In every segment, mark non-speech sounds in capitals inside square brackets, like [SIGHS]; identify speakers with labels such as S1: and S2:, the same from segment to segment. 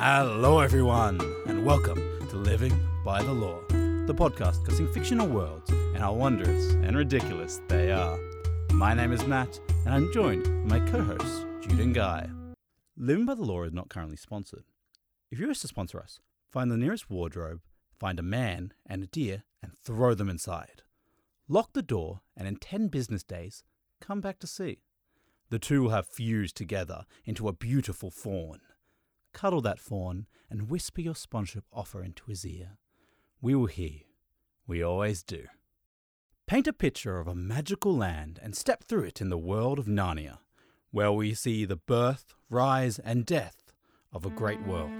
S1: Hello, everyone, and welcome to Living by the Law, the podcast discussing fictional worlds and how wondrous and ridiculous they are. My name is Matt, and I'm joined by my co hosts, Jude and Guy. Living by the Law is not currently sponsored. If you wish to sponsor us, find the nearest wardrobe, find a man and a deer, and throw them inside. Lock the door, and in 10 business days, come back to see. The two will have fused together into a beautiful fawn cuddle that fawn, and whisper your sponsorship offer into his ear. We will hear you. We always do. Paint a picture of a magical land and step through it in the world of Narnia, where we see the birth, rise, and death of a great world.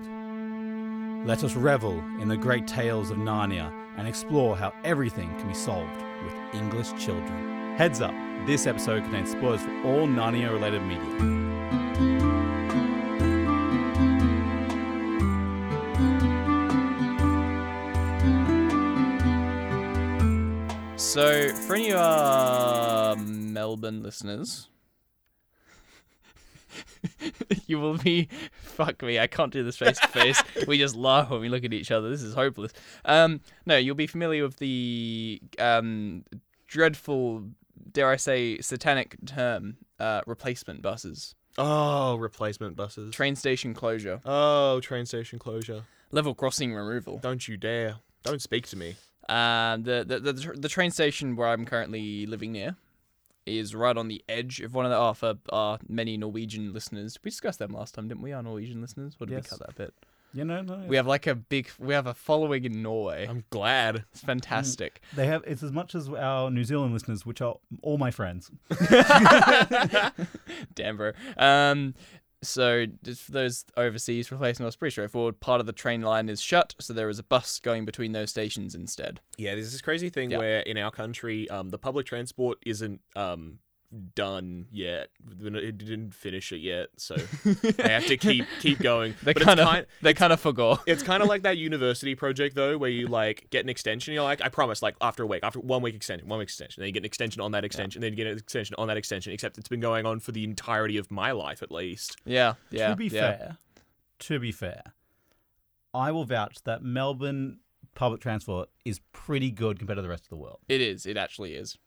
S1: Let us revel in the great tales of Narnia and explore how everything can be solved with English children. Heads up, this episode contains spoilers for all Narnia related media.
S2: So, for any of our Melbourne listeners, [LAUGHS] you will be. Fuck me, I can't do this face to face. We just laugh when we look at each other. This is hopeless. Um, no, you'll be familiar with the um, dreadful, dare I say, satanic term uh, replacement buses,
S3: Oh, replacement buses.
S2: train station closure,
S3: oh, train station closure.
S2: level crossing removal.
S3: Don't you dare. Don't speak to me.
S2: Um, the, the the tr- the train station where I'm currently living near is right on the edge of one of the oh, for our many Norwegian listeners. We discussed them last time, didn't we? Our Norwegian listeners. What did
S1: Yes.
S2: we cut that bit?
S1: You know, no,
S2: We have like a big. We have a following in Norway.
S3: I'm glad.
S2: It's fantastic.
S1: They have it's as much as our New Zealand listeners, which are all my friends.
S2: Damn, bro. Um, so just for those overseas replacement, was pretty straightforward. Part of the train line is shut, so there is a bus going between those stations instead.
S3: Yeah, there's this crazy thing
S2: Yeah.
S3: where in our country, um, the public transport isn't um done yet. It didn't finish it yet,
S2: [LAUGHS]
S3: so they have to keep keep going.
S2: They
S3: But it's
S2: kind of
S3: kind-
S2: they kind of forgot.
S3: It's kind of like that university project though, where you like get an extension. You're like, I promise, like after a week, after one week extension, one week extension, then you get an extension on that extension, then you get an extension on that extension. Except it's been going on for the entirety of my life, at least.
S2: Yeah, yeah.
S1: to be
S2: yeah.
S1: fair, to be fair, I will vouch that Melbourne public transport is pretty good compared to the rest of the world.
S2: it is. It actually is.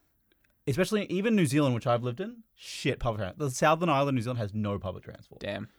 S1: Especially even New Zealand, which I've lived in, shit public transport. The Southern Island, New Zealand has no public transport.
S2: Damn.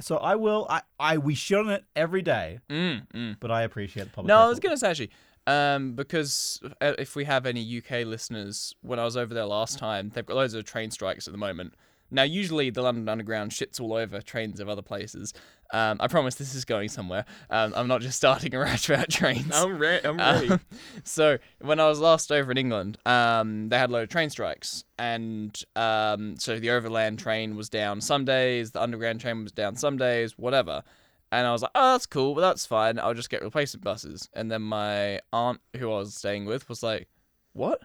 S1: So I will I, I we shit on it every day,
S2: Mm, mm.
S1: but I appreciate the public
S2: No, I was
S1: transport.
S2: gonna say actually, um, because uh, if we have any UK listeners, when I was over there last time, they've got loads of train strikes at the moment. Now, usually the London Underground shits all over trains of other places. Um, I promise this is going somewhere. Um, I'm not just [LAUGHS] starting a rash about trains. [LAUGHS]
S3: I'm ready. I'm ready.
S2: Um, [LAUGHS] so when I was last over in England, um, they had a lot of train strikes, and um, so the overland train was down some days, the underground train was down some days, whatever. And I was like, oh, that's cool, but that's fine. I'll just get replacement buses. And then my aunt, who I was staying with, was like, what?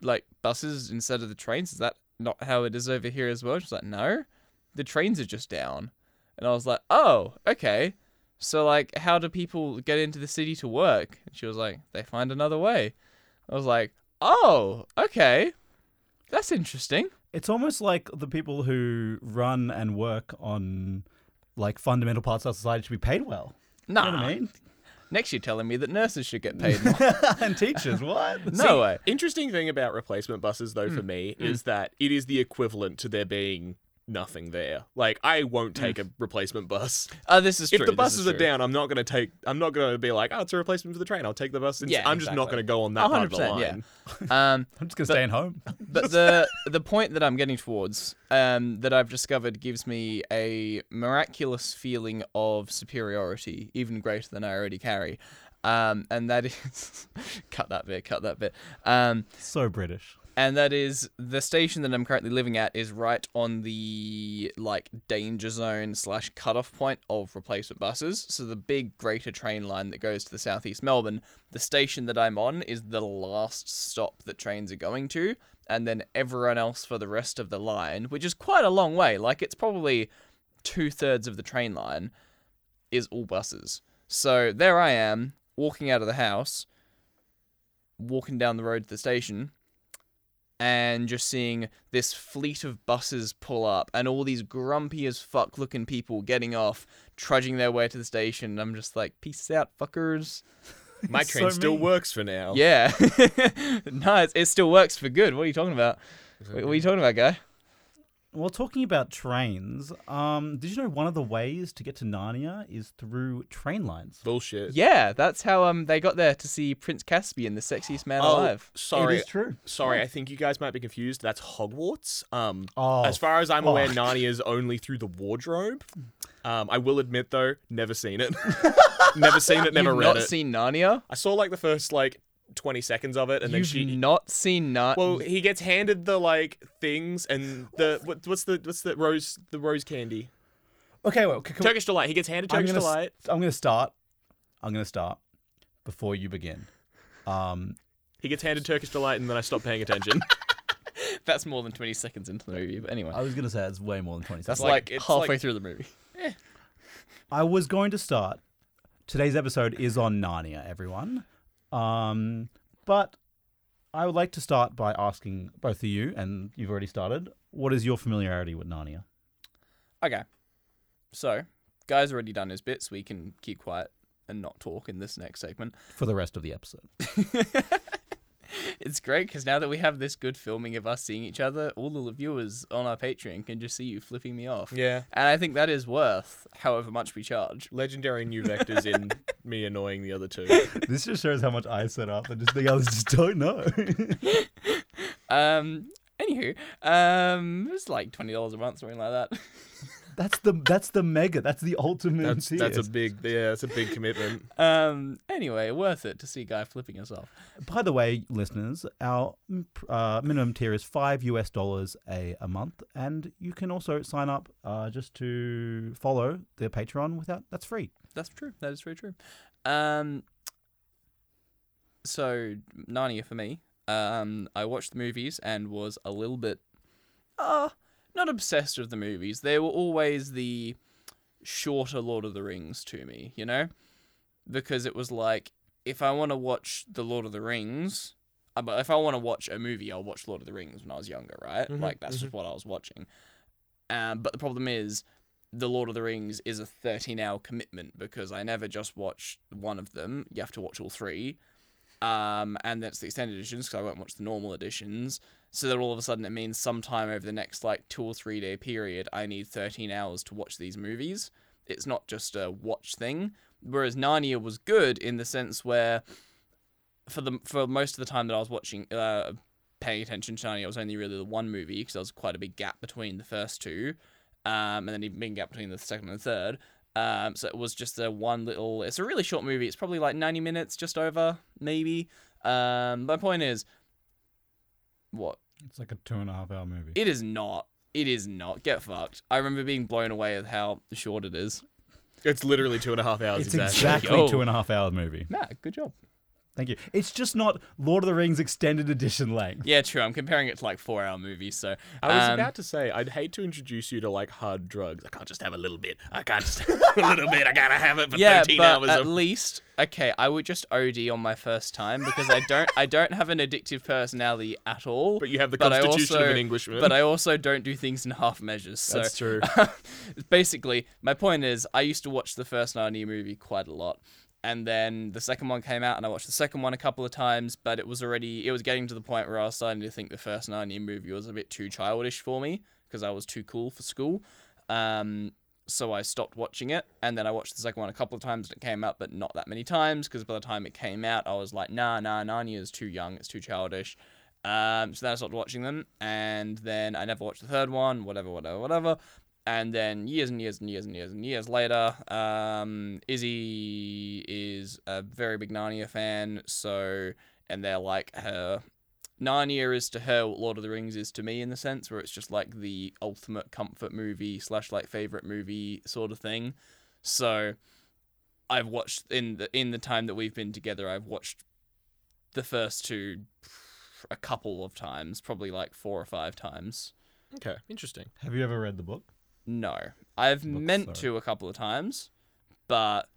S2: Like buses instead of the trains? Is that not how it is over here as well? She's like, no, the trains are just down. And I was like, oh, okay. So like, how do people get into the city to work? And she was like, they find another way. I was like, oh, okay, that's interesting.
S1: It's almost like the people who run and work on like fundamental parts of our society should be paid well.
S2: Nah.
S1: You know what I mean? [LAUGHS]
S2: Next, you're telling me that nurses should get paid more.
S3: [LAUGHS]
S1: and teachers, what?
S2: [LAUGHS] no Hmm, way.
S3: Interesting thing about replacement buses, though, for me, is that it is the equivalent to there being nothing there. Like, I won't take a replacement bus.
S2: Oh, this is Hmm. true.
S3: if the
S2: this
S3: buses
S2: is
S3: are
S2: true.
S3: down, I'm not gonna take. I'm not gonna be like, oh, it's a replacement for the train. I'll take the bus.
S2: Yeah,
S3: Yeah, I'm just not
S2: exactly.
S3: gonna go on that part of the
S2: 100%,
S3: line.
S2: yeah. [LAUGHS] Um,
S1: I'm just gonna stay at home. [LAUGHS]
S2: but the
S3: [LAUGHS]
S2: the point that I'm getting towards, um, that I've discovered, gives me a miraculous feeling of superiority, even greater than I already carry. Um, and that is, [LAUGHS] cut that bit, cut that bit. Um,
S1: So British.
S2: and that is the station that I'm currently living at is right on the like danger zone slash cutoff point of replacement buses. So the big greater train line that goes to the southeast Melbourne, the station that I'm on is the last stop that trains are going to, and then everyone else for the rest of the line, which is quite a long way. Like it's probably two thirds of the train line is all buses. So there I am walking out of the house, walking down the road to the station and just seeing this fleet of buses pull up and all these grumpy as fuck looking people getting off, trudging their way to the station. And I'm just like, peace out, fuckers.
S3: My
S1: It's so
S3: train still
S1: mean.
S3: works for now.
S2: Yeah. [LAUGHS] no, it's, it still works for good. What are you talking about? What, what are you talking about, guy?
S1: Well, talking about trains, um, did you know one of the ways to get to Narnia is through train lines?
S3: Bullshit.
S2: Yeah, that's how um they got there to see Prince Caspian, the sexiest man
S3: Oh,
S2: alive.
S3: sorry.
S1: It is true.
S3: Sorry, I think you guys might be confused. That's Hogwarts. Um,
S1: Oh,
S3: as far as I'm aware,
S1: fuck.
S3: Narnia is only through the wardrobe. Um, I will admit though, never
S1: [LAUGHS]
S3: seen it. never seen it. Never
S2: You've
S3: read
S2: not
S3: it.
S2: seen Narnia?
S3: I saw like the first like 20 seconds of it, and then
S2: You've
S3: she.
S2: not seen Narnia.
S3: well, he gets handed the like things and the what, what's the what's the rose the rose candy
S1: Okay, well, c- can we-
S3: Turkish delight. He gets handed
S1: I'm
S3: Turkish
S1: gonna s-
S3: delight.
S1: I'm going to start. I'm going to start before you begin. Um,
S3: He gets handed Turkish delight, and then I stop
S1: [LAUGHS]
S3: paying attention.
S2: that's more than 20 seconds into the movie, but anyway.
S1: I was going to say it's way more than 20
S2: That's
S1: seconds.
S2: like,
S3: like- it's
S2: halfway
S3: like-
S2: through the movie.
S1: I was going to start. Today's episode is on Narnia, everyone. Um, but I would like to start by asking both of you, and you've already started, what is your familiarity with Narnia?
S2: Okay. So, guy's already done his bits. We can keep quiet and not talk in this next segment. [LAUGHS]
S1: For the rest of the episode.
S2: It's great because now that we have this good filming of us seeing each other, all the viewers on our Patreon can just see you flipping me off.
S3: yeah.
S2: And I think that is worth however much we charge.
S3: Legendary new
S1: [LAUGHS]
S3: vectors in me annoying the other two.
S1: this just shows how much I set up and just the others just don't know.
S2: Um, anywho, um, it's like $20 a month, something like that.
S1: [LAUGHS] that's the that's the mega. That's the ultimate.
S3: That's
S1: tier.
S3: that's a big yeah, that's a big commitment.
S2: Um, anyway, worth it to see Guy flipping us off.
S1: By the way, listeners, our mm, pr- uh, minimum tier is five US dollars a, a month, and you can also sign up uh, just to follow the Patreon without. That's free.
S2: That's true. That is very true. Um, so Narnia for me. Um, I watched the movies and was a little bit, uh, not obsessed with the movies. They were always the shorter Lord of the Rings to me, you know, because it was like if I want to watch the Lord of the Rings, uh, but if I want to watch a movie, I'll watch Lord of the Rings when I was younger, right?
S3: Mhm,
S2: like that's just what I was watching. Um, but the problem is, the Lord of the Rings is a 13 hour commitment because I never just watch one of them. You have to watch all three. Um, and that's the extended editions because I won't watch the normal editions. So then all of a sudden it means sometime over the next like two or three day period, I need 13 hours to watch these movies. It's not just a watch thing. Whereas Narnia was good in the sense where for the for most of the time that I was watching, uh, paying attention to Narnia, it was only really the one movie because there was quite a big gap between the first two, um, and then a big gap between the second and third. Um, so it was just a one little. It's a really short movie. It's probably like ninety minutes, just over maybe. Um, my point is, what
S1: It's like a two and a half hour movie.
S2: it is not. It is not. Get fucked. I remember being blown away with how short it is.
S3: It's literally two and a half hours
S1: it's
S3: exactly. Oh.
S1: exactly
S2: Yo.
S1: two and a half hour movie.
S2: Nah, good job.
S1: Thank you. It's just not Lord of the Rings extended edition length.
S2: Yeah, true. I'm comparing it to like four hour movies, so
S3: I was
S2: um,
S3: about to say I'd hate to introduce you to like hard drugs. I can't just have a little bit. I can't just [LAUGHS] have a little bit. I gotta have it for
S2: yeah,
S3: 13
S2: but
S3: hours.
S2: at
S3: of...
S2: least okay. I would just OD on my first time because I don't. I don't have an addictive personality at all.
S3: But you have the
S2: I
S3: constitution of
S2: also-
S3: an Englishman.
S2: But I also don't do things in half measures. So
S3: That's true.
S2: [LAUGHS] basically, my point is, I used to watch the first Narnia movie quite a lot, and then the second one came out, and I watched the second one a couple of times. But it was already, it was getting to the point where I was starting to think the first Narnia movie was a bit too childish for me because I was too cool for school. Um, so I stopped watching it, and then I watched the second one a couple of times. And it came out, but not that many times because by the time it came out, I was like, nah, nah, Narnia is too young, it's too childish. Um, so then I stopped watching them, and then I never watched the third one, whatever, whatever, whatever. And then years and years and years and years and years later, um, Izzy is a very big Narnia fan, so and they're like her. Narnia is to her what Lord of the Rings is to me in the sense where it's just like the ultimate comfort movie slash like favorite movie sort of thing. So I've watched in the in the time that we've been together, I've watched the first two a couple of times, probably like four or five times.
S3: [LAUGHS] okay, interesting.
S1: Have you ever read the book?
S2: No, I've
S1: Look,
S2: meant
S1: sorry.
S2: to a couple of times, but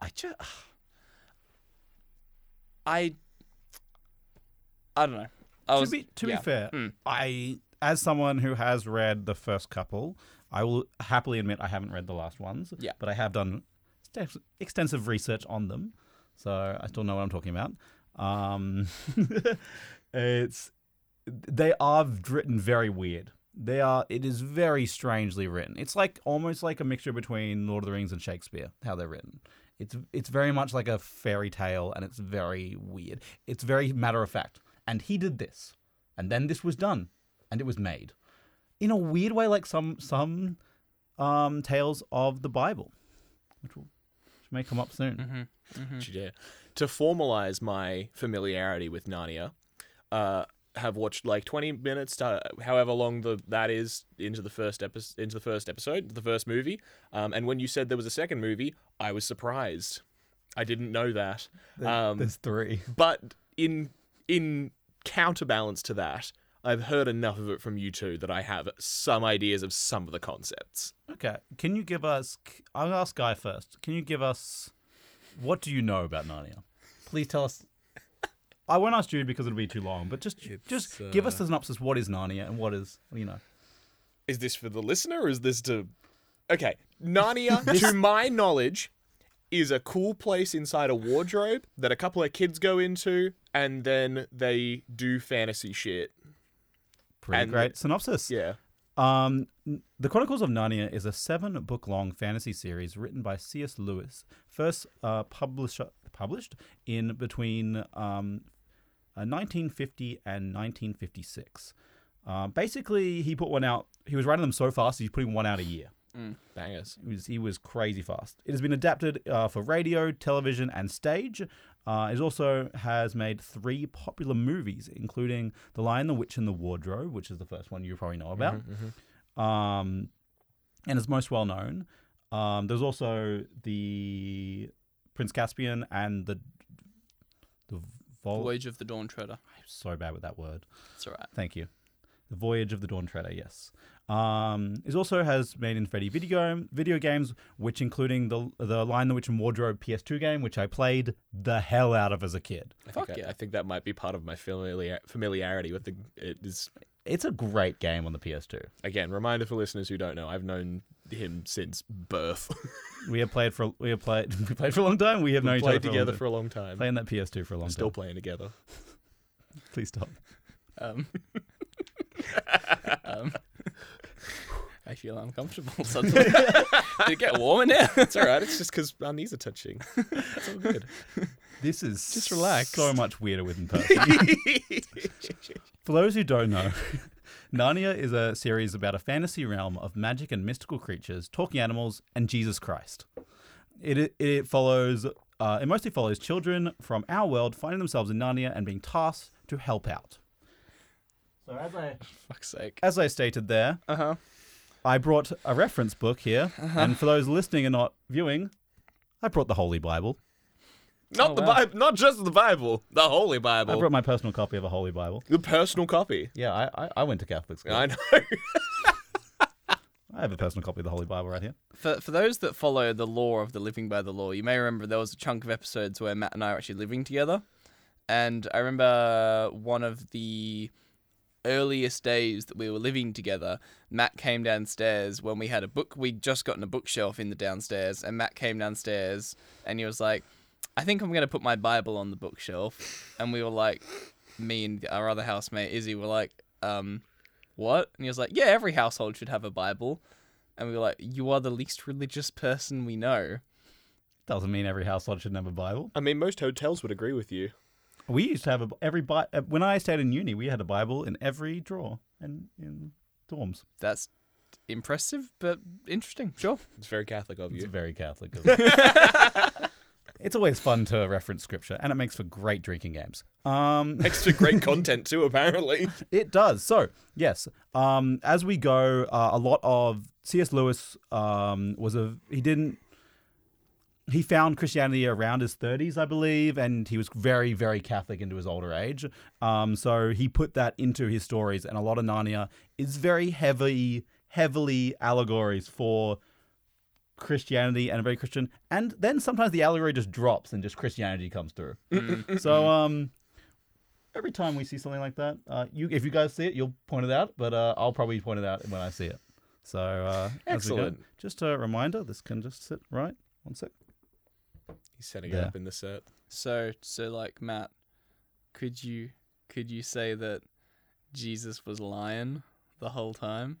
S2: I [SIGHS] just I I don't know. I
S1: to
S2: was,
S1: be to
S2: yeah.
S1: be fair,
S2: Mm.
S1: I as someone who has read the first couple, I will happily admit I haven't read the last ones.
S2: Yeah.
S1: But I have done extens- extensive research on them, so I still know what I'm talking about. Um, [LAUGHS] it's they are written very weird. They are. It is very strangely written. It's like almost like a mixture between Lord of the Rings and Shakespeare. How they're written. It's it's very much like a fairy tale, and it's very weird. It's very matter of fact. And he did this, and then this was done, and it was made, in a weird way, like some some um, tales of the Bible, which, will, which may come up soon.
S2: Hmm.
S3: Don't you dare. To formalize my familiarity with Narnia, uh, have watched like 20 minutes, to, however long the that is into the first episode, into the first episode, the first movie. Um, and when you said there was a second movie, I was surprised. I didn't know that. Um,
S1: There's three.
S3: but in in counterbalance to that, I've heard enough of it from you two that I have some ideas of some of the concepts.
S1: Okay. Can you give us? I'll ask Guy first. Can you give us what do you know about Narnia? Please tell us. I won't ask you because it'll be too long, but just just give us the synopsis. What is Narnia and what is you know?
S3: Is this for the listener or is this to Okay. [LAUGHS] Narnia, to my knowledge, is a cool place inside a wardrobe that a couple of kids go into and then they do fantasy shit.
S1: Pretty
S3: And-
S1: great synopsis.
S3: Yeah.
S1: Um, n- The Chronicles of Narnia is a seven book long fantasy series written by C.S. Lewis, first uh, publish- published in between um, uh, 1950 and 1956. Uh, basically, he put one out. He was writing them so fast, he's putting one out a year.
S3: Bangers.
S1: He was, he was crazy fast. It has been adapted uh, for radio, television, and stage. Uh, it also has made three popular movies, including The Lion, the Witch, and the Wardrobe, which is the first one you probably know about, um, and is most well known. Um, there's also the Prince Caspian and the the Vol. I'm
S2: Voyage of the Dawn Treader.
S1: so bad with that word.
S2: That's all right.
S1: Thank you. The Voyage of the Dawn Treader, yes. Um, it also has made in Freddy video video games, which including the the Lion, the Witch, and Wardrobe PS2 game, which I played the hell out of as a kid.
S3: I think
S2: Fuck
S3: that-
S2: yeah.
S3: I think that might be part of my familiar, familiarity with the it is
S1: It's a great game on the PS2.
S3: again, reminder for listeners who don't know, I've known him since birth. [LAUGHS]
S1: We have played for we have played [LAUGHS] we played for a long time. We have known
S3: we
S1: each other for
S3: played
S1: a long
S3: together
S1: time.
S3: for a long time.
S1: playing that PS2 for a long
S3: Still
S1: time.
S3: playing together.
S1: Please stop. [LAUGHS]
S2: Um, [LAUGHS] um, [LAUGHS] I feel
S1: [LAUGHS]
S2: uncomfortable suddenly. [LAUGHS] Did it get warmer [LAUGHS] now?
S3: It's all right. It's just because our knees are touching. It's all good.
S1: This is
S2: Just relax.
S1: So much weirder
S2: [LAUGHS]
S1: with in person. For those who don't know, [LAUGHS] Narnia is a series about a fantasy realm of magic and mystical creatures, talking animals, and Jesus Christ. It it, it follows. Uh, it mostly follows children from our world finding themselves in Narnia and being tasked to help out. So as I
S2: Fuck's sake.
S1: as I stated there,
S2: Uh huh.
S1: I brought a reference book here,
S2: Uh-huh.
S1: and for those listening and not viewing, I brought the Holy Bible.
S3: Not
S2: Oh,
S3: the
S2: wow.
S3: Bible. Not just the Bible. The Holy
S1: I
S3: Bible.
S1: brought my personal copy of a Holy Bible.
S3: the personal copy.
S1: Yeah, I, I, I went to Catholic school.
S3: I
S1: I,
S3: know. [LAUGHS]
S1: have a personal copy of the Holy Bible right here.
S2: For, for those that follow the law of the living by the law, you may remember there was a chunk of episodes where Matt and I were actually living together. And I remember one of the earliest days that we were living together, Matt came downstairs when we had a book. We'd just gotten a bookshelf in the downstairs, and Matt came downstairs and he was like, I think I'm going to put my Bible on the bookshelf. And we were like, me and our other housemate, Izzy, were like, um, what? And he was like, yeah, every household should have a Bible. And we were like, you are the least religious person we know.
S1: Doesn't mean every household should have a Bible.
S3: I mean, most hotels would agree with you.
S1: We used to have a, every Bi- uh, when I stayed in uni, we had a Bible in every drawer and in dorms.
S2: That's impressive, but interesting. Sure.
S3: It's very Catholic of
S1: It's [LAUGHS]
S3: you.
S1: very Catholic. of me. it's always fun to reference scripture, and it makes for great drinking games. Um,
S3: Extra great content too, apparently.
S1: it does. So yes, um, as we go, uh, a lot of C.S. Lewis um, was a he didn't he found Christianity around his 30s, I believe, and he was very, very Catholic into his older age. Um, so he put that into his stories, and a lot of Narnia is very heavy, heavily allegories for Christianity and very Christian. And then sometimes the allegory just drops and just Christianity comes through. so um, every time we see something like that, uh, you if you guys see it, you'll point it out, but uh, I'll probably point it out when I see it. So uh, as we go-
S2: Excellent.
S1: Just a reminder, this can just sit right. One sec.
S3: He's setting
S1: Yeah.
S3: it up in the set.
S2: So so like Matt, could you could you say that Jesus was lying the whole time?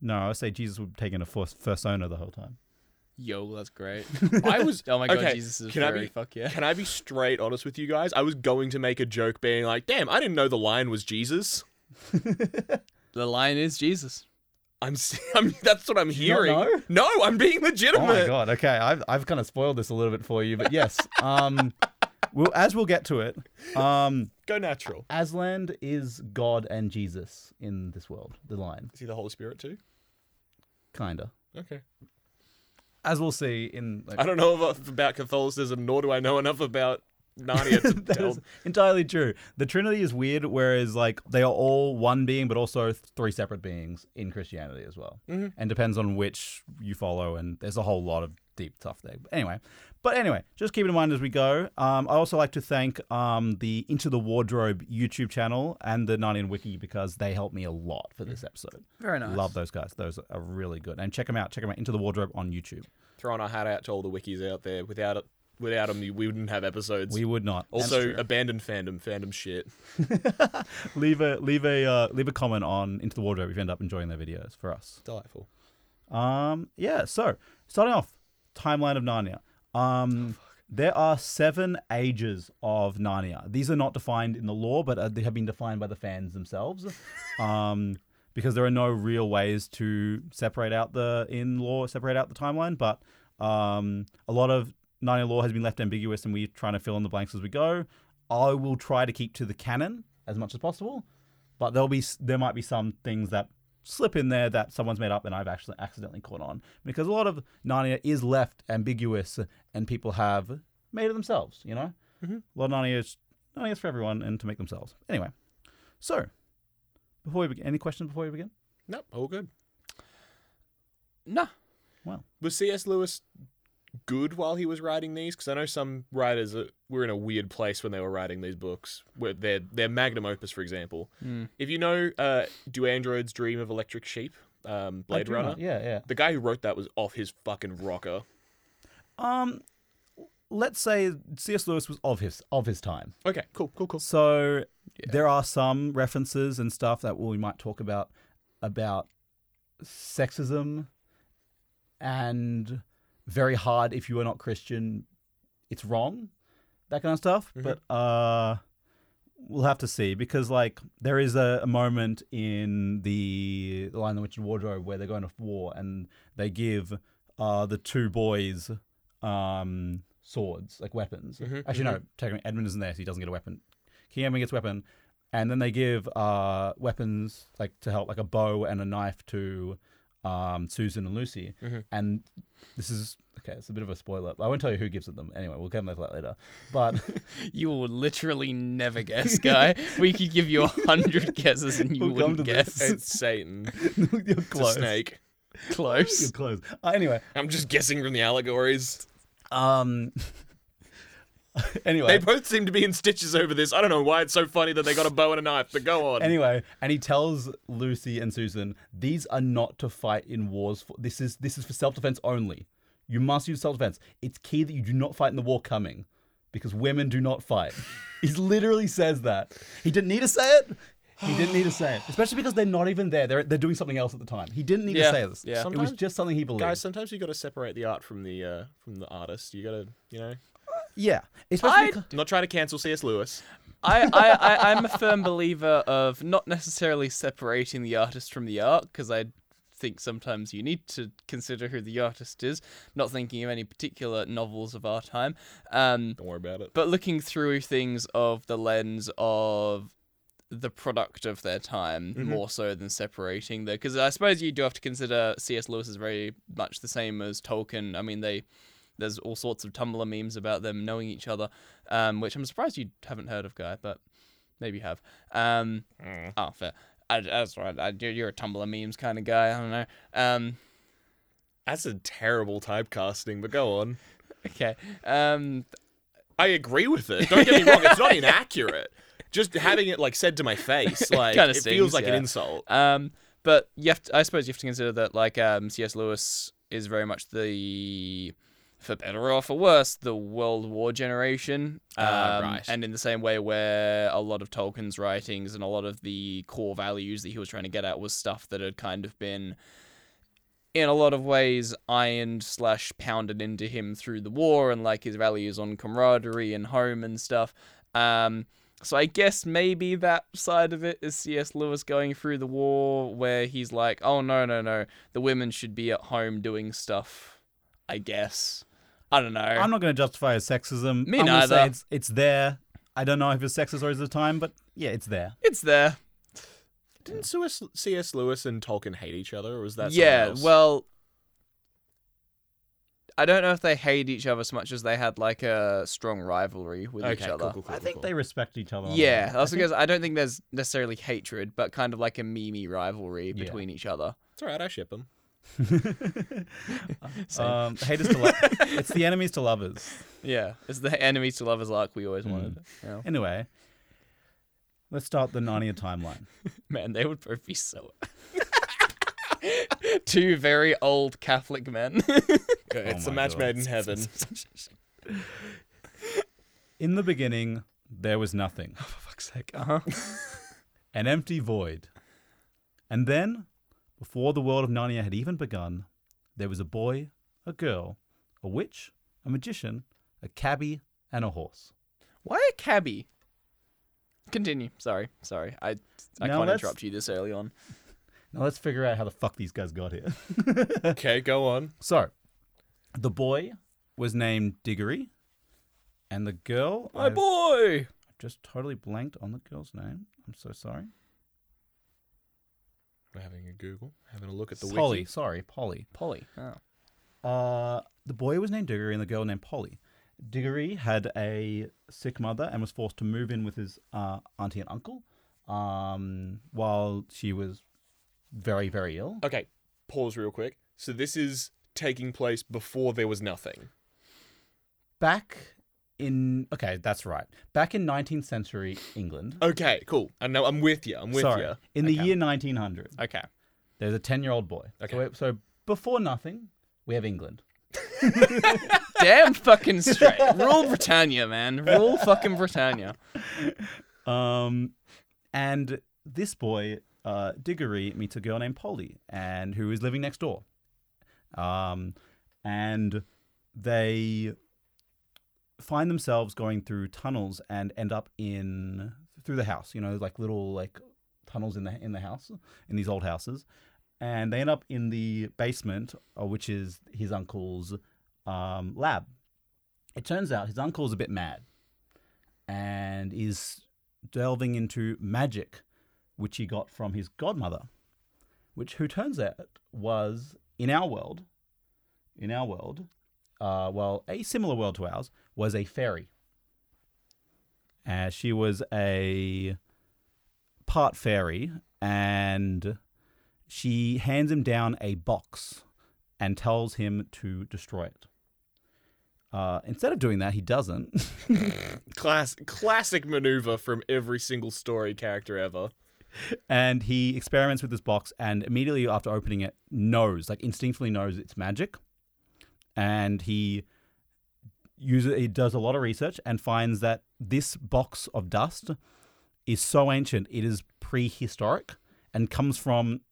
S1: No, I would say Jesus would have taken a first, persona the whole time.
S2: Yo, that's great.
S3: [LAUGHS] I was.
S2: Oh my god,
S3: Okay,
S2: Jesus is
S3: can I
S2: very
S3: be-
S2: fuck yeah.
S3: [LAUGHS] Can I be straight honest with you guys? I was going to make a joke, being like, "Damn, I didn't know the lion was Jesus."
S2: The lion is Jesus.
S3: I'm. s- [LAUGHS] I'm that's what I'm
S1: you not
S3: hearing.
S1: know?
S3: No, I'm being legitimate.
S1: Oh my god. Okay, I've I've kind of spoiled this a little bit for you, but [LAUGHS] yes. Um, we'll, as we'll get to it, um,
S3: Go natural.
S1: Asland is God and Jesus in this world. The line,
S3: Is he the Holy Spirit too?
S1: kinda.
S3: Okay.
S1: As we'll see in. Like,
S3: I don't know enough about Catholicism, nor do I know enough about Narnia to
S1: [LAUGHS] That
S3: tell.
S1: is entirely true. The Trinity is weird, whereas like they are all one being, but also th- three separate beings in Christianity as well,
S2: Mm-hmm.
S3: Mhm.
S1: and depends on which you follow. And there's a whole lot of deep stuff there. But anyway, but anyway, just keep it in mind as we go. Um, I also like to thank um, the Into the Wardrobe YouTube channel and the Narnian Wiki because they helped me a lot for this episode.
S2: Very nice.
S1: Love those guys. Those are really good. And check them out. Check them out. Into the Wardrobe on YouTube.
S3: Throwing our hat out to all the wikis out there. Without it, without them, we wouldn't have episodes.
S1: We would not.
S3: also abandoned fandom, fandom shit.
S1: leave a leave a uh, leave a comment on Into the Wardrobe if you end up enjoying their videos for us.
S3: Delightful.
S1: Um, yeah. So starting off, timeline of Narnia. Um, there are seven ages of Narnia. These are not defined in the law, but uh, they have been defined by the fans themselves. um, because there are no real ways to separate out the in law, separate out the timeline. But um, a lot of Narnia law has been left ambiguous, and we're trying to fill in the blanks as we go. I will try to keep to the canon as much as possible, but there'll be there might be some things that slip in there that someone's made up and I've actually accidentally caught on because a lot of Narnia is left ambiguous and people have made it themselves. You know,
S3: Mhm.
S1: a lot of Narnia is Narnia is for everyone and to make themselves. Anyway, so before we begin, any questions before we begin?
S3: Nope, all good.
S2: Nah.
S3: Was C.S. Lewis good while he was writing these? Because I know some writers uh, were in a weird place when they were writing these books. Where their their magnum opus, for example.
S1: Hmm.
S2: Mm.
S3: If you know, uh, do androids dream of electric sheep? Um,
S1: I
S3: Blade
S1: do
S3: Runner.
S1: not- Yeah, yeah.
S3: The guy who wrote that was off his fucking rocker.
S1: Um, let's say C.S. Lewis was of his of his time.
S3: Okay, cool, cool, cool.
S1: So
S2: Yeah.
S1: there are some references and stuff that we might talk about about sexism and very hard if you are not Christian, it's wrong, that kind of stuff.
S3: Mhm.
S1: But uh, we'll have to see because like there is a, a moment in the Lion the Witch and Wardrobe where they're going to war and they give uh, the two boys um, swords like weapons.
S3: Mhm,
S1: Actually, no, technically Edmund isn't there, so he doesn't get a weapon. King Edmund gets a weapon, and then they give uh, weapons like to help, like a bow and a knife to um, Susan and Lucy.
S3: Mhm.
S1: And this is okay. It's a bit of a spoiler. I won't tell you who gives it them. Anyway, we'll come back to that later. But
S2: You will literally never
S3: [LAUGHS]
S2: guess, guy. we could give you a hundred guesses and you
S1: We'll come
S2: wouldn't
S1: to this.
S2: guess.
S3: [LAUGHS] It's Satan.
S1: [LAUGHS] you're
S3: [LAUGHS] It's a
S1: close.
S3: snake.
S1: You're
S2: [LAUGHS] Close.
S1: close. Uh, anyway,
S3: I'm just guessing from the allegories.
S1: um, [LAUGHS]
S3: They
S1: anyway,
S3: both seem to be in stitches over this. I don't know why it's so funny that they got a bow and a knife, but go on.
S1: anyway, and he tells Lucy and Susan, "These are not to fight in wars. For, this is this is for self defense only. You must use self defense. It's key that you do not fight in the war coming, because women do not fight." [LAUGHS] he literally says that. He didn't need to say it. He didn't need to say it, especially because they're not even there. They're they're doing something else at the time. He didn't need
S2: Yeah,
S1: to say this.
S2: yeah.
S1: it was
S3: Sometimes-
S1: just something he believed.
S3: Guys, sometimes you got to separate the art from the uh, from the artist. You got to, you know,
S1: yeah, especially.
S2: I-
S1: because-
S3: I'm not trying to cancel C.S. Lewis.
S2: I, I, I, I'm a firm believer of not necessarily separating the artist from the art, because I think sometimes you need to consider who the artist is, not thinking of any particular novels of our time. Um,
S3: Don't worry about it.
S2: but looking through things of the lens of the product of their time more so than separating the because I suppose you do have to consider C.S. Lewis is very much the same as Tolkien. I mean, they there's all sorts of Tumblr memes about them knowing each other, um, which I'm surprised you haven't heard of, guy, but maybe you have. Um, Oh, fair. I, that's right. I, you're you're a Tumblr memes kind of guy. I don't know. Um, [LAUGHS]
S3: That's a terrible typecasting, but go on.
S2: okay. Um,
S3: [LAUGHS] I agree with it. Don't get me wrong; it's not inaccurate. just having it like said to my face, like
S2: Kinda
S3: it
S2: stings,
S3: feels like
S2: yeah.
S3: an insult.
S2: Um, but you have to, I suppose you have to consider that like um, C.S. Lewis is very much the for better or for worse the World War generation, um,
S3: Ah, right.
S2: and in the same way where a lot of Tolkien's writings and a lot of the core values that he was trying to get at was stuff that had kind of been in a lot of ways ironed slash pounded into him through the war and like his values on camaraderie and home and stuff. Um, so I guess maybe that side of it is C.S. Lewis going through the war where he's like, oh no no no, the women should be at home doing stuff. I guess I don't know.
S1: I'm not going to justify his sexism.
S2: Me
S1: I'm gonna Say
S2: neither.
S1: it's it's there. I don't know if it's sexist or is the time, but yeah, it's there.
S2: it's there.
S3: Didn't C.S. C.S. Lewis and Tolkien hate each other, or was that someone
S2: yeah.
S3: else?
S2: Well, I don't know if they hate each other as much as they had like a strong rivalry with
S3: okay,
S2: each
S3: cool,
S2: other.
S3: cool, cool,
S1: I
S3: cool,
S1: think
S3: cool.
S1: they respect each other. a lot.
S2: Yeah,
S1: I
S2: that's
S1: think-
S2: because I don't think there's necessarily hatred, but kind of like a mimi rivalry
S1: Yeah.
S2: between each other.
S3: It's all right. I ship them.
S2: Same.
S1: um, haters to
S2: [LAUGHS]
S1: love. it's the enemies to lovers.
S2: yeah, it's the enemies to lovers arc we always wanted. Yeah.
S1: Anyway, let's start the Narnia timeline.
S2: Man, they would both be so. [LAUGHS] Two very old Catholic [LAUGHS] men.
S3: it's
S1: Oh my
S3: a match
S1: God.
S3: made
S1: [LAUGHS]
S3: in heaven.
S1: In the beginning, there was nothing,
S2: For fuck's sake. Uh huh.
S1: an empty void. And then, before the world of Narnia had even begun, there was a boy, a girl, a witch, a magician, a cabbie, and a horse.
S2: Why a cabbie? Continue. Sorry, sorry. I I
S1: Now
S2: can't
S1: let's-
S2: interrupt you this early on.
S1: Now let's figure out how the fuck these guys got here. [LAUGHS]
S3: okay, go on.
S1: So, the boy was named Diggory, and the girl.
S2: My
S1: I've
S2: boy.
S1: just totally blanked on the girl's name. I'm so sorry.
S3: We're having a Google, having a look at the
S1: Polly.
S3: wiki.
S1: Sorry, Polly.
S2: Polly. Oh.
S1: Uh, the boy was named Diggory and the girl named Polly. Diggory had a sick mother and was forced to move in with his uh, auntie and uncle um, while she was very, very ill.
S3: Okay, pause real quick. So this is taking place before there was nothing.
S1: Back in. Okay, that's right. Back in 19th century England.
S3: Okay, cool. I know. I'm with you. [LAUGHS] I'm with
S1: sorry.
S3: you.
S1: In the
S2: Okay.
S1: year 1900,
S2: Okay.
S1: there's a 10 year old boy.
S3: Okay.
S1: So, so before nothing, we have England.
S2: Damn fucking straight. Rule Britannia, man. Rule fucking Britannia.
S1: Um, and this boy, uh, Diggory, meets a girl named Polly, and who is living next door. Um, and they find themselves going through tunnels and end up in through the house. You know, like little like tunnels in the in the house in these old houses, and they end up in the basement, uh, which is his uncle's um, lab. It turns out his uncle's a bit mad, and is delving into magic, which he got from his godmother, which who turns out was in our world, in our world, uh, well, a similar world to ours was a fairy. Uh, she was a part fairy, and she hands him down a box and tells him to destroy it. Uh, instead of doing that, he doesn't. [LAUGHS]
S3: Class, classic maneuver from every single story character ever.
S1: and he experiments with this box and immediately after opening it knows like instinctively knows it's magic and he uses he does a lot of research and finds that this box of dust is so ancient it is prehistoric and comes from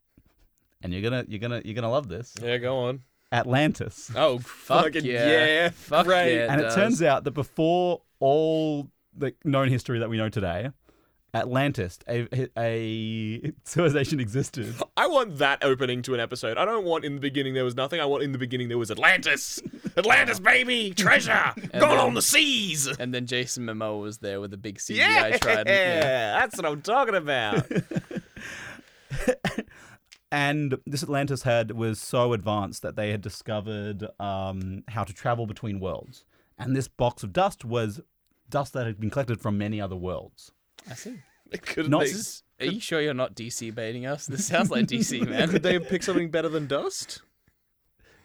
S1: and you're gonna you're gonna you're gonna love this
S3: Yeah, go on.
S1: atlantis
S2: Oh, fuck
S3: Fucking
S2: yeah.
S3: yeah,
S2: Fuck
S3: great.
S2: yeah.
S1: and it
S2: does.
S1: turns out that before all the known history that we know today atlantis a, a civilization existed
S3: I want that opening to an episode. I don't want in the beginning there was nothing. I want in the beginning there was [LAUGHS] Atlantis. Atlantis, baby, [LAUGHS] treasure, gone on the seas.
S2: And then Jason Momoa was there with a big CGI
S3: [LAUGHS] Yeah,
S2: trident. Yeah.
S3: that's what I'm talking about. [LAUGHS]
S1: and this Atlantis had was so advanced that they had discovered um, how to travel between worlds. And this box of dust was dust that had been collected from many other worlds.
S2: I see.
S3: could,
S1: Not-
S3: they,
S2: This is, are you sure you're not DC baiting us? This sounds like
S3: [LAUGHS]
S2: DC, man.
S3: could they have picked something better than dust?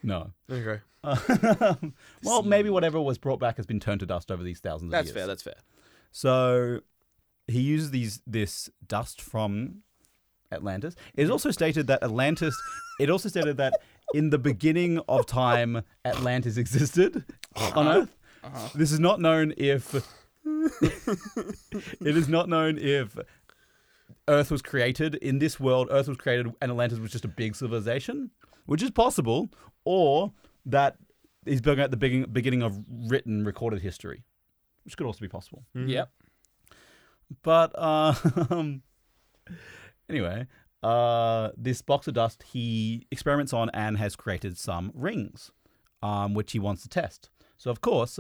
S1: No. [LAUGHS]
S3: Okay,
S1: well, maybe whatever was brought back has been turned to dust over these thousands of
S3: that's
S1: years.
S3: fair. That's fair.
S1: So he uses these this dust from Atlantis. It is also stated that Atlantis. It also stated that in the beginning of time, Atlantis existed on Earth. This is not known if. it is not known if Earth was created in this world. Earth was created, and Atlantis was just a big civilization, which is possible, or that he's building at the begin- beginning of written recorded history, which could also be possible.
S2: Yep.
S1: But uh, um, [LAUGHS] anyway, uh, this box of dust he experiments on and has created some rings, um, which he wants to test. So of course,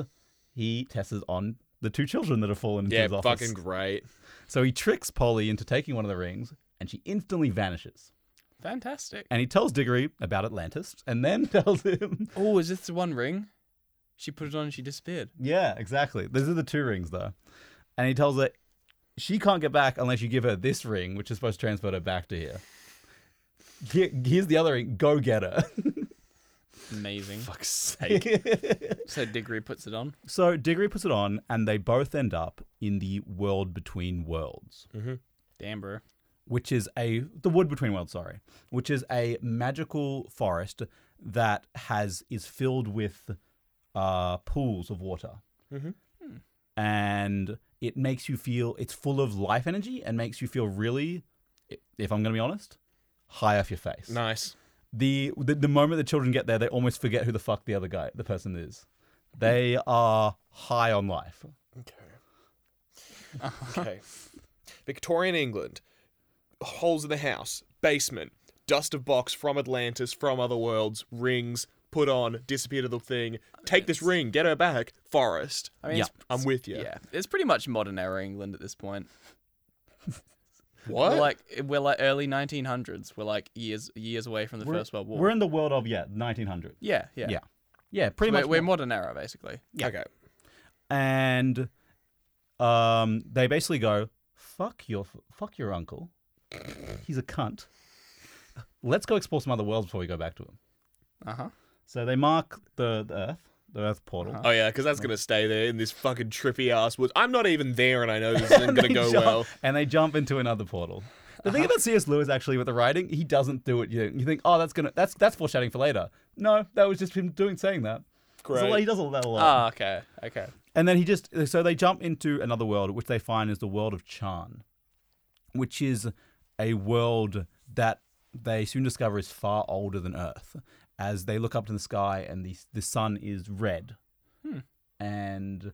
S1: he tests it on the two children that have fallen into
S3: Yeah,
S1: his office.
S3: fucking great.
S1: So he tricks Polly into taking one of the rings, and she instantly vanishes.
S2: Fantastic.
S1: And he tells Diggory about Atlantis, and then [LAUGHS] tells him,
S2: Oh, is this the one ring? She put it on and she disappeared.
S1: "Yeah, exactly. These are the two rings, though." And he tells her she can't get back unless you give her this ring, which is supposed to transfer her back to here. Here- Here's the other ring. Go get her. [LAUGHS]
S2: Amazing.
S3: Fuck's sake.
S2: So Diggory puts it on.
S1: so Diggory puts it on, and they both end up in the world between worlds.
S2: Damn, bro.
S1: which is a the wood between worlds sorry which is a magical forest that has is filled with uh, pools of water
S2: Mm-hmm.
S3: Mhm.
S1: and it makes you feel it's full of life energy and makes you feel really i- if i'm going to be honest high off your face
S3: nice.
S1: the, the the moment the children get there they almost forget who the fuck the other guy the person is they are high on life
S3: Okay. [LAUGHS] okay. Victorian England. Holes in the house. Basement. Dust of box from Atlantis, from other worlds. Rings. Put on. Disappear to the thing. Take this ring. Get her back. Forest.
S2: I mean,
S1: Yeah.
S2: it's-
S3: I'm with you.
S2: yeah. It's pretty much modern era England at this point.
S3: What?
S2: We're like we're like early 1900s. We're like years years away from the
S1: we're,
S2: First World War.
S1: we're in the world of yeah 1900
S2: yeah, yeah,
S1: yeah yeah pretty
S2: We're,
S1: much
S2: we're modern era basically.
S1: Yeah.
S3: Okay.
S1: and um, they basically go, "Fuck your, fuck your uncle. He's a cunt. Let's go explore some other worlds before we go back to him."
S2: Uh huh.
S1: So they mark the, the Earth, the Earth portal.
S3: Oh yeah, because that's gonna stay there in this fucking trippy ass woods. I'm not even there, and
S1: [LAUGHS]
S3: I know this isn't gonna
S1: They
S3: go
S1: jump-
S3: well. Uh-huh.
S1: and they jump into another portal. The thing about C.S. Lewis actually with the writing, he doesn't do it. You, you think, oh, that's gonna, that's that's foreshadowing for later. No, that was just him doing saying that. So, like, he
S3: Great.
S1: does all that a lot.
S2: Ah, okay, okay.
S1: And then he just so they jump into another world, which they find is the world of Chan, which is a world that they soon discover is far older than Earth. As they look up to the sky, and the the sun is red, and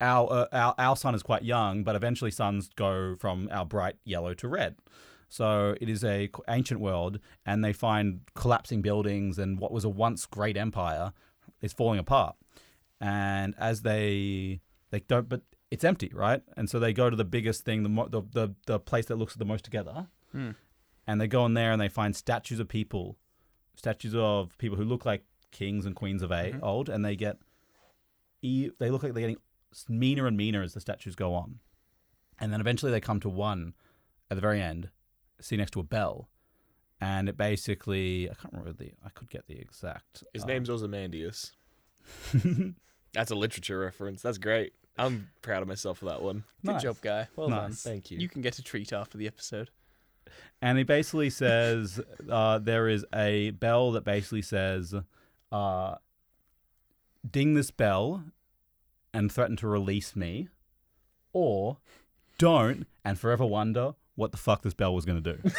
S1: our, uh, our our sun is quite young, but eventually suns go from our bright yellow to red. So it is a qu- ancient world, and they find collapsing buildings, and what was a once great empire is falling apart. And as they they don't, but it's empty, right? And so they go to the biggest thing, the mo- the the, the place that looks the most together,
S2: Hmm.
S1: and they go in there and they find statues of people, statues of people who look like kings and queens of
S2: Mm-hmm.
S1: a old, and they get e- they look like they're getting meaner and meaner as the statues go on. And then eventually they come to one at the very end, see next to a bell. And it basically, I can't remember the, I could get the exact.
S3: His
S1: uh, [LAUGHS]
S3: name's Ozymandias. that's a literature reference. That's great. I'm proud of myself for
S1: [LAUGHS]
S3: that one.
S2: Good
S1: Nice.
S2: job, guy. Well
S1: Nice.
S2: done.
S3: Thank you.
S2: You can get a treat after
S1: [LAUGHS]
S2: the episode.
S1: And he basically says [LAUGHS] uh, there is a bell that basically says, uh, ding this bell and threaten to release me, or don't and forever wonder what the fuck this bell was going to do.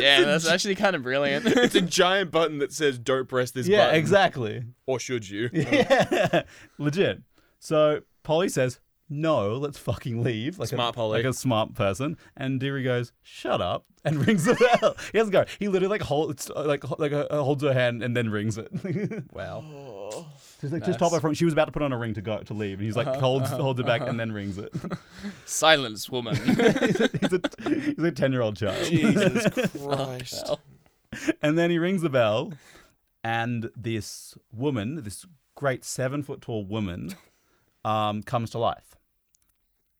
S2: Damn, that's actually kind of brilliant. [LAUGHS]
S3: it's a giant button that says "Don't press
S1: [LAUGHS]
S3: this
S1: yeah,
S3: button,"
S1: exactly.
S3: or should you?
S1: [LAUGHS]
S3: [LAUGHS]
S1: Yeah, legit. So Polly says, "No, let's fucking leave." Like a,
S3: Smart Polly.
S1: like a smart person. And Deary goes, "Shut up," and [LAUGHS] rings the bell. he doesn't go. He literally like holds like like uh, holds her hand and then rings it. [LAUGHS] She's
S2: wow.
S1: like, just told her from she was about to put on a ring to go to leave, and he's like holds
S3: Uh-huh.
S1: holds it back and then rings
S3: [LAUGHS]
S1: it.
S2: Silence,
S1: [LAUGHS]
S2: woman.
S1: he's, a, he's a- he's a ten year old child.
S3: Jesus
S1: [LAUGHS]
S3: Christ.
S1: and then he rings the bell, and this woman, this great seven foot tall woman, um, comes to life,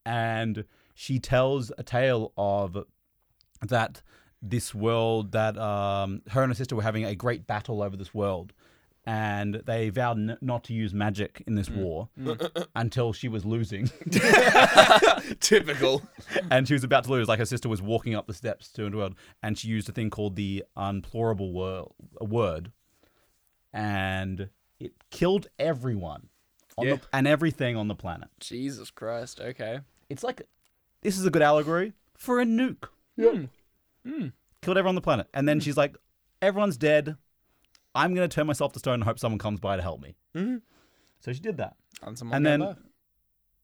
S1: and she tells a tale of that this world that um, her and her sister were having a great battle over this world, and they vowed n- not to use magic in this war until she was losing [LAUGHS]
S2: Typical.
S1: and she was about to lose. Like her sister was walking up the steps to into world, and she used a thing called the unplorable word, word and it killed everyone on
S2: Yeah.
S1: the, and everything on the planet.
S2: Jesus Christ. Okay.
S1: It's like this is a good allegory for a nuke.
S2: Yeah.
S1: Killed everyone on the planet, and then she's like, "Everyone's dead. I'm gonna turn myself to stone and hope someone comes by to help me."
S3: Mhm.
S1: So she did that
S2: And,
S1: and then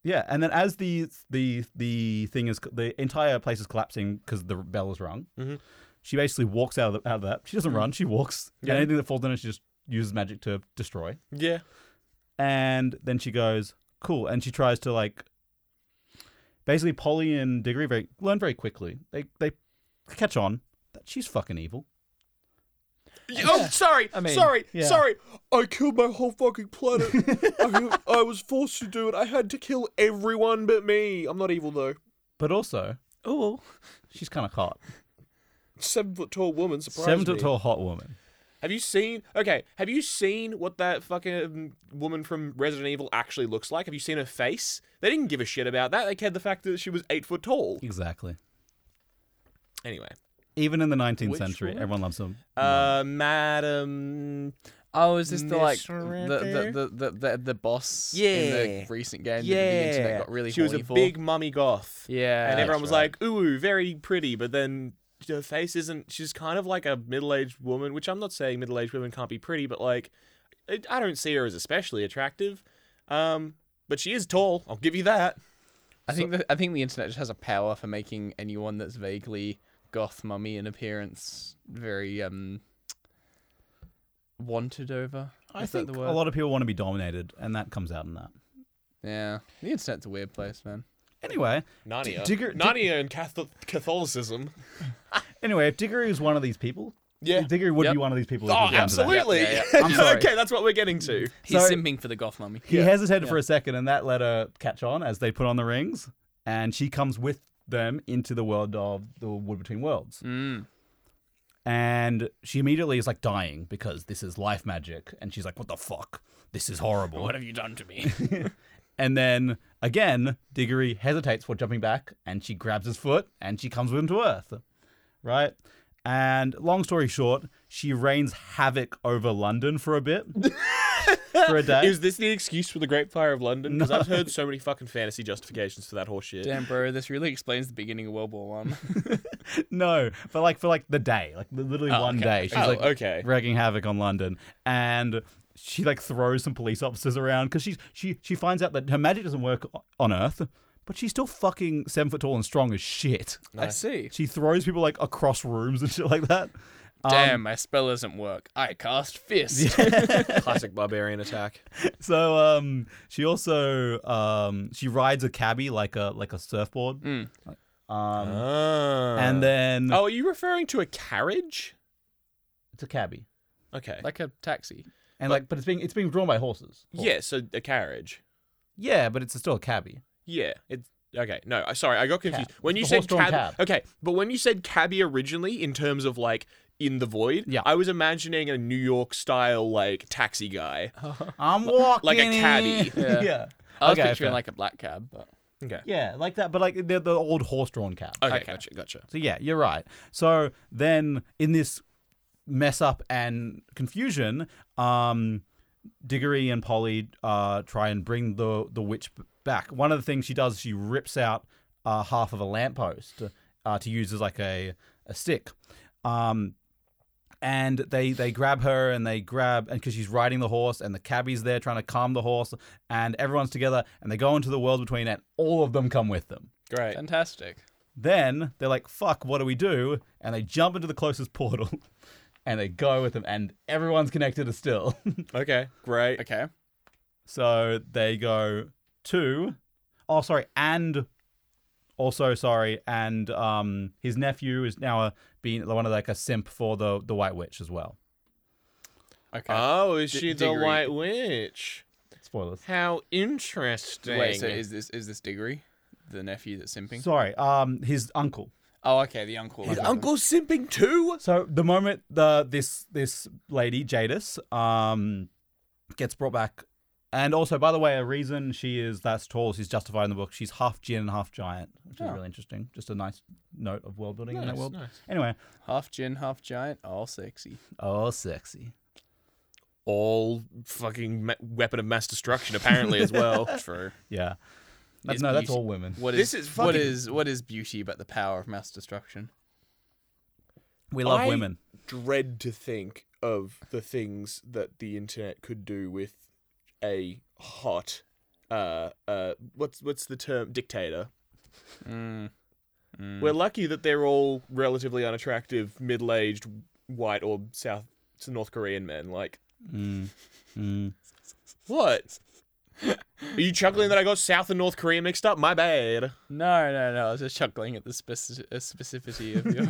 S1: yeah and then as the the the thing is the entire place is collapsing because the bell is rung
S3: Mhm.
S1: she basically walks out of, the, out of that she doesn't run she walks
S3: Mm-hmm. Yeah.
S1: and anything that falls on her she just uses magic to destroy
S3: Yeah.
S1: and then she goes cool and she tries to like basically polly and diggory very learn very quickly they they catch on that she's fucking evil
S3: Oh, sorry.
S2: I mean,
S3: sorry.
S1: yeah.
S3: Sorry. I killed my whole
S1: [LAUGHS]
S3: fucking planet. I, I was forced to do it. I had to kill everyone but me. I'm not evil though.
S1: but also
S2: oh,
S1: she's kind of hot
S3: Seven foot tall woman. Surprise
S1: seven foot
S3: me.
S1: tall hot woman
S3: Have you seen? Okay. Have you seen what that fucking woman from Resident Evil actually looks like? Have you seen her face? They didn't give a shit about that. They cared the fact that she was eight foot tall.
S1: exactly
S3: Anyway.
S1: even in the 19th
S2: Which
S1: century
S2: woman?
S1: everyone loves them
S3: Uh, Madam.
S2: oh, is this the like
S3: Miss
S2: the the, the, the, the the boss in
S3: Yeah.
S2: the recent game that the internet
S3: Yeah.
S2: got really
S3: She was
S2: horny
S3: a
S2: for?
S3: big mummy goth.
S2: yeah,
S3: and everyone was
S1: right.
S3: like, "Ooh, very pretty," but then her face isn't. She's kind of like a middle-aged woman, which I'm not saying middle-aged women can't be pretty, but like, I I don't see her as especially attractive. Um, but she is tall. I'll give you that.
S2: I think the, I think the internet just has a power for making anyone that's vaguely goth mummy in appearance very um wanted over.
S1: I
S2: Is
S1: think
S2: that the word?
S1: a lot of people want to be dominated, and that comes out in that.
S2: Yeah, the internet's a weird place, man.
S1: Anyway,
S3: Narnia.
S1: Digger-
S3: Narnia uh, and Catholic- Catholicism.
S1: anyway, if Diggory is one of these people,
S3: Yeah.
S1: Diggory would
S2: Yep.
S1: be one of these people.
S3: Oh,
S1: that goes down to that.
S3: absolutely.
S2: Yeah, yeah, yeah.
S3: [LAUGHS]
S2: I'm sorry.
S3: okay, that's what we're getting to.
S2: He's
S1: So-
S2: simping for the goth mummy.
S1: He
S3: Yeah.
S1: hesitated for a second, and that let her catch on as they put on the rings, and she comes with them into the world of the Wood Between Worlds,
S2: Mm.
S1: and she immediately is like dying because this is life magic, and she's like, "What the fuck? This is horrible."
S2: have you done to
S1: [LAUGHS]
S2: me?
S1: And then again, Diggory hesitates for jumping back and she grabs his foot and she comes with him to Earth. Right? And long story short, she rains havoc over London for a bit.
S3: [LAUGHS]
S1: for a day.
S3: Is this the excuse for the Great Fire of London? Because I've heard so many fucking fantasy justifications for that horse shit.
S2: Damn, bro, this really explains the beginning of World War [LAUGHS] One.
S1: no, but like for like the day, like literally one day. She's
S3: Oh,
S1: like
S3: okay.
S1: wreaking havoc on London. And she like throws some police officers around because she's she she finds out that her magic doesn't work o- on Earth, but she's still fucking seven foot tall and strong as shit.
S2: I see.
S1: She throws people like across rooms and shit like that.
S2: Damn, my spell doesn't work. I cast fist.
S3: Classic barbarian attack.
S1: So um, she also um, she rides a cabbie like a like a surfboard, [LAUGHS] um,
S3: Ah.
S1: and then
S3: Hmm. Oh, are you referring to a carriage?
S1: it's a cabbie,
S3: Okay.
S2: [LAUGHS] like a taxi.
S1: and like but it's being it's being drawn by horses.
S3: yeah, so a carriage.
S1: yeah, but it's still a
S3: [LAUGHS]
S1: cabbie.
S3: Yeah. It's okay. No, I sorry, I got confused.
S1: Cab.
S3: When you
S1: It's a
S3: said
S1: horse-drawn
S3: cab,
S1: cab.
S3: okay, but when you said cabbie originally, in terms of like in the void,
S1: Yeah.
S3: I was imagining a New York style like taxi guy.
S1: I'm walking
S3: like a cabbie.
S1: [LAUGHS] Yeah,
S2: Yeah.
S1: yeah.
S2: I was
S1: Okay,
S2: picturing
S1: fair.
S2: like a black cab, but
S3: Okay.
S1: yeah, like that, but like the, the old horse drawn cab.
S3: Okay,
S2: Okay.
S3: Gotcha. Gotcha.
S1: So yeah, you're right. So then in this mess up and confusion, um, Diggory and Polly uh, try and bring the the witch b- back. One of the things she does, is she rips out uh, half of a lamppost uh, to use as like a a stick. Um, and they they grab her and they grab and because she's riding the horse and the cabbie's there trying to calm the horse and everyone's together and they go into the world between and all of them come with them.
S3: Great.
S2: fantastic.
S1: Then they're like, fuck, what do we do? And they jump into the closest portal [LAUGHS] and they go with them, and everyone's connected still. [LAUGHS]
S3: Okay. Great.
S2: Okay.
S1: so they go to, oh, sorry, and also, sorry, and um, his nephew is now a, being one of like a simp for the, the White Witch as well.
S2: Okay.
S1: Ah,
S3: Oh, is
S2: D-
S3: she the
S2: Diggory.
S3: White Witch?
S1: Spoilers.
S3: How interesting.
S2: Wait, so is this is this Diggory, the nephew that's simping?
S1: Sorry, um, his uncle.
S2: oh, okay, the uncle.
S3: His
S2: Okay.
S3: uncle's simping too?
S1: So the moment the this this lady Jadis um gets brought back. And also, by the way, a reason she is that tall, she's justified in the book. She's half gin and half giant, which is
S2: Oh.
S1: really interesting. Just a nice note of world building in that
S3: Nice,
S1: world.
S3: nice.
S1: Anyway,
S2: Half gin, half giant, all sexy.
S1: oh, sexy.
S3: All fucking ma- weapon of mass destruction, apparently, as well. True.
S1: Yeah. That's,
S2: Is
S1: no, that's
S2: beauty-
S1: all women.
S2: What is,
S3: This is
S2: what
S3: fucking-
S2: is what is beauty but the power of mass destruction?
S1: We love
S3: I-
S1: women.
S3: dread to think of the things that the internet could do with a hot uh uh what's what's the term dictator
S2: Mm.
S3: we're lucky that they're all relatively unattractive middle-aged white or south to north korean men like
S1: Mm. Mm.
S3: [LAUGHS] what are you chuckling that i got south and north korea mixed up my bad
S2: No, no, no. I was just chuckling at the speci- uh, specificity of your.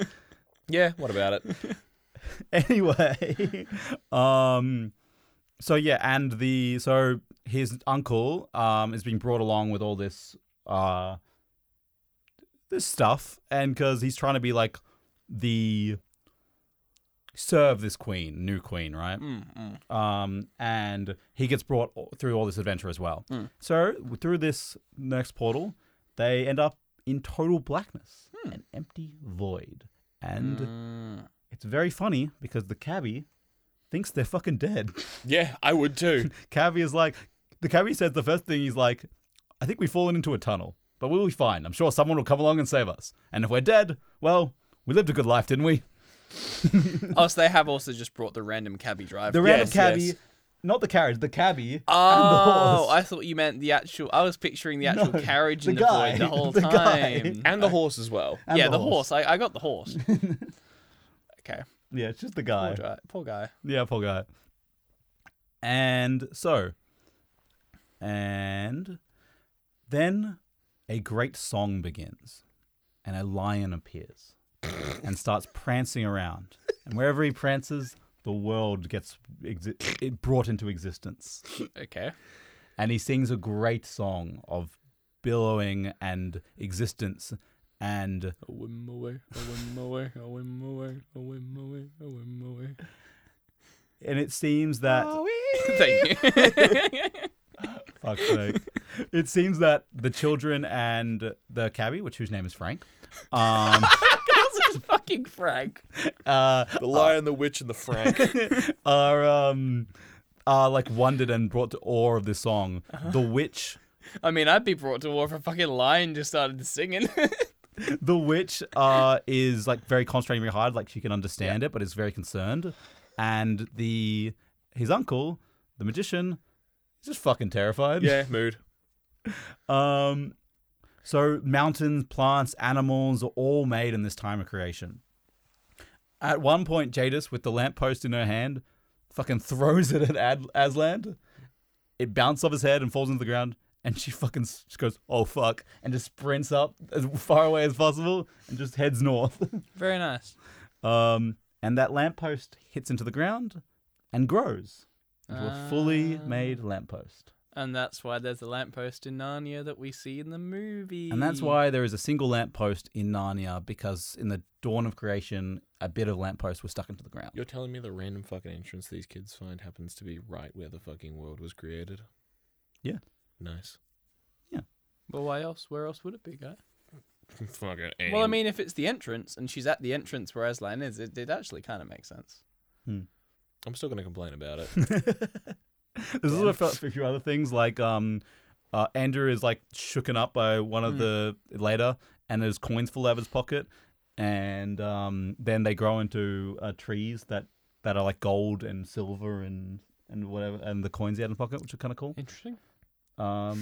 S2: Um,
S1: [LAUGHS]
S3: yeah what about it
S1: [LAUGHS] anyway um so yeah and the so his uncle um is being brought along with all this uh this stuff and because he's trying to be like the serve this queen new queen right
S2: mm, mm.
S1: um and he gets brought o- through all this adventure as well
S2: Mm.
S1: so through this next portal they end up in total blackness an empty void and
S2: Hmm. Mm.
S1: it's very funny because the cabbie thinks they're fucking dead.
S3: [LAUGHS]
S1: [LAUGHS]
S3: yeah i would [LAUGHS] too
S1: cabbie is like, the cabbie says the first thing he's like, I think we've fallen into a tunnel, but we'll be fine. I'm sure someone will come along and save us. And if we're dead, well, we lived a good life, didn't we?
S2: Oh, so they have also just brought the random cabbie driver.
S1: The random
S3: Yes,
S1: cabbie,
S3: yes.
S1: not the carriage, the cabbie. [LAUGHS]
S2: Oh,
S1: horse.
S2: I thought you meant the actual. I was picturing the
S1: [LAUGHS]
S2: actual
S1: No,
S2: carriage
S1: the
S2: in the
S1: guy,
S2: void the
S1: [LAUGHS]
S2: whole
S1: the guy.
S2: time.
S3: and the horse as well
S1: and
S2: yeah, the, horse. I, I got
S1: [LAUGHS]
S2: the horse. okay,
S1: Yeah, it's just the guy.
S2: poor, dri- poor guy.
S1: Yeah, poor guy. And so, and then a great song begins, and a lion appears and starts prancing around. And wherever he prances, the world gets exi- it brought into existence.
S2: Okay, [LAUGHS]
S1: And he sings a great song of billowing and existence and
S2: a whim away, a whim away, a whim away, a whim away, a whim away.
S1: and it seems that
S2: Thank you. [LAUGHS]
S1: Fuck's sake. [LAUGHS] It seems that the children and the cabbie, which whose name is Frank, um,
S2: this is fucking Frank.
S1: uh,
S3: the lion the witch and the frank
S1: are um, are like wondered and brought to awe of this song. The witch,
S2: I mean, I'd be brought to war if a fucking lion just started singing. [LAUGHS]
S1: the witch uh, is like very concentrating very hard, like she can understand it, but is very concerned. And the his uncle, the magician, is just fucking terrified.
S3: yeah mood
S1: Um, so mountains, plants, animals are all made in this time of creation. At one point, Jadis, with the lamppost in her hand, fucking throws it at Ad- Aslan. It bounces off his head and falls into the ground, and she fucking s- just goes, "Oh fuck!" and just sprints up as far away as possible and just heads north. [LAUGHS]
S2: Very nice.
S1: um, and that lamppost hits into the ground and grows into a fully
S2: Ah.
S1: made lamppost.
S2: And that's why there's a lamppost in Narnia that we see in the movie.
S1: And that's why there is a single lamppost in Narnia because in the dawn of creation, a bit of lamppost was stuck into the ground.
S3: You're telling me the random fucking entrance these kids find happens to be right where the fucking world was created?
S1: Yeah.
S3: Nice. [LAUGHS]
S2: But why else? Where else would it be, guy?
S3: fucking.
S2: Well, I mean, if it's the entrance and she's at the entrance where Aslan is, it, it actually kind of makes sense.
S3: I'm still gonna complain about it.
S1: There's also a fe- a few other things like um, uh, Andrew is like shooken up by one of
S2: Hmm.
S1: the later, and there's coins fall out of his pocket, and um, then they grow into uh, trees that that are like gold and silver and and whatever, and the coins he had in his pocket, which are kind of cool.
S2: Interesting.
S1: Um,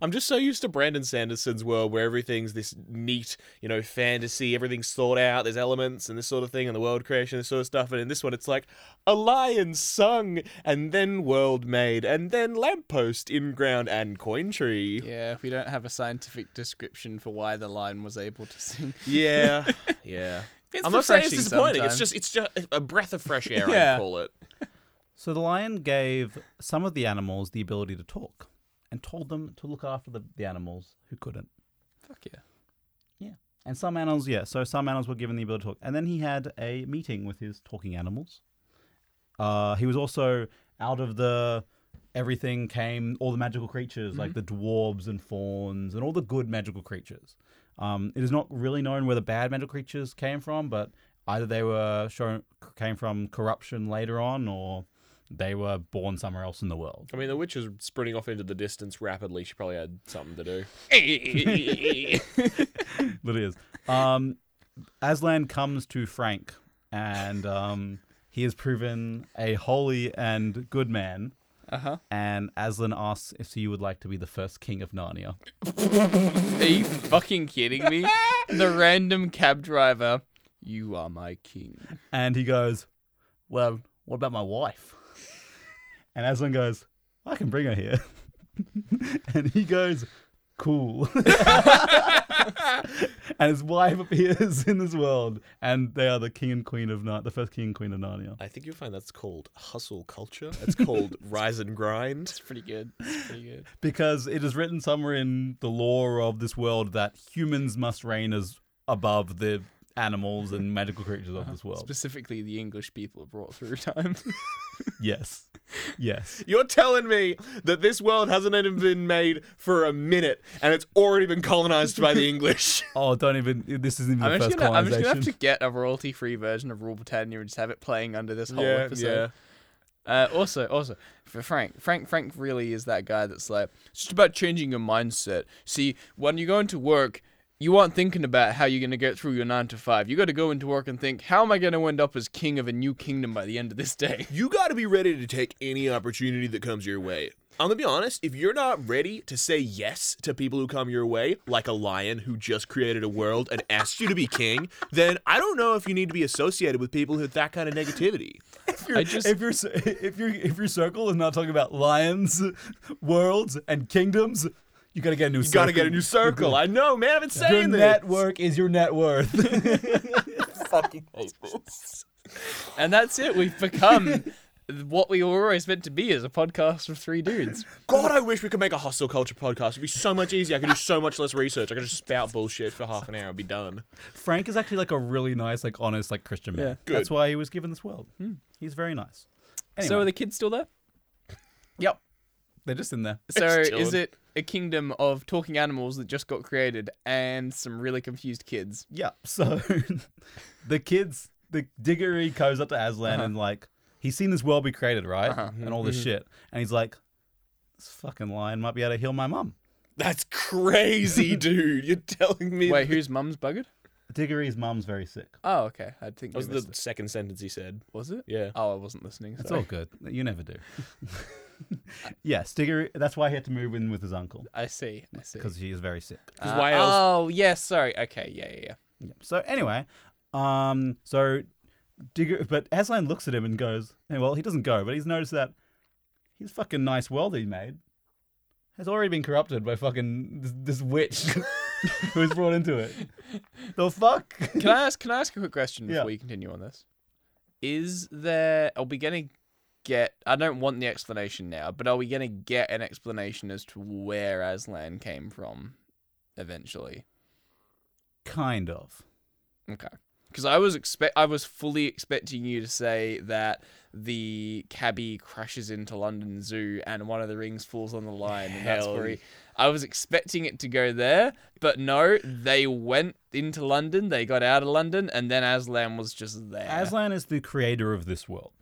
S3: I'm just so used to Brandon Sanderson's world where everything's this neat, you know, fantasy. Everything's thought out. There's elements and this sort of thing, and the world creation, this sort of stuff. And in this one, it's like a lion sung, and then world made, and then lamppost in ground and coin tree.
S2: Yeah, if we don't have a scientific description for why the lion was able to [LAUGHS] sing. [LAUGHS]
S3: Yeah, yeah.
S2: It's
S3: I'm not saying it's
S2: refreshing
S3: disappointing. It's
S2: sometimes.
S3: just it's just a breath of fresh air.
S2: Yeah.
S3: I'd call it.
S1: So the lion gave some of the animals the ability to talk and told them to look after the, the animals who couldn't.
S2: Fuck yeah.
S1: And some animals, yeah, so some animals were given the ability to talk. And then he had a meeting with his talking animals. Uh, he was also out of the everything came all the magical creatures, like
S2: Mm-hmm.
S1: the dwarves and fauns and all the good magical creatures. Um, it is not really known where the bad magical creatures came from, but either they were shown came from corruption later on, or they were born somewhere else in the world.
S3: I mean, the witch is sprinting off into the distance rapidly. She probably had something to do.
S1: Literally is. Um, Aslan comes to Frank, and um, he is proven a holy and good man.
S2: Uh
S1: Uh-huh.
S2: huh.
S1: And Aslan asks if he would like to be the first king of Narnia.
S2: Are you fucking kidding me? [LAUGHS] The random cab driver. You are my king.
S1: And he goes, Well, what about my wife? [LAUGHS] And Aslan goes, I can bring her here. [LAUGHS] and he goes, Cool. [LAUGHS] and his wife appears in this world, and they are the king and queen of Narnia, the first king and queen of Narnia.
S3: I think you'll find that's called hustle culture. It's [LAUGHS] called rise and grind.
S2: It's pretty good. It's pretty good.
S1: Because it is written somewhere in the lore of this world that humans must reign as above the animals and magical creatures
S2: Uh-huh.
S1: of this world.
S2: Specifically, the English people are brought through time.
S1: Yes. Yes.
S3: You're telling me that this world hasn't even been made for a minute and it's already been colonized by [LAUGHS] the English.
S1: Oh, don't even. This isn't even
S2: I'm
S1: the
S2: just,
S1: first
S2: gonna, I'm just gonna
S1: colonization.
S2: have to get a royalty free version of Rule Britannia and just have it playing under this whole episode. Uh, also, also for Frank, Frank, Frank really is that guy that's like it's just about changing your mindset. See, when you go into work, you aren't thinking about how you're gonna get through your nine to five. You got to go into work and think, how am I gonna end up as king of a new kingdom by the end of this [LAUGHS] day?
S3: You got to be ready to take any opportunity that comes your way. I'm gonna be honest, if you're not ready to say yes to people who come your way, like a lion who just created a world and asked you to be king, then I don't know if you need to be associated with people with that kind of negativity.
S2: I just
S1: if your if your if your circle is not talking about lions, worlds, and kingdoms, you gotta get a new.
S3: You gotta get a new circle. I know, man, I've been
S1: Your
S3: saying this.
S1: network is your net worth. [LAUGHS]
S3: fucking hate this.
S2: and that's it. We've [LAUGHS] become what we were always meant to be as a podcast of three dudes.
S3: God, I wish we could make a hustle culture podcast. It'd be so much easier. I could do so much less research. I could just spout bullshit for half an hour and be done.
S1: Frank is actually like a really nice, like honest, like Christian man.
S2: Yeah.
S3: Good. Hmm.
S1: That's why he was given this world. He's very nice. Anyway,
S2: So are the kids still there?
S1: yep, they're just in there.
S2: [LAUGHS] So is
S3: chillin'.
S2: it a kingdom of talking animals that just got created and some really confused kids?
S1: Yeah. So [LAUGHS] the kids, the Diggory goes up to Aslan
S3: Uh-huh.
S1: and like he's seen this world be created, right? And
S3: Mm-hmm.
S1: all this shit, and he's like, this fucking lion might be able to heal my mum.
S3: That's crazy, [LAUGHS] dude. You're telling
S2: [LAUGHS]
S3: me.
S2: Wait, whose mum's buggered?
S1: Diggory's mum's very sick.
S2: Oh, okay. I think
S3: that was
S2: we
S3: the
S2: missed it.
S3: second sentence he said.
S2: was it?
S3: Yeah.
S2: Oh, I wasn't listening.
S1: It's
S2: Sorry.
S1: all good. You never do. [LAUGHS] yes, Diggory. That's why he had to move in with his uncle
S2: I see. I see.
S1: because he is very sick.
S3: 'Cause
S2: Uh,
S3: why else-
S2: Oh, yes. Sorry. Okay. Yeah. Yeah. Yeah.
S1: Yeah. So anyway, um, so Digger, but Aslan looks at him and goes, hey, well, he doesn't go, but he's noticed that his fucking nice world he made has already been corrupted by fucking this, this witch [LAUGHS] who's brought into it. The fuck? [LAUGHS]
S2: Can
S3: [LAUGHS]
S2: I ask? Can I ask a quick question
S1: Yeah.
S2: before you continue on this? Is there? Are we gonna get? I don't want the explanation now, but are we gonna get an explanation as to where Aslan came from eventually?
S1: kind of.
S2: Okay. Because I was expect I was fully expecting you to say that the cabbie crashes into London Zoo and one of the rings falls on the line and that's
S3: Hell
S2: where he- I was expecting it to go there, but no, they went into London, they got out of London, and then Aslan was just there.
S1: Aslan is the creator of this world.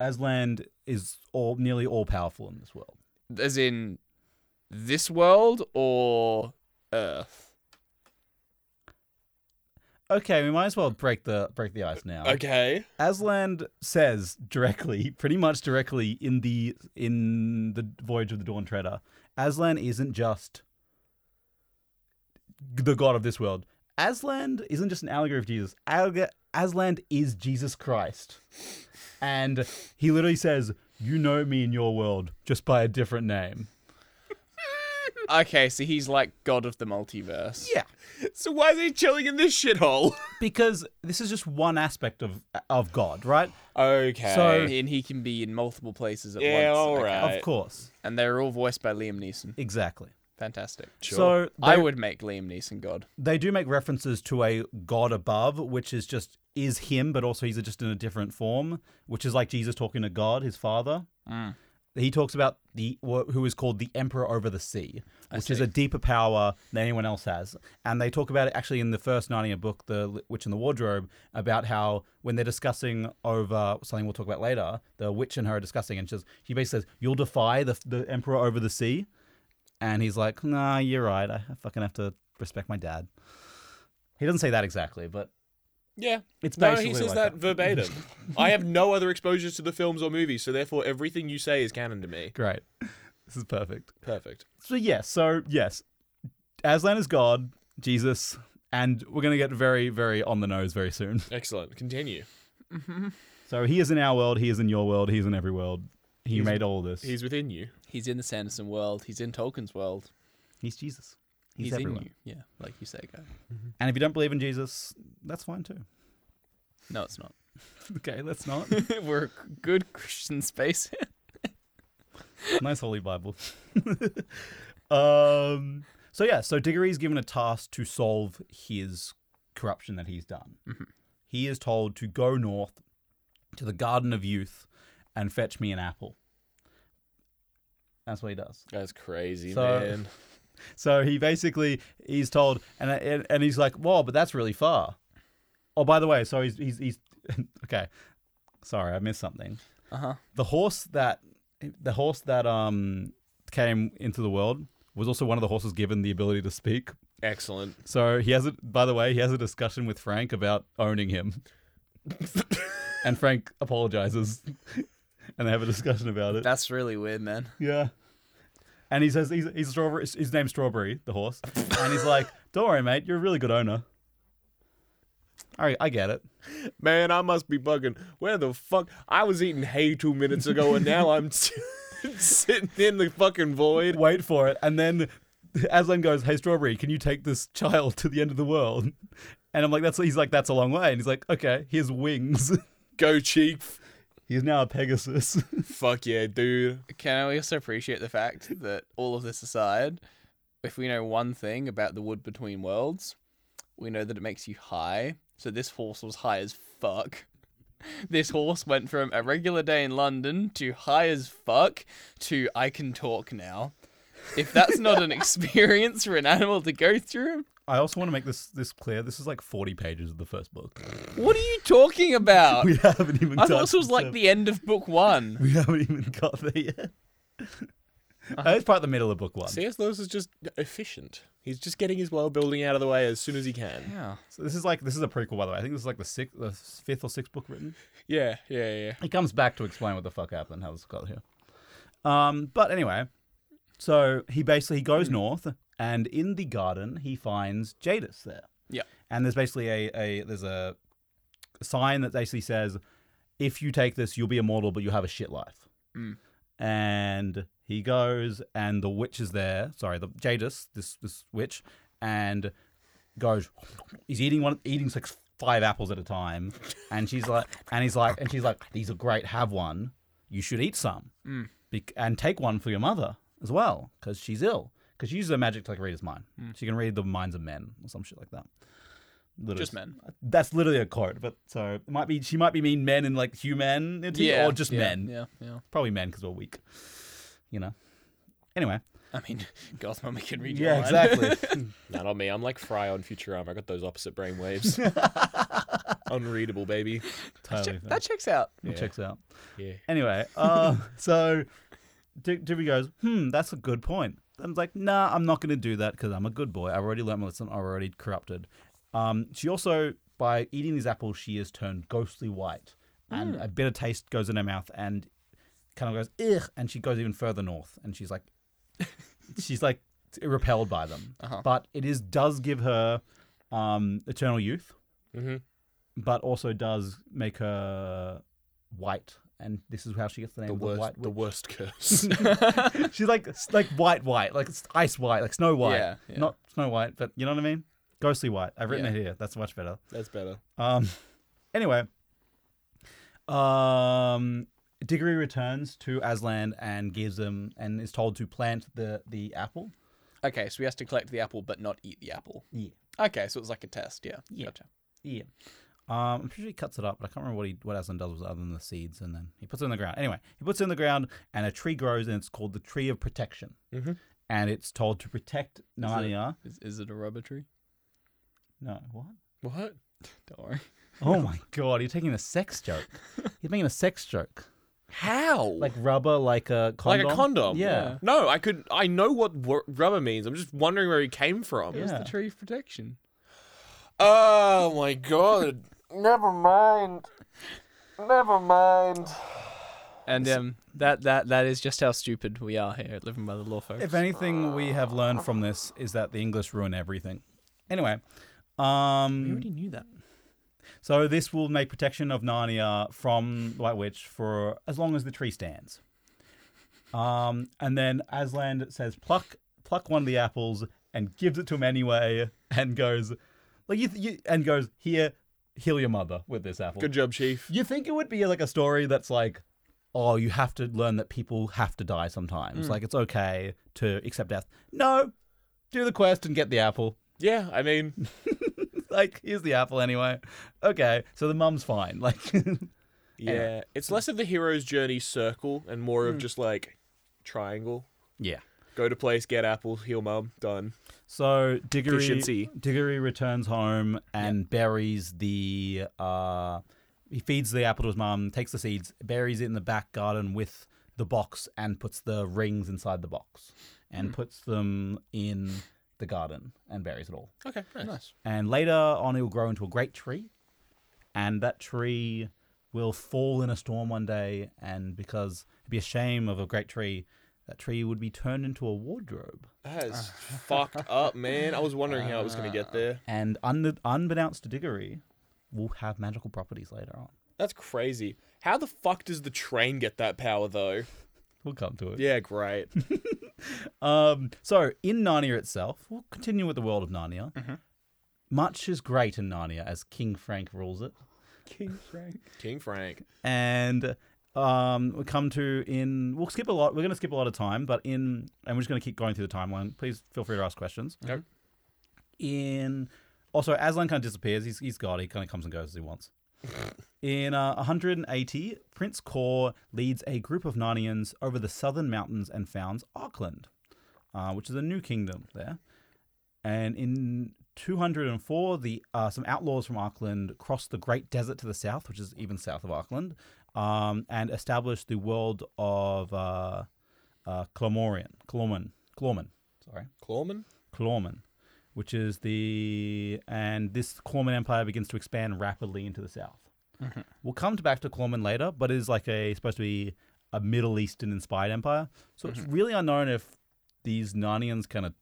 S1: Aslan is all nearly all powerful in this world.
S2: As in this world or Earth?
S1: Okay, we might as well break the break the ice now.
S3: uh, Okay.
S1: Asland says directly, [LAUGHS] pretty much directly in the in the Voyage of the Dawn Treader, Aslan isn't just the god of this world. Aslan isn't just an allegory of Jesus. Alleg- Aslan is Jesus Christ. And he literally says, "You know me in your world just by a different name."
S2: Okay, so he's like god of the multiverse.
S1: Yeah.
S3: So why is he chilling in this shithole?
S1: Because this is just one aspect of of God, right?
S3: Okay.
S1: So-
S2: And he can be in multiple places at
S3: Yeah,
S2: once.
S3: all
S2: Okay.
S3: right.
S1: Of course.
S2: And they're all voiced by Liam Neeson.
S1: Exactly.
S2: Fantastic.
S1: So
S2: I
S1: they-
S2: would make Liam Neeson God.
S1: they do make references to a god above, which is just is him, but also he's just in a different form, which is like Jesus talking to God, his father.
S2: Mm.
S1: He talks about the wh- who is called the emperor over the sea, which is
S2: see.
S1: a deeper power than anyone else has. And they talk about it actually in the first Narnia book, The Witch in the Wardrobe, about how when they're discussing over something we'll talk about later, the witch and her are discussing, and she says, she basically says, "You'll defy the the emperor over the sea," and he's like, "Nah, you're right. I fucking have to respect my dad." He doesn't say that exactly, but
S3: Yeah.
S1: it's
S3: No,
S1: basically
S3: he says
S1: like
S3: that verbatim. [LAUGHS] I have no other exposures to the films or movies, so therefore everything you say is canon to me.
S1: Great. [LAUGHS] This is perfect.
S3: Perfect.
S1: So yes, so yes, Aslan is God, Jesus, and we're gonna get very, very on the nose very soon. [LAUGHS]
S3: Excellent. Continue.
S1: So he is in our world, he is in your world, he's in every world. He made all this. He's,
S3: He's within you.
S2: He's in the Sanderson world. He's in Tolkien's world.
S1: Jesus. He's,
S2: He's,
S1: everywhere.
S2: in you. Yeah, like you say, guy.
S1: And if you don't believe in Jesus, that's fine too.
S2: No, it's not.
S1: [LAUGHS] Okay, let's [LAUGHS] not.
S2: [LAUGHS] We're a good Christian space.
S1: nice holy Bible. [LAUGHS] um. So yeah, so Diggory's given a task to solve his corruption that he's done. He is told to go north to the Garden of Youth and fetch me an apple. That's what he does.
S3: That's crazy,
S1: So-
S3: man.
S1: So he basically he's told, and and, and he's like, "Whoa, but that's really far." Oh, by the way, so he's he's, [LAUGHS] he's okay. Sorry, I missed something.
S2: Uh huh.
S1: the horse that the horse that um came into the world was also one of the horses given the ability to speak.
S3: Excellent.
S1: So he has a by the way, he has a discussion with Frank about owning him. and Frank apologizes. [LAUGHS] and they have a discussion about it.
S2: That's really weird, man.
S1: Yeah. And he says he's, he's strawberry his name's Strawberry, the horse. and he's like, Don't worry, mate, you're a really good owner. All right, I get it.
S3: Man, I must be bugging. Where the fuck? I was eating hay two minutes ago, and now I'm [LAUGHS] sitting in the fucking void.
S1: wait for it. And then Aslan goes, Hey, Strawberry, can you take this child to the end of the world? And I'm like, that's he's like, that's a long way. And he's like, okay, here's wings. [LAUGHS]
S3: Go cheek.
S1: he's now a Pegasus. [LAUGHS]
S3: Fuck yeah, dude.
S2: Can I also appreciate the fact that all of this aside, if we know one thing about the Wood Between Worlds, we know that it makes you high. So this horse was high as fuck. [LAUGHS] This horse went from a regular day in London to high as fuck to I can talk now. If that's
S1: [LAUGHS]
S2: not an experience for an animal to go through,
S1: I also want to make this this clear. This is like 40 pages of the first book.
S2: what are you talking
S1: [LAUGHS]
S2: about?
S1: We haven't even.
S2: I
S1: touched
S2: thought this was like
S1: the-
S2: the end of book one.
S1: [LAUGHS] We haven't even got there yet. That's part of the middle of book one.
S3: C.S. Lewis is just efficient. He's just getting his world building out of the way as soon as he can.
S2: Yeah.
S1: So this is like this is a prequel, by the way. I think this is like the sixth, the fifth or sixth book written.
S3: Yeah, yeah, yeah.
S1: He comes back to explain what the fuck happened, how this got here. Um, but anyway, so he basically he goes north, and in the garden he finds Jadis there.
S2: Yeah.
S1: And there's basically a, a there's a sign that basically says, if you take this, you'll be immortal, but you'll have a shit life.
S2: Mm.
S1: And he goes, and the witch is there. Sorry, the Jadis, this this witch, and goes. He's eating one, eating like five apples at a time, and she's like, and he's like, and she's like, these are great. Have one. You should eat some,
S2: Mm.
S1: Bec- and take one for your mother as well, because she's ill. Because she uses her magic to like read his mind. She can read the minds of men or some shit like that. Literally-
S2: Just men.
S1: That's literally a quote, but so it might be she might be mean men in like humanity
S2: Yeah.
S1: or just
S2: yeah,
S1: men.
S2: Yeah, yeah.
S1: Probably men because we're weak, you know. Anyway,
S2: I mean, [LAUGHS] God's mama can read your
S1: yeah,
S2: mind.
S1: [LAUGHS] exactly.
S3: Not on me. I'm like Fry on Futurama. I got those opposite
S1: [LAUGHS]
S3: brain waves. Unreadable, baby.
S1: totally.
S2: That checks out.
S1: It checks out.
S3: Yeah. [LAUGHS]
S1: Anyway, uh, so Di- Dibby goes, hmm, that's a good point. I'm like, nah, I'm not going to do that because I'm a good boy. I've already learned my lesson. I'm already corrupted. Um, she also, by eating these apples, she is turned ghostly white, and a bitter taste goes in her mouth, and kind of goes, ugh, and she goes even further north, and she's like, she's like repelled by them.
S2: Uh-huh.
S1: But it is does give her um, eternal youth
S3: Mm-hmm.
S1: but also does make her white. And this is how she gets the name
S3: The
S1: of the
S3: worst,
S1: white
S3: the
S1: witch.
S3: worst
S1: [LAUGHS]
S3: curse.
S1: She's like like white, white, like s- ice white, like Snow White.
S2: Yeah, yeah.
S1: Not Snow White, but you know what I mean? Ghostly white. I've written
S2: Yeah.
S1: it here. That's much better.
S3: [LAUGHS] That's better.
S1: Um, [LAUGHS] anyway, um, Diggory returns to Aslan and gives him and is told to plant the the apple.
S2: Okay, so we has to collect the apple but not eat the apple.
S1: Yeah.
S2: Okay, so it's like a test, yeah.
S1: Yeah.
S2: Gotcha.
S1: Yeah. Um, I'm pretty sure he cuts it up, but I can't remember what he what Aslan does with it other than the seeds, and then he puts it in the ground. Anyway, he puts it in the ground, and a tree grows, and it's called the tree of protection,
S3: Mhm.
S1: and it's told to protect Narnia.
S2: Is, is it a rubber tree?
S1: No, what?
S3: What?
S2: Don't [LAUGHS] worry.
S1: [LAUGHS] Oh my god, you're taking a sex joke. [LAUGHS] He's making a sex joke,
S3: How?
S1: like rubber, like a condom.
S3: Like a condom.
S1: Yeah.
S3: No, I could. I know what wor- rubber means. I'm just wondering where he came from.
S2: It was
S1: Yeah.
S2: the tree of protection.
S3: Oh my god. Never mind. Never mind.
S2: And um, that that that is just how stupid we are here at Living by the Law, folks.
S1: If anything we have learned from this is that the English ruin everything. Anyway, um,
S2: we already knew that.
S1: So this will make protection of Narnia from White Witch for as long as the tree stands. Um, and then Aslan says, "Pluck, pluck one of the apples," and gives it to him anyway, and goes, "Like you, you and goes here, heal your mother with this apple."
S3: Good job, Chief.
S1: You think it would be like a story that's like, "Oh, you have to learn that people have to die sometimes. Like it's okay to accept death." No, do the quest and get the apple [LAUGHS]
S3: Yeah, I mean,
S1: like here's the apple anyway okay so the mum's fine [LAUGHS] like
S3: yeah. It's less of the hero's journey circle and more
S1: Hmm.
S3: of just like triangle.
S1: yeah
S3: Go to place, get apple, heal mum, done.
S1: so diggory
S3: Efficiency.
S1: diggory returns home and buries the uh he feeds the apple to his mum takes the seeds buries it in the back garden with the box and puts the rings inside the box and puts them in the garden and buries it all
S3: Okay,
S2: Nice.
S1: and later on it will grow into a great tree and that tree will fall in a storm one day and because it'd be a shame of a great tree that tree would be turned into a wardrobe [LAUGHS]
S3: That is fucked up, man. I was wondering how it was going
S1: Uh.
S3: to get there.
S1: and un- unbeknownst to diggory will have magical properties later on
S3: That's crazy. How the fuck does the train get that power, though?
S1: we'll come to it
S3: Yeah,
S1: [LAUGHS]
S3: great.
S1: um, so in narnia itself we'll continue with the world of narnia much is great in narnia as king frank rules it
S2: King Frank.
S3: King Frank.
S1: and um, we come to in we'll skip a lot. We're going to skip a lot of time, but in and we're just going to keep going through the timeline. Please feel free to ask questions.
S3: Okay.
S1: In also, Aslan kind of disappears. He's he's God. He kind of comes and goes as he wants. In uh, 180, Prince Kor leads a group of Narnians over the southern mountains and founds Auckland, uh, which is a new kingdom there. And in 204, the uh, some outlaws from Auckland crossed the Great Desert to the south, which is even south of Auckland, um, and established the world of uh, uh, Clamorian, Clorman, Clorman, sorry,
S3: Clawman?
S1: Clorman, which is the and this Clorman Empire begins to expand rapidly into the south.
S3: Mm-hmm.
S1: We'll come to back to Clorman later, but it is like a supposed to be a Middle Eastern inspired empire. So
S3: Mm-hmm.
S1: it's really unknown if these Narnians kind of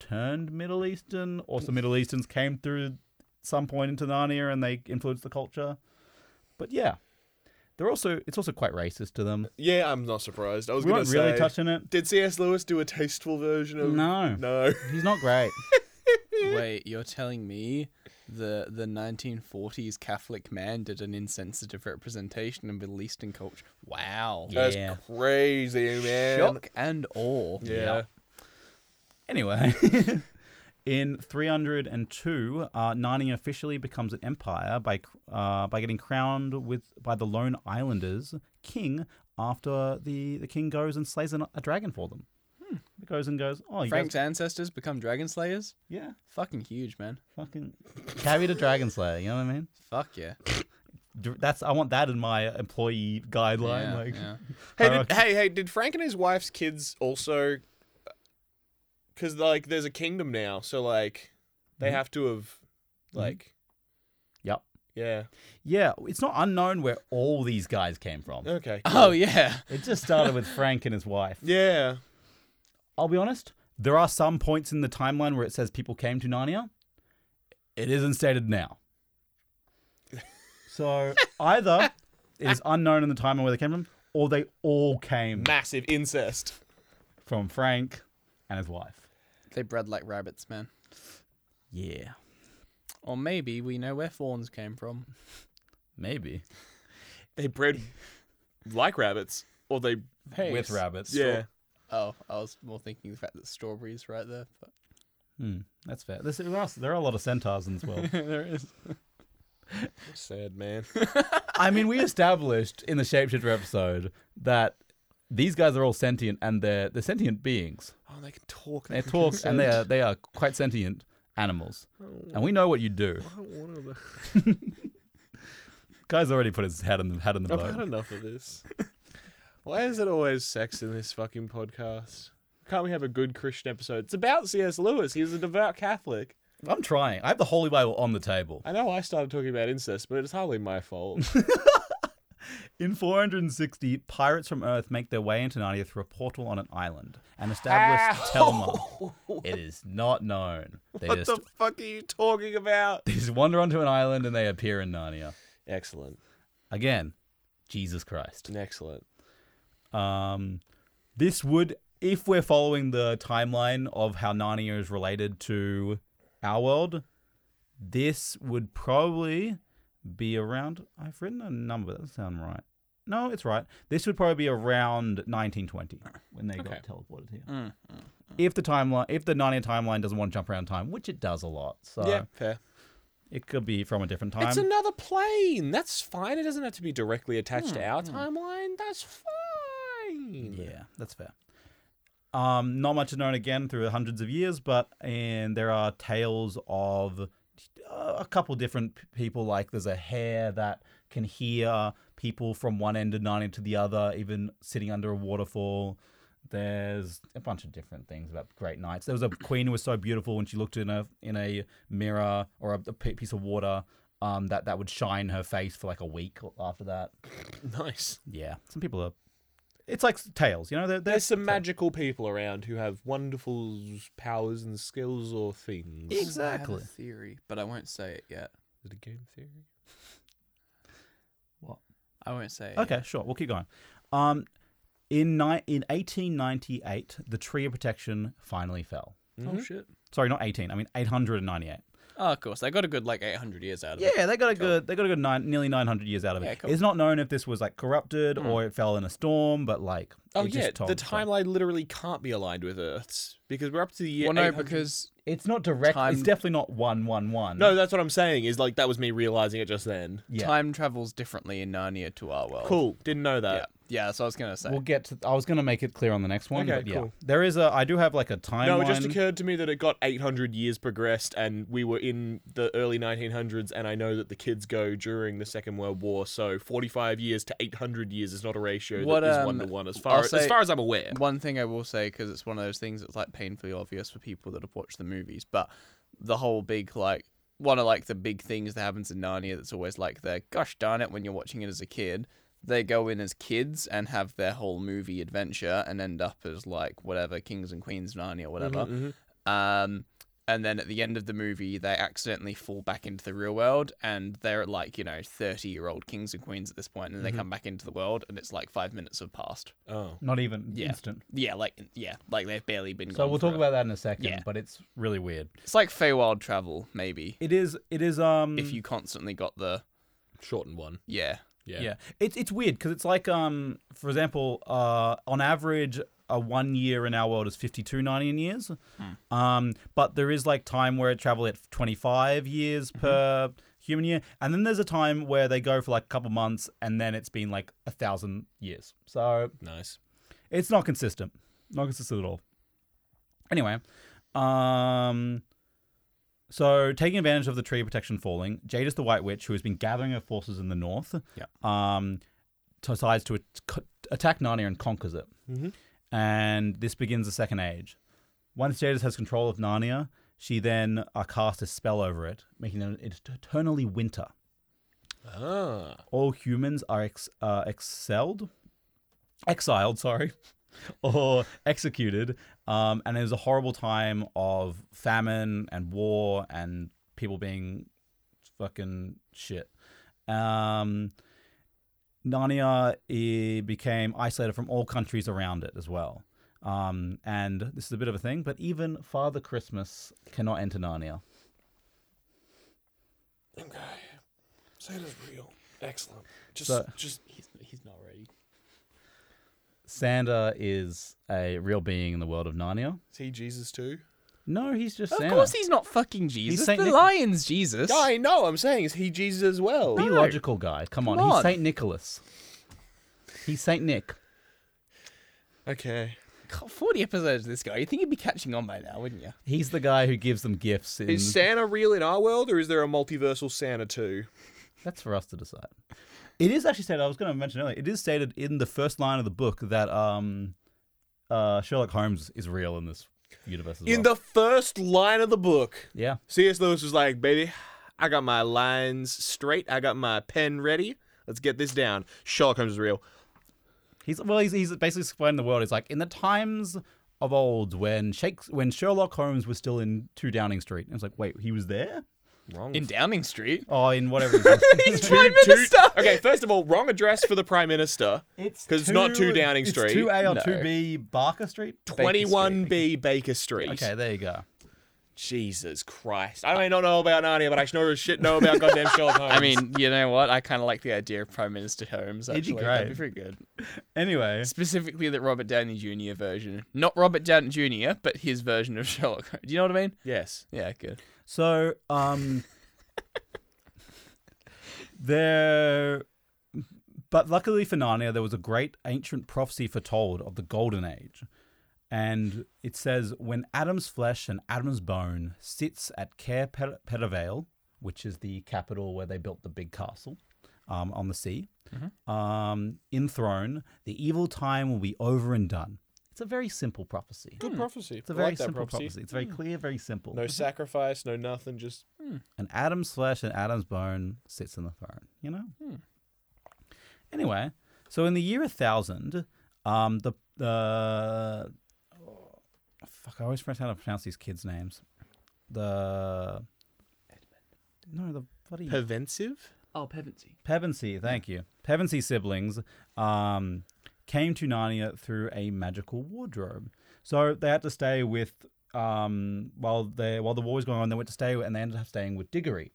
S1: turned Middle Eastern or some Middle Easterns came through some point into Narnia and they influenced the culture. But yeah. They're also it's also quite racist to them.
S3: Yeah, I'm not surprised. I was
S1: We
S3: going
S1: weren't
S3: to
S1: really
S3: say.
S1: touching it.
S3: Did C.S. Lewis do a tasteful version of?
S1: No. [LAUGHS]
S3: No.
S1: He's not great.
S2: Wait, you're telling me the the 1940s Catholic man did an insensitive representation of Middle Eastern culture? Wow.
S1: Yeah.
S3: That's crazy, man.
S2: Shock and awe.
S3: Yeah.
S2: [LAUGHS]
S1: Anyway, in 302, uh, Narnia officially becomes an empire by cr- uh, by getting crowned with by the Lone Islanders king after the, the king goes and slays an, a dragon for them.
S2: Hmm.
S1: It goes and goes, oh, you
S2: Frank's
S1: guys,
S2: ancestors become dragon slayers?
S1: yeah,
S2: Fucking huge, man.
S1: fucking carried a dragon slayer. You know what I mean?
S2: Fuck yeah.
S1: Dr- That's I want that in my employee guideline.
S2: yeah,
S1: like, [LAUGHS]
S2: yeah.
S3: Hey,
S1: Oh,
S3: did, hey, hey! Did Frank and his wife's kids also? Because like, there's a kingdom now, so like, they
S1: Mm-hmm.
S3: have to have, like,
S1: yep,
S3: yeah.
S1: yeah. It's not unknown where all these guys came from.
S3: Okay.
S1: [LAUGHS]
S2: Oh yeah.
S1: It just started with Frank and his wife.
S2: [LAUGHS]
S3: Yeah.
S1: I'll be honest. There are some points in the timeline where it says people came to Narnia. It isn't stated now. So either it is unknown in the timeline where they came from, or they all came
S3: Massive incest.
S1: from Frank and his wife.
S2: They bred like rabbits, man.
S1: Yeah,
S2: Or maybe we know where fawns came from.
S1: maybe
S3: They bred like rabbits, or they
S2: Hey,
S1: with
S2: s-
S1: rabbits.
S3: yeah.
S2: Oh, I was more thinking the fact that strawberries right there. But
S1: Hmm, that's fair. This, [LAUGHS] there, are, there are a lot of centaurs in this world.
S2: there is.
S3: Sad
S1: [LAUGHS]
S3: man.
S1: I mean, we established in the shapeshifter episode that these guys are all sentient and they're they're sentient beings.
S3: Oh, they can talk.
S1: They talk and they are they are quite sentient animals.
S3: Oh.
S1: And we know what you do. [LAUGHS] Guy's already put his head in the head in the
S3: I've had
S1: boat.
S3: enough of this. Why is it always sex in this fucking podcast? Can't we have a good Christian episode? It's about C.S. Lewis. He's a devout Catholic.
S1: I'm trying. I have the Holy Bible on the table.
S3: I know I started talking about incest, but it's hardly my fault.
S1: In 460, pirates from Earth make their way into Narnia through a portal on an island and establish Telma.
S3: [LAUGHS]
S1: It is not known. They
S3: what
S1: just,
S3: the fuck are you talking about?
S1: they just wander onto an island and they appear in Narnia.
S3: Excellent.
S1: Again, Jesus Christ.
S3: Excellent.
S1: Um, this would, if we're following the timeline of how Narnia is related to our world, this would probably be around. I've written a number. That doesn't sound right. No, it's right. This would probably be around 1920 when they
S3: Okay. Mm,
S1: got teleported here. If the timeline, if the Narnia timeline doesn't want to jump around time, which it does a lot, so
S3: yeah, fair.
S1: it could be from a different time.
S3: It's another plane. That's fine. It doesn't have to be directly attached to our timeline. That's fine.
S1: Yeah, that's fair. Um, not much is known again through hundreds of years, but and there are tales of uh, a couple different p- people. Like there's a hare that can hear people from one end of Narnia to the other, even sitting under a waterfall. There's a bunch of different things about great knights. There was a queen who was so beautiful when she looked in a in a mirror or a, a p- piece of water um, that that would shine her face for like a week after that.
S3: [LAUGHS] Nice.
S1: Yeah, some people are. It's like tales, you know. They're, they're
S3: There's some magical people around who have wonderful s- powers and skills or things. Is
S2: I
S1: Exactly.
S2: have a theory, but I won't say it yet.
S3: it a game theory?
S2: I won't say it.
S1: Okay, sure. We'll keep going. Um, in ni- in 1898, the Tree of Protection finally fell.
S2: yet.
S3: Mm-hmm.
S2: Oh shit.
S1: Sorry, not 18. I mean 898.
S2: Oh, of course. They got a good like 800 years out of it.
S1: Yeah, they got a good they got a good nine, nearly 900 years out of it.
S2: Yeah, cool.
S1: It's not known if this was like corrupted or it fell in a storm, but like
S3: Oh
S1: it just
S3: yeah, the
S1: told-
S3: timeline literally can't be aligned with Earth's because we're up to the year.
S2: Well, no,
S3: 800
S2: because
S1: It's not direct.
S2: Time-
S1: It's definitely not one one one.
S3: no, that's what I'm saying. Is like that was me realizing it just then.
S1: Yeah.
S2: time travels differently in Narnia to our world.
S3: Cool. Didn't know that.
S2: Yeah. Yeah, that's what I was gonna say.
S1: We'll get to. I was gonna make it clear on the next one.
S3: Okay,
S1: but yeah.
S3: cool.
S1: There is a. I do have like a timeline.
S3: No, it just occurred to me that it got 800 years progressed, and we were in the early 1900s, and I know that the kids go during the Second World War, so 45 years to 800 years is not a ratio
S2: What,
S3: that is
S2: um,
S3: one to one as
S2: I'll
S3: far as,
S2: say-
S3: as far as I'm aware.
S2: One thing I will say, because it's one of those things that's like painfully obvious for people that have watched the movies, but the whole big like one of like the big things that happens in Narnia that's always like the gosh darn it when you're watching it as a kid. They go in as kids and have their whole movie adventure and end up as like whatever kings and queens of Narnia or
S3: Mm-hmm,
S2: whatever. Um, and then at the end of the movie, they accidentally fall back into the real world and they're like you know thirty year old kings and queens at this point, and they come back into the world and it's like five minutes have passed.
S3: Oh,
S1: Not even
S2: Yeah.
S1: instant.
S2: Yeah, like yeah, like they've barely been.
S1: So
S2: gone
S1: we'll talk
S2: for a-
S1: about that in a second.
S2: Yeah.
S1: But it's really weird.
S2: It's like Feywild travel, maybe.
S1: It is. It is. Um.
S2: If you constantly got the
S3: shortened one.
S2: yeah,
S1: yeah. It's it's weird because it's like um. For example, uh, on average, a one year in our world is fifty two ninety years. Um. But there is like time where it travel at twenty five years per human year, and then there's a time where they go for like a couple months, and then it's been like a thousand years. So
S3: Nice.
S1: It's not consistent. Not consistent at all. Anyway, um, so taking advantage of the tree protection falling, Jadis the White Witch, who has been gathering her forces in the north,
S2: Yeah.
S1: um, decides to at- attack Narnia and conquers it.
S3: Mhm.
S1: And this begins the Second Age. Once Jadis has control of Narnia, she then uh, casts a spell over it, making it eternally winter
S3: Ah.
S1: all humans are ex- uh, excelled, exiled, sorry, [LAUGHS] or executed. Um, and it was a horrible time of famine and war and people being fucking shit. Um, Narnia eh, became isolated from all countries around it as well. Um, and this is a bit of a thing, but even Father Christmas cannot enter Narnia.
S3: Okay. Santa's real. Excellent. Just,
S1: So-
S3: just.
S2: he's, he's not ready.
S1: Santa is a real being in the world of Narnia.
S3: See Jesus too.
S1: No, he's just
S2: Of
S1: Santa.
S2: course, he's not fucking Jesus.
S1: Saint
S2: the
S1: Nicholas.
S2: lion's Jesus.
S3: I know. I'm saying is he Jesus as well?
S1: Be logical, guy. Come on,
S2: Come
S1: he's
S2: on.
S1: Saint Nicholas. He's Saint Nick.
S3: Okay.
S2: God, Forty episodes of this guy. You think you'd be catching on by now, wouldn't you?
S1: He's the guy who gives them gifts. In...
S3: Is Santa real in our world, or is there a multiversal Santa too?
S1: That's for us to decide. It is actually stated. I was going to mention earlier. It is stated in the first line of the book that um, uh, Sherlock Holmes is real in this universe. As
S3: In
S1: well.
S3: the first line of the book,
S1: yeah,
S3: C.S. Lewis was like, "Baby, I got my lines straight. I got my pen ready. Let's get this down." Sherlock Holmes is real.
S1: he's well. He's, he's basically explaining the world. He's like in the times of old when Shakes when Sherlock Holmes was still in Two Downing Street. And it's like, wait, he was there?
S3: Wrong.
S2: In Downing Street.
S1: Oh, in [LAUGHS] whatever. it was.
S2: he's prime minister.
S3: okay, first of all, wrong address for the prime minister.
S1: [LAUGHS] it's
S3: [LAUGHS] 'Cause it's not two Downing
S1: it's
S3: Street.
S1: two A or
S2: No.
S1: two B Barker Street.
S3: Twenty-one B Baker Street.
S1: Okay, there you go.
S3: Jesus Christ. I may not know about Narnia, but I sure as shit
S1: [LAUGHS]
S3: know about goddamn Sherlock Holmes.
S2: [LAUGHS] I mean, you know what? I kind of like the idea of Prime Minister Holmes.
S1: It'd be
S2: Actually, that'd be
S1: great.
S2: pretty good.
S1: Anyway,
S2: Specifically, the Robert Downey Jr. version, not Robert Downey Jr., but his version of [LAUGHS] Sherlock. Holmes. Do you know what I mean?
S3: yes.
S2: Yeah, good.
S1: So, um, there. But luckily for Narnia, there was a great ancient prophecy foretold of the Golden Age. And it says, when Adam's flesh and Adam's bone sits at Caer Per- Perivale, which is the capital where they built the big castle um, on the sea, um, in throne, the evil time will be over and done. It's a very simple prophecy.
S3: Good prophecy.
S1: Hmm. It's a very simple prophecy. Mm-hmm. It's very clear, very simple.
S3: No sacrifice, no nothing, just
S1: and Adam's flesh and Adam's bone sits in the throne. You know. Anyway, so in the year a thousand, um, the the oh, fuck, I always forget how to pronounce these kids' names. The no, the bloody
S3: pervensive?
S2: Oh, Pevensey.
S1: Pevensey, thank you. Pevensey siblings um, came to Narnia through a magical wardrobe. So they had to stay with um, while they while the war was going on, they went to stay and they ended up staying with Diggory.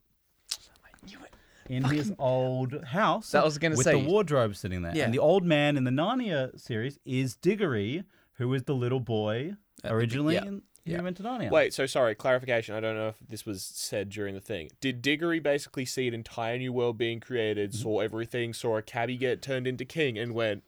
S1: In his old house,
S2: That was gonna
S1: with
S2: say-
S1: the wardrobe sitting there,
S2: Yeah.
S1: and the old man in the Narnia series is Diggory, who is the little boy originally
S2: Uh, yeah.
S1: in,
S2: Yeah.
S1: who went to Narnia.
S3: Wait, so sorry, clarification. I don't know if this was said during the thing. Did Diggory basically see an entire new world being created,
S1: Mm-hmm.
S3: saw everything, saw a cabbie get turned into king, and went,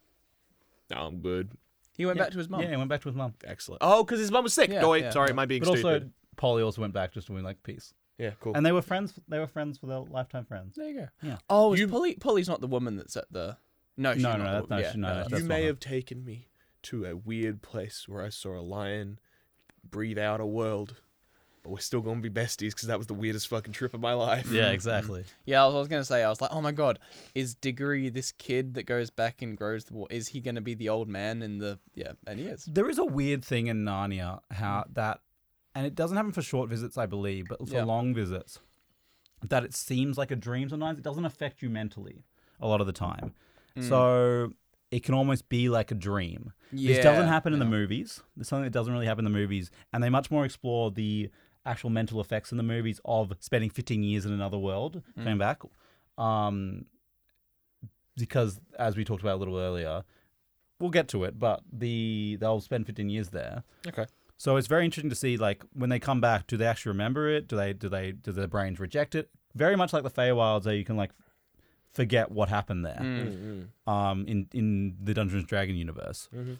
S3: No, I'm good.
S2: He went back to his mum.
S1: yeah, he went back to his mum.
S3: Excellent. Oh, because his mum was sick.
S2: Yeah,
S3: no, wait,
S2: yeah.
S3: sorry, am I being
S1: But
S3: stupid?
S1: also, Polly also went back just to win like peace,
S3: yeah, cool.
S1: and they were friends. They were friends for their lifetime friends.
S2: There you go.
S1: Yeah.
S2: Oh, is Polly, Polly's not the woman that's at the. No, she's
S1: No,
S2: not
S1: no,
S2: the
S1: that's
S2: woman.
S1: not- she- no, that's-
S3: you may
S1: not-
S3: have taken me to a weird place where I saw a lion breathe out a world, but we're still gonna be besties because that was the weirdest fucking trip of my life.
S1: Yeah, exactly.
S2: Yeah, I was, I was gonna say, I was like, oh my god, is Diggory this kid that goes back and grows the wall? Is he gonna be the old man in the? Yeah, and he is.
S1: There is a weird thing in Narnia how that, and it doesn't happen for short visits, I believe, but for
S2: Yeah.
S1: long visits, that it seems like a dream sometimes. It doesn't affect you mentally a lot of the time.
S2: Mm.
S1: So it can almost be like a dream. This doesn't
S2: Yeah,
S1: happen in the movies. This is something that doesn't really happen in the movies. And they much more explore the actual mental effects in the movies of spending 15 years in another world,
S2: Mm.
S1: coming back. Um, because, as we talked about a little earlier, we'll get to it, but the they'll spend 15 years there.
S2: Okay.
S1: So it's very interesting to see, like, when they come back, do they actually remember it? Do they, do they, do their brains reject it? Very much like the Feywilds, where you can, like, forget what happened there
S2: Mm.
S3: Mm-hmm.
S1: um, in in the Dungeons and Dragon universe.
S2: Mm-hmm.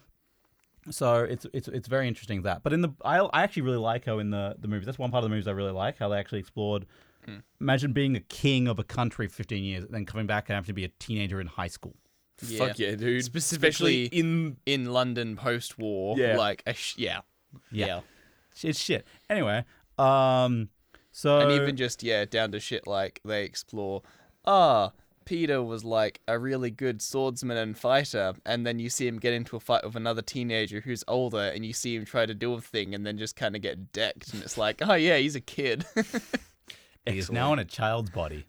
S1: So it's it's it's very interesting that. But in the I, I actually really like how in the the movies. That's one part of the movies I really like how they actually explored.
S2: Mm.
S1: Imagine being a king of a country for 15 years and then coming back and having to be a teenager in high school.
S3: Fuck yeah, dude.
S2: Specifically
S3: Especially in
S2: in London post-war.
S3: Yeah.
S2: like a sh- yeah,
S1: Yeah. It's shit. Anyway, um so
S2: and even just yeah, down to shit like they explore. Ah. Peter was like a really good swordsman and fighter, and then you see him get into a fight with another teenager who's older, and you see him try to do a thing, and then just kind of get decked, and it's like, oh yeah, he's a kid. [LAUGHS]
S1: he is now in a child's body.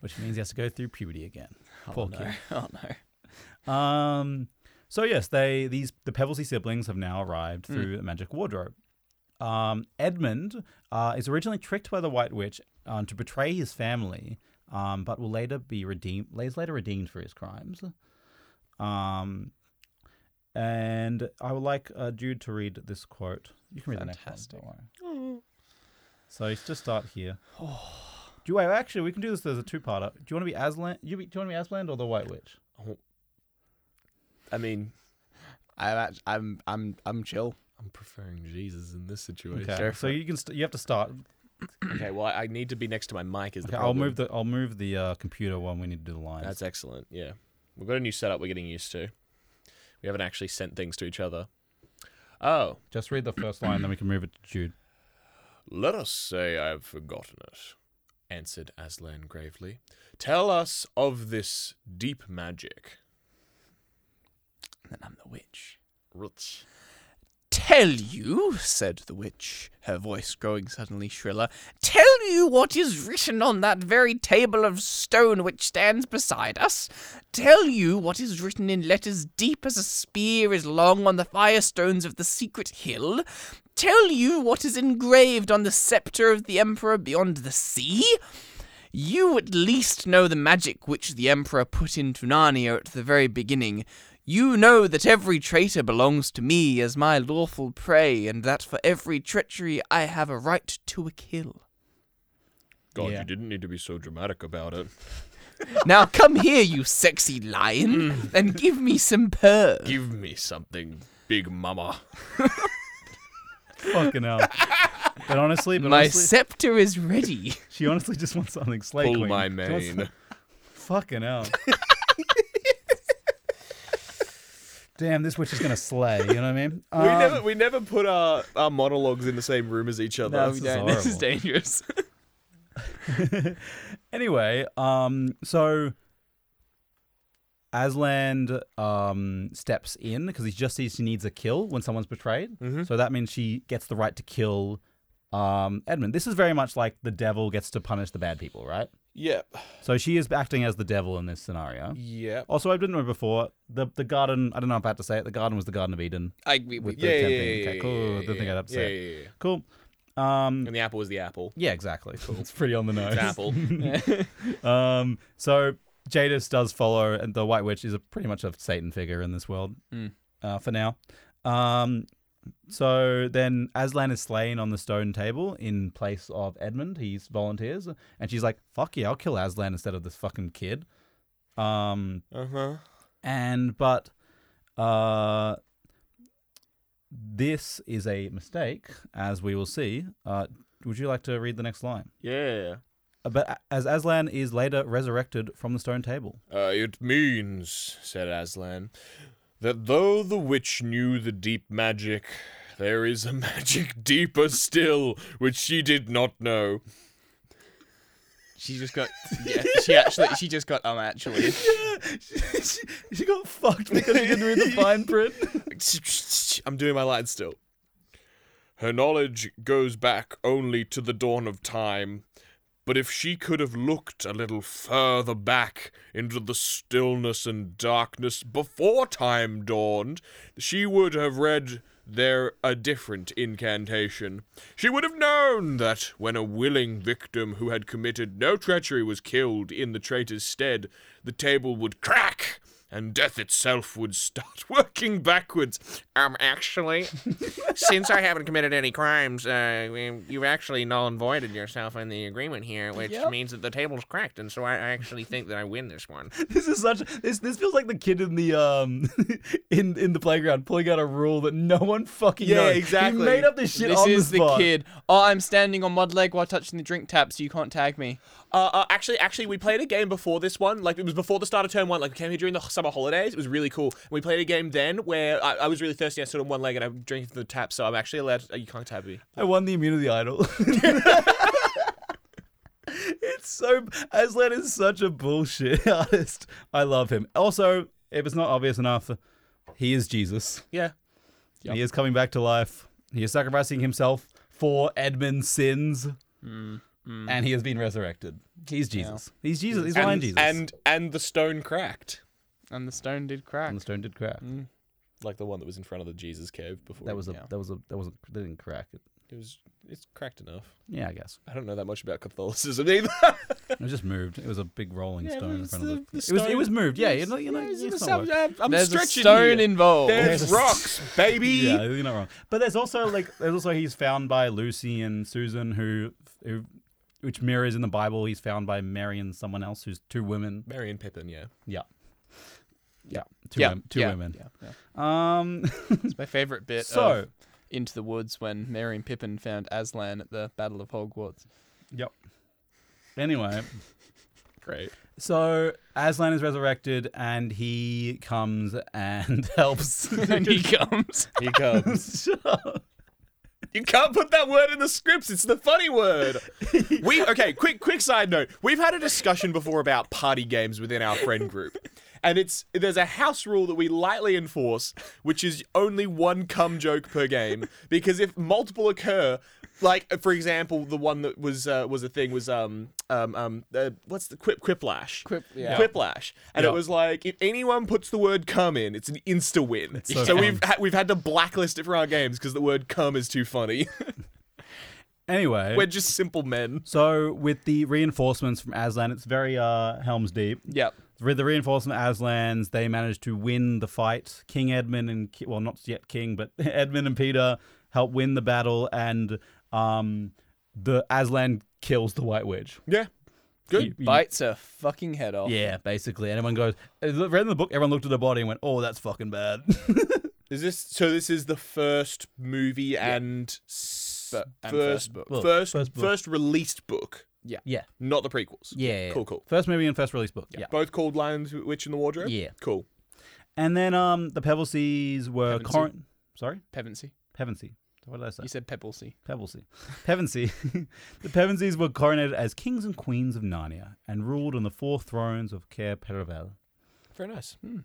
S1: which means he has to go through puberty again. Poor kid.
S2: oh no.
S1: Um, so yes, they these the Pevelsey siblings have now arrived through the magic wardrobe. Um, Edmund uh, is originally tricked by the White Witch um, to betray his family, um, but will later be redeemed. Is later redeemed for his crimes. Um, And I would like uh, Jude to read this quote. You can read
S2: Fantastic.
S1: the next one. Don't worry. So let's just start here. Do you, wait, actually, we can do this as a two-parter. Do you want to be Aslan? You be, do you want to be Aslan or the White Witch?
S3: I mean,
S2: I'm act- I'm I'm I'm chill.
S4: I'm preferring Jesus in this situation.
S1: Okay. So you can st- you have to start.
S3: okay, well, I I need to be next to my mic. Is the
S1: Okay, I'll
S3: problem.
S1: move the I'll move the uh, computer when we need to do the lines.
S3: That's excellent. Yeah, we've got a new setup. We're getting used to. We haven't actually sent things to each other. Oh,
S1: Just read the first line, then we can move it to Jude.
S3: Let us say I have forgotten it, answered Aslan gravely. Tell us of this deep magic.
S2: And then I'm the witch.
S3: Rich.
S2: Tell you, said the witch, her voice growing suddenly shriller, tell you what is written on that very table of stone which stands beside us. Tell you what is written in letters deep as a spear is long on the firestones of the secret hill. Tell you what is engraved on the sceptre of the emperor beyond the sea. You at least know the magic which the Emperor put into Narnia at the very beginning. You know that every traitor belongs to me as my lawful prey, and that for every treachery I have a right to
S1: [LAUGHS]
S2: a kill.
S3: God,
S1: Yeah.
S3: you didn't need to be so dramatic about it.
S2: now come here, you sexy lion,
S1: Mm.
S2: and give me some purr.
S3: Give me something, big mama.
S1: Fucking
S3: [LAUGHS]
S1: hell. But honestly, but
S2: my
S1: honestly,
S2: scepter is
S1: [LAUGHS]
S2: ready.
S1: she honestly just wants something slay
S3: Pull
S1: queen.
S3: my
S1: She wants [LAUGHS]
S3: mane.
S1: Fucking
S3: [LAUGHS]
S1: hell. Damn, this witch is gonna slay. You know what I mean?
S4: We
S1: Um,
S4: never we never put our, our monologues in the same room as each other.
S2: No,
S1: this
S2: we
S1: is
S2: don't. This is
S1: horrible. [LAUGHS]
S2: dangerous.
S1: Anyway, um, so Aslan um steps in because he just sees she needs a kill when someone's betrayed.
S4: Mm-hmm.
S1: So that means she gets the right to kill um Edmund. This is very much like the devil gets to punish the bad people, right?
S4: Yep.
S1: So she is acting as the devil in this scenario.
S4: Yep.
S1: Also, I didn't know before the the garden. I don't know if I had to say it. The garden was the Garden of Eden
S2: I, we, we,
S1: with the
S4: yeah,
S1: tempting.
S4: yeah, yeah,
S1: okay, cool.
S4: yeah,
S1: didn't think I'd have to
S3: Yeah,
S1: say it.
S3: yeah, yeah.
S1: Cool. Um,
S3: And the apple was
S1: [LAUGHS]
S3: the apple.
S1: yeah, exactly. It's pretty on the nose.
S3: It's apple.
S1: [LAUGHS] Um, so Jadis does follow, and the White Witch is a pretty much a Satan figure in this world
S2: Mm.
S1: uh, for now. Um, so then Aslan is slain on the stone table in place of Edmund. He's volunteers, and she's like, "Fuck yeah, I'll kill Aslan instead of this fucking kid." Um,
S3: Uh huh.
S1: and but uh this is a mistake as we will see uh would you like to read the next line
S3: Yeah.
S1: Uh, but a- as aslan is later resurrected from the stone table
S3: Uh, it means, said Aslan, that though the witch knew the deep magic, there is a magic deeper still which she did not know.
S2: she just got. Yeah, she actually. She just got.
S1: [LAUGHS]
S2: Um, actually.
S1: she, she got fucked because she didn't read the
S2: [LAUGHS]
S1: fine print
S3: I'm doing my line still. Her knowledge goes back only to the dawn of time, but if she could have looked a little further back into the stillness and darkness before time dawned, she would have read there a different incantation. She would have known that when a willing victim who had committed no treachery was killed in the traitor's stead, the table would crack and death itself would start [LAUGHS] working backwards.
S5: Um, actually, since I haven't committed any crimes, uh, we- you've actually null and voided yourself in the agreement here, which means that the table's cracked, and so I I actually think that I win this one.
S1: [LAUGHS] this is such this this feels like the kid in the um [LAUGHS] in in the playground pulling out a rule that no one fucking
S2: Yeah,
S1: knows.
S2: exactly.
S1: he made up this shit
S2: This
S1: on
S2: is
S1: the spot
S2: kid. Oh, I'm standing on one leg while touching the drink tap, so you can't tag me.
S4: Uh, uh, actually, actually, we played a game before this one. Like it was before the start of term one. Like we came here during the summer holidays. It was really cool. And we played a game then where I, I was really thirsty. I stood on one leg and I'm drinking from the tap, so I'm actually allowed. To, you can't tap me.
S1: I won the immunity idol. [LAUGHS] it's so Aslan is such a bullshit [LAUGHS] artist. I love him. Also, if it's not obvious enough, he is Jesus.
S4: Yeah.
S1: He is coming back to life. He is sacrificing himself for Edmund's sins. And he has been resurrected. He's Jesus. He's Jesus. He's blind
S4: And,
S1: Jesus.
S4: and and the stone cracked,
S2: And the stone did crack.
S1: And the stone did crack.
S4: like the one that was in front of the Jesus cave before.
S1: That was a
S2: Yeah.
S1: that was a that wasn't that didn't crack. It
S3: It was it's cracked enough.
S1: Yeah, I guess.
S3: I don't know that much
S4: [LAUGHS]
S3: about Catholicism either.
S1: It was just moved. It was a big rolling
S3: Yeah,
S1: stone
S3: but
S1: in
S3: it's
S1: front of the.
S3: the- the
S1: it was. It was
S3: stone-
S1: moved. Yeah,
S3: Yes,
S1: you know, you know,
S3: yes,
S1: it's
S3: it's-
S1: not
S4: uh,
S1: work.
S3: I'm, I'm
S2: There's a
S3: stretching
S2: stone
S3: here.
S2: involved.
S3: There's
S1: There's a-
S3: rocks, baby.
S1: Yeah, you're not wrong. But there's also like there's also he's found by Lucy and Susan who, who which mirrors in the Bible. He's found by Mary and someone else who's two women.
S3: Mary and Pippin, yeah.
S1: Yeah. Yeah, two,
S2: Yeah,
S1: wom- two
S2: yeah,
S1: women.
S2: yeah, yeah.
S1: Um,
S2: It's my favorite bit.
S1: [LAUGHS] so
S2: of Into the Woods when Mary and Pippin found Aslan at the Battle of Hogwarts.
S1: anyway,
S3: Great.
S1: [LAUGHS] so Aslan is resurrected and he comes [LAUGHS] and [LAUGHS] helps.
S2: and [LAUGHS] he comes.
S3: He comes. You can't put that word in the scripts. It's the
S2: [LAUGHS]
S3: funny word. We okay. Quick, quick side note. We've had a discussion before about party games within our friend group, and it's there's a house rule that we lightly enforce, which is only one cum joke per game. Because if multiple occur, like for example, the one that was uh, was a thing was um um um uh, what's the quip quiplash
S2: Quip- yeah.
S3: quiplash, and
S1: Yeah.
S3: it was like if anyone puts the word cum in, it's an insta win.
S1: so
S3: So,
S1: fun.
S3: we've ha- we've had to blacklist it for our games because the word cum is too funny. [LAUGHS]
S1: anyway,
S3: We're just simple men.
S1: so with the reinforcements from Aslan, it's very uh, Helm's Deep.
S2: Yep.
S1: With the reinforcement Aslans, they managed to win the fight. King Edmund and Ki- well, not yet King, but [LAUGHS] Edmund and Peter help win the battle, and um, the Aslan kills the White Witch.
S3: Yeah. Good.
S1: [LAUGHS] You- you-
S2: Bites her fucking head off.
S1: Yeah, basically. And everyone goes, uh, read in the book, everyone looked at the body and went, oh, that's fucking bad. [LAUGHS]
S3: Is this so? This is the first movie and, s-
S2: But- and first
S3: first
S2: book.
S1: Book.
S3: first
S1: First
S3: first,
S1: book.
S3: released book,
S1: yeah.
S3: not the prequels.
S1: Yeah.
S3: Cool. Cool.
S1: First movie and first release book. Yeah.
S3: Both called Lion the Witch in the Wardrobe.
S1: Yeah.
S3: Cool. [LAUGHS]
S1: And then um, the Pebbleseas were.
S2: Pevensey.
S1: Corin- Sorry?
S2: Pevensey.
S1: Pevensey. What did I say?
S2: You said Pebblesey.
S1: Pevensey. Pevensey. [LAUGHS] the Pevenseys were coronated as kings and queens of Narnia and ruled on the four thrones of Caer Perevel.
S3: Very nice.
S2: Hmm.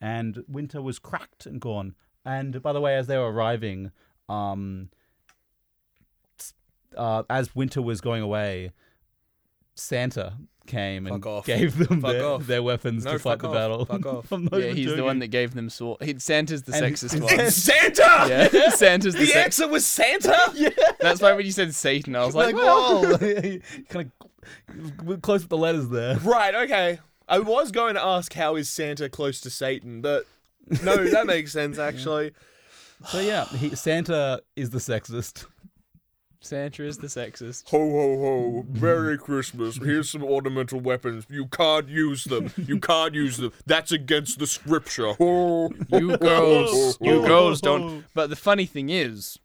S1: And winter was cracked and gone. And by the way, as they were arriving, um, s- uh, as winter was going away, Santa came and
S3: Fuck off.
S1: gave them
S3: Fuck
S1: their,
S3: off.
S1: their weapons
S3: No,
S1: to fight
S3: fuck
S1: the
S3: off.
S1: battle. [LAUGHS]
S3: Fuck off.
S1: I'm not
S2: yeah,
S1: even
S2: he's the
S1: joking.
S2: one that gave them sword. He, Santa's the
S1: And- [LAUGHS]
S2: sexist
S1: and-
S2: one.
S3: Santa.
S1: [LAUGHS]
S2: yeah, [LAUGHS] Santa's the,
S3: [LAUGHS] The
S2: sex.
S3: answer
S2: [LAUGHS]
S3: was Santa. Yeah.
S2: That's why when you said Satan, I was like,
S1: Like,
S2: well,
S3: [LAUGHS]
S1: whoa! [LAUGHS] kind of close with the letters there.
S3: Right. Okay. I was going to ask how is Santa close to Satan, but no, that
S2: [LAUGHS]
S3: makes sense actually.
S1: So yeah, he, Santa is the sexist.
S2: Santa is the sexist.
S6: Ho ho ho!
S2: Mm-hmm.
S6: Merry Christmas. Here's some ornamental weapons. You can't use them.
S2: [LAUGHS]
S6: You can't use them. That's against the scripture. Ho.
S2: [LAUGHS] You girls,
S3: [LAUGHS]
S2: you
S1: Oh.
S2: girls don't. But the funny thing is,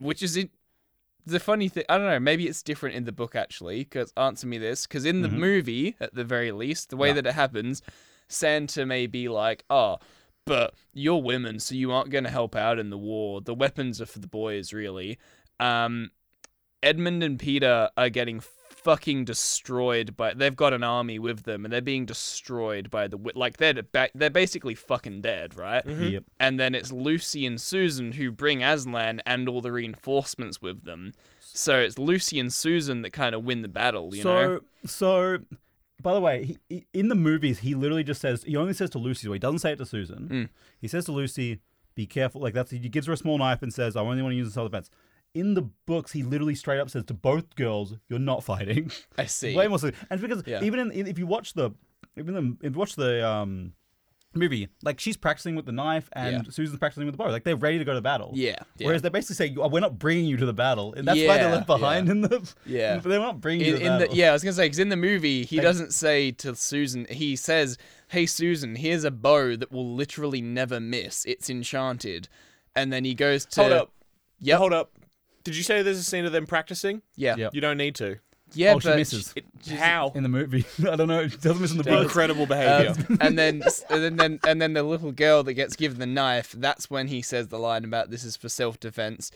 S2: which is it. The funny thing, I don't know. Maybe it's different in the book actually. Because answer me this: because in the movie, at the very least, the way that it happens, Santa may be like, "Oh, but you're women, so you aren't going to help out in the war. The weapons are for the boys, really." Um, Edmund and Peter are getting fucking destroyed by they've got an army with them and they're being destroyed by the wi- like they're ba- they're basically fucking dead right
S3: Hmm?
S1: Yep.
S2: and then it's Lucy and Susan who bring Aslan and all the reinforcements with them so it's Lucy and Susan that kind of win the battle you
S1: so
S2: know
S1: so, by the way, he, he- in the movies, he literally just says he only says to Lucy. So he doesn't say it to Susan.
S2: Mm.
S1: He says to Lucy, "Be careful." Like that's he gives her a small knife and says, "I only want to use the self defense." In the books, he literally straight up says to both girls, "You're not fighting." [LAUGHS]
S2: I see
S1: Way more significant. And it's because
S2: Yeah.
S1: even in, if you watch the even the, if you watch the um movie, like she's practicing with the knife and Susan's practicing with the bow. Like they're ready to go to battle.
S2: yeah, yeah.
S1: Whereas they basically say "You- we're not bringing you to the battle, and that's why they're
S2: Yeah,
S1: left behind
S2: yeah.
S1: in the. [LAUGHS]
S2: Yeah.
S1: they're not bringing you
S2: in,
S1: to
S2: in the
S1: battle.
S2: yeah, I was gonna say because in the movie he doesn't say to Susan. He says, "Hey Susan, here's a bow that will literally never miss. It's enchanted." And then he goes to
S3: Hold up.
S2: Yep.
S3: Hold up. Did you say there's a scene of them practicing?
S2: Yeah,
S1: Yep.
S3: You don't need to.
S2: yeah,
S1: oh, she
S2: but-
S1: misses
S3: How?
S1: in the movie. [LAUGHS] I don't know. She doesn't miss in the book.
S3: Incredible behavior.
S2: Um, [LAUGHS] and then and then and then the little girl that gets given the knife. That's when he says the line about this is for self defense.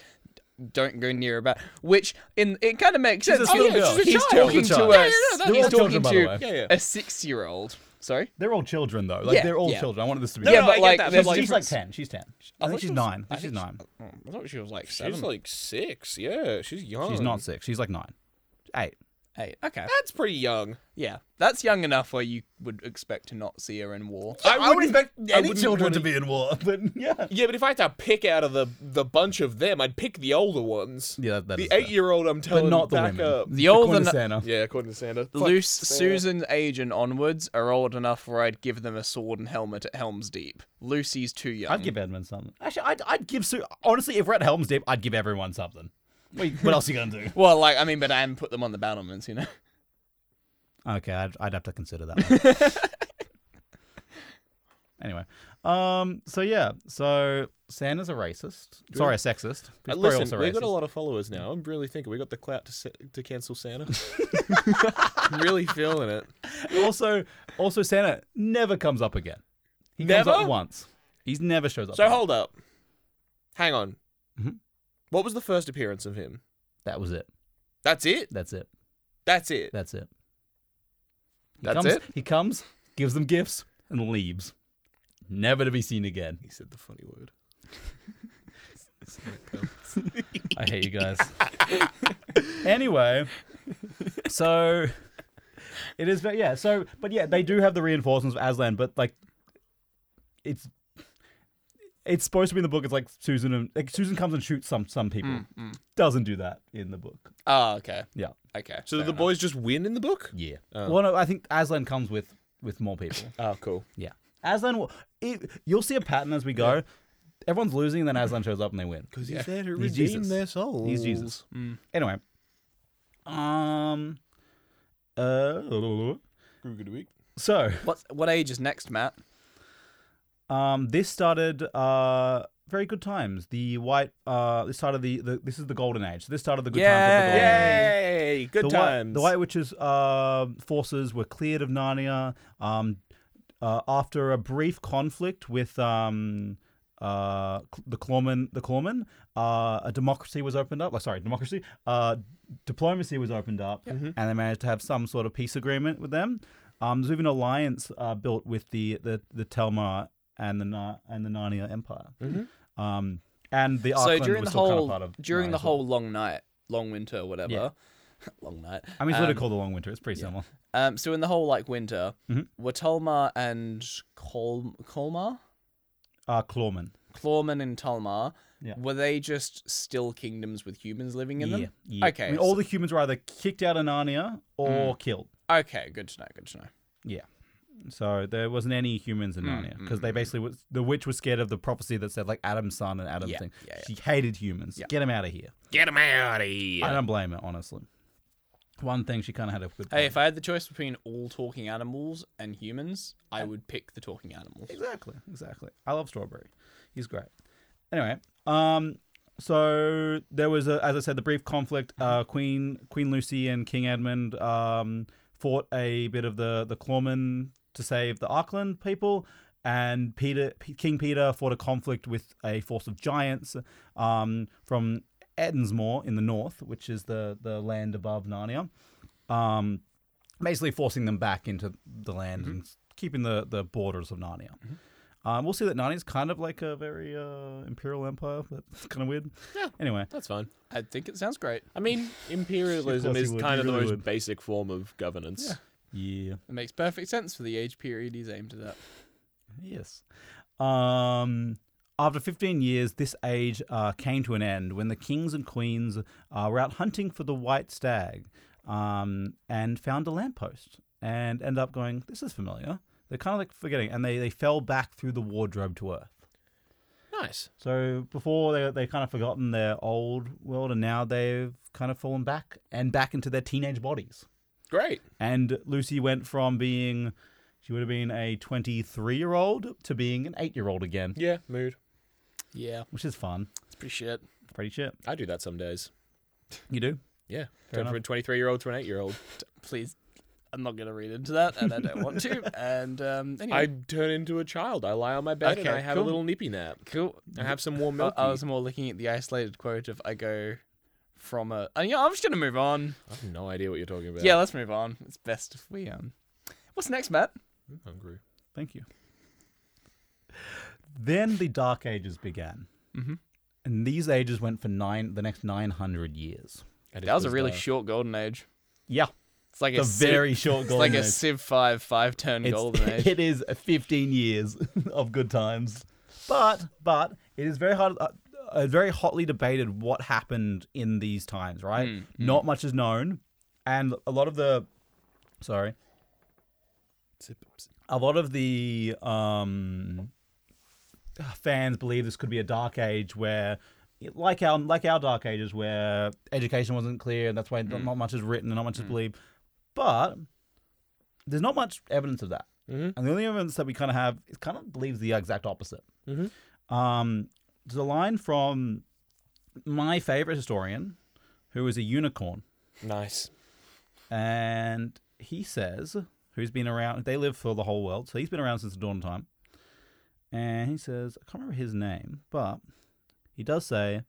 S2: Don't go near about which in it kind of makes sense. Oh,
S1: a little girl.
S2: because
S1: She's
S2: He's
S1: a child.
S2: talking
S1: She's a
S2: to
S1: child.
S2: us.
S1: They're
S2: he's
S1: all
S2: talking
S1: children, by the way.
S2: to
S3: Yeah, yeah.
S2: a six year old. Sorry.
S1: They're all children though. Like
S2: Yeah,
S1: they're all
S2: yeah.
S1: children. I wanted this to be.
S2: yeah,
S3: no, I
S2: but
S3: get
S2: like,
S3: that, but
S2: there's
S3: like-
S1: she's like
S2: difference-
S1: ten. She's ten. I think
S2: thought
S1: she's
S2: she was-
S1: nine. I think
S2: I
S1: she's
S2: think
S1: nine.
S2: I thought she was like seven.
S6: She's like six. Yeah, she's young.
S1: She's not six. She's like nine, eight,
S2: Eight. Okay.
S3: That's pretty young.
S2: Yeah. That's young enough where you would expect to not see her in war.
S3: I would expect
S1: Any children to be in war, [LAUGHS] but yeah.
S3: Yeah, but if I had to pick out of the the bunch of them, I'd pick the older ones.
S1: Yeah, that- that is
S3: the
S1: fair.
S3: eight year old. I'm telling
S1: not the
S3: back
S1: women.
S3: up.
S2: The older
S1: Corner Santa.
S3: Yeah, according to Sander. Fuck
S2: Luce,
S3: Sander.
S2: Susan's age and onwards are old enough where I'd give them a sword and helmet at Helm's Deep. Lucy's too young.
S1: I'd give Edmund something. Actually, I'd, I'd give Sue. Honestly, if we're at Helm's Deep, I'd give everyone something. Wait, what else are you going to do?
S2: well, like I mean, but Anne put them on the battlements, you know.
S1: [LAUGHS]
S2: [LAUGHS]
S1: Okay, I'd, I'd have to consider that. One. [LAUGHS] anyway, um, so yeah, so Santa's a racist. Sorry, a sexist.
S3: Uh,
S1: He's probably also
S3: listen,
S1: a
S3: we've got a
S1: racist.
S3: lot of followers now. I'm really thinking we got the clout to se- to cancel [LAUGHS] Santa. I'm really feeling it.
S1: also, also Santa never comes up again. He comes up
S3: Never?
S1: once. He's never shows up.
S3: So
S1: again.
S3: hold up, hang on. Mm-hmm.
S1: Mhm.
S3: What was the first appearance of him?
S1: That was it.
S3: That's it.
S1: That's it.
S3: That's it.
S1: That's it. He
S2: That's
S1: comes,
S2: it?
S1: He comes, gives them gifts, and leaves. Never to be seen again.
S3: He said the funny word.
S1: [LAUGHS] I hate you guys. anyway, so it is, but yeah, so, but yeah, they do have the reinforcements of Aslan, but like, it's. It's supposed to be in the book. It's like Susan and like Susan comes and shoots some some people.
S3: Mm,
S1: Doesn't do that in the book.
S2: Oh, okay.
S1: Yeah,
S2: Okay.
S3: So
S2: fair
S3: did the
S2: enough.
S3: boys just win in the book?
S1: yeah. Well, no, I think Aslan comes with with more people.
S3: Oh, cool.
S1: [LAUGHS] Yeah. Aslan, will- it, you'll see a pattern as we go. Everyone's losing, and then Aslan shows up and they win.
S3: Because he's there to
S1: He's redeem Jesus. their
S3: souls.
S1: He's Jesus. Anyway. Um. Uh. So,
S2: What what age is next, Matt?
S1: um, this started uh very good times. The white uh this started the, the this is the golden age. So this started the good times of the golden age.
S3: Yay! Good
S1: the
S3: times.
S1: White, the White Witch's uh, forces were cleared of Narnia um, uh, after a brief conflict with um, uh, Cl- the Clawman. The Clawman, uh, a democracy was opened up. Like, sorry, democracy. Uh, diplomacy was opened up,
S2: Mm-hmm.
S1: and they managed to have some sort of peace agreement with them. Um, there's even an alliance uh, built with the the, the Telmar and the Na- and the Narnia Empire. Um, and the
S2: Mm-hmm. so
S1: Arkland
S2: during
S1: was
S2: the
S1: still
S2: whole
S1: kind of part of
S2: during
S1: Narnia
S2: the
S1: as well.
S2: whole long night, long winter, whatever. [LAUGHS] long night.
S1: I mean, it's literally
S2: um,
S1: called the Long Winter. It's pretty similar.
S2: Um, so in the whole like winter,
S1: Mhm.
S2: were Tolmar and Col- Colmar,
S1: Uh, Clawman.
S2: Clawman and Tolmar,
S1: Yeah.
S2: were they just still kingdoms with humans living in them? Okay,
S1: I mean,
S2: so- Hmm.
S1: all the humans were either kicked out of Narnia or killed.
S2: Okay, good to know. Good to know.
S1: Yeah. So there wasn't any humans in
S2: Hmm,
S1: Narnia because they basically was the witch was scared of the prophecy that said like Adam's son and Adam's
S2: Yeah,
S1: thing.
S2: yeah, yeah.
S1: She hated humans. Get him out of here.
S5: Get him out of here.
S1: I don't blame her honestly. One thing she kind of had a good.
S2: Hey, if I had the choice between all talking animals and humans, I would pick the talking animals.
S1: Exactly, exactly. I love Strawberry. He's great. Anyway, um, so there was, a, as I said, the brief conflict. Uh, Queen Queen Lucy and King Edmund um, fought a bit of the the Clawmen to save the Auckland people, and Peter P- King Peter fought a conflict with a force of giants um, from Edensmore in the north, which is the the land above Narnia. Um, basically forcing them back into the land and s- keeping the, the borders of Narnia. Um, we'll see that Narnia's kind of like a very uh, imperial empire, but [LAUGHS] it's kind of weird. Yeah. Anyway,
S3: That's fine.
S2: I think it sounds great.
S3: I mean, imperialism
S1: course
S3: is
S1: you would,
S3: kind
S1: you
S3: of the
S1: really
S3: most
S1: would.
S3: basic form of governance.
S1: yeah,
S2: It makes perfect sense for the age period he's aimed at.
S1: yes. Um, after 15 years, this age uh, came to an end when the kings and queens uh, were out hunting for the white stag um, and found a lamppost and end up going, This is familiar. They're kind of like forgetting, and they, they fell back through the wardrobe to earth.
S3: Nice.
S1: So before they they kind of forgotten their old world, and now they've kind of fallen back and back into their teenage bodies.
S3: Great.
S1: And Lucy went from being she would have been a 23 year old to being an 8 year old again,
S3: Yeah, mood.
S2: Yeah,
S1: which is fun.
S2: it's pretty shit.
S1: Pretty shit.
S3: I do that some days.
S1: You do?
S3: Yeah. Turn from a 23 year old to an 8 year old.
S2: Please, I'm not gonna read into that, and I don't want to. [LAUGHS] And um, anyway,
S3: I turn into a child. I lie on my bed and
S2: Okay,
S3: I have
S2: cool.
S3: a little nippy nap.
S2: cool.
S3: I have some warm
S2: I,
S3: milk.
S2: I was more looking at the isolated quote of I go from a. And yeah, I'm just gonna move on.
S3: I have no idea what you're talking about.
S2: Yeah, let's move on. It's best if we um. What's next, Matt?
S3: I'm hungry.
S1: Thank you. Then the Dark Ages began. Mm-hmm. And these ages went for nine the next 900 years.
S2: That was a really short golden age.
S1: Yeah.
S2: It's like
S1: The
S2: a Civ-
S1: very short
S2: It's like
S1: golden
S2: a
S1: age.
S2: Civ Five five turn
S1: It's-
S2: golden
S1: [LAUGHS]
S2: age.
S1: It is 15 years [LAUGHS] of good times, but but it is very hard. Uh, uh, very hotly debated what happened in these times. Right,
S2: Hmm,
S1: not much is known, and a lot of the, sorry, a lot of the um, fans believe this could be a dark age where. Like our like our dark ages, where education wasn't clear, and that's why not not much is written and not much is believed. But there's not much evidence of that. And the only evidence that we kind of have is kind of believes the exact opposite. Um, there's a line from my favorite historian, who is a unicorn,
S3: Nice.
S1: and he says, who's been around, they live for the whole world, so he's been around since the dawn of time. And he says, I can't remember his name, but he does say,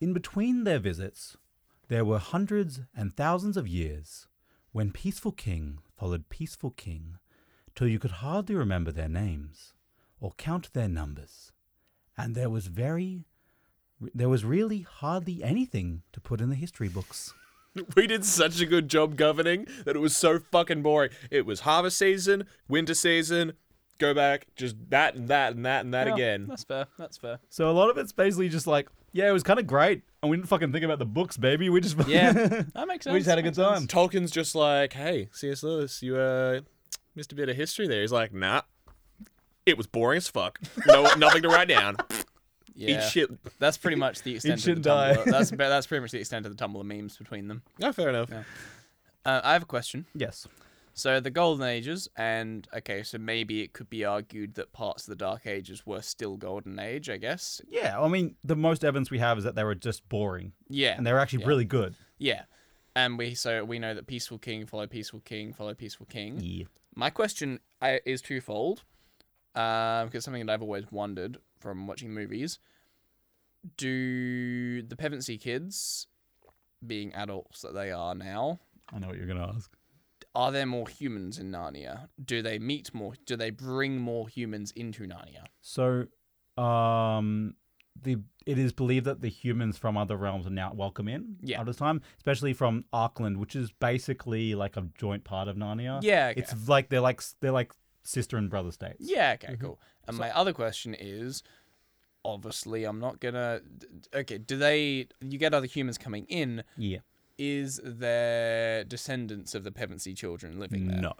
S1: in between their visits, there were hundreds and thousands of years when peaceful king followed peaceful king till you could hardly remember their names or count their numbers. And there was very, there was really hardly anything to put in the history books.
S3: [LAUGHS] We did such a good job governing that it was so fucking boring. It was harvest season, winter season, go back, just that and that and that and that
S2: Yeah,
S3: again.
S2: That's fair. That's
S1: [LAUGHS]
S2: fair.
S1: So a lot of it's basically just like, yeah, it was kind of great, and we didn't fucking think about the books, baby. We just [LAUGHS]
S2: Yeah, that makes sense.
S1: we just had a good
S2: makes
S1: time.
S2: sense.
S3: Tolkien's just like, hey, C.S. Lewis, you uh, missed a bit of history there. He's like, nah, it was boring as fuck. No,
S2: [LAUGHS]
S3: nothing to write down.
S2: Yeah.
S3: Eat shit.
S2: That's pretty
S1: [LAUGHS]
S2: much the extent.
S1: should
S2: of the
S1: die.
S2: Tumblr.
S1: [LAUGHS]
S2: That's that's pretty much the extent of the Tumblr memes between them.
S3: No, fair enough.
S2: Uh, I have a question.
S1: Yes.
S2: So the Golden Ages, and okay, so maybe it could be argued that parts of the Dark Ages were still Golden Age. I guess.
S1: Yeah, I mean, the most evidence we have is that they were just boring,
S2: Yeah.
S1: and they were actually
S2: Yeah.
S1: really good.
S2: Yeah. And we so we know that peaceful king follow peaceful king follow peaceful king.
S1: Yeah.
S2: My question I, is twofold, uh, because something that I've always wondered from watching movies: Do the Pevensey kids, being adults that they are now,
S1: I know what you're gonna ask.
S2: are there more humans in Narnia? Do they meet more? Do they bring more humans into Narnia?
S1: So, um, the it is believed that the humans from other realms are now welcome in
S2: Yeah.
S1: at this time, especially from Arkland, which is basically like a joint part of Narnia.
S2: Yeah, okay.
S1: it's like they're like they're like sister and brother states.
S2: Yeah, okay, cool. And my other question is obviously, I'm not gonna. d- d- Okay, do they. You get other humans coming in.
S1: Yeah.
S2: Is there descendants of the Pevensey children living there?
S1: No.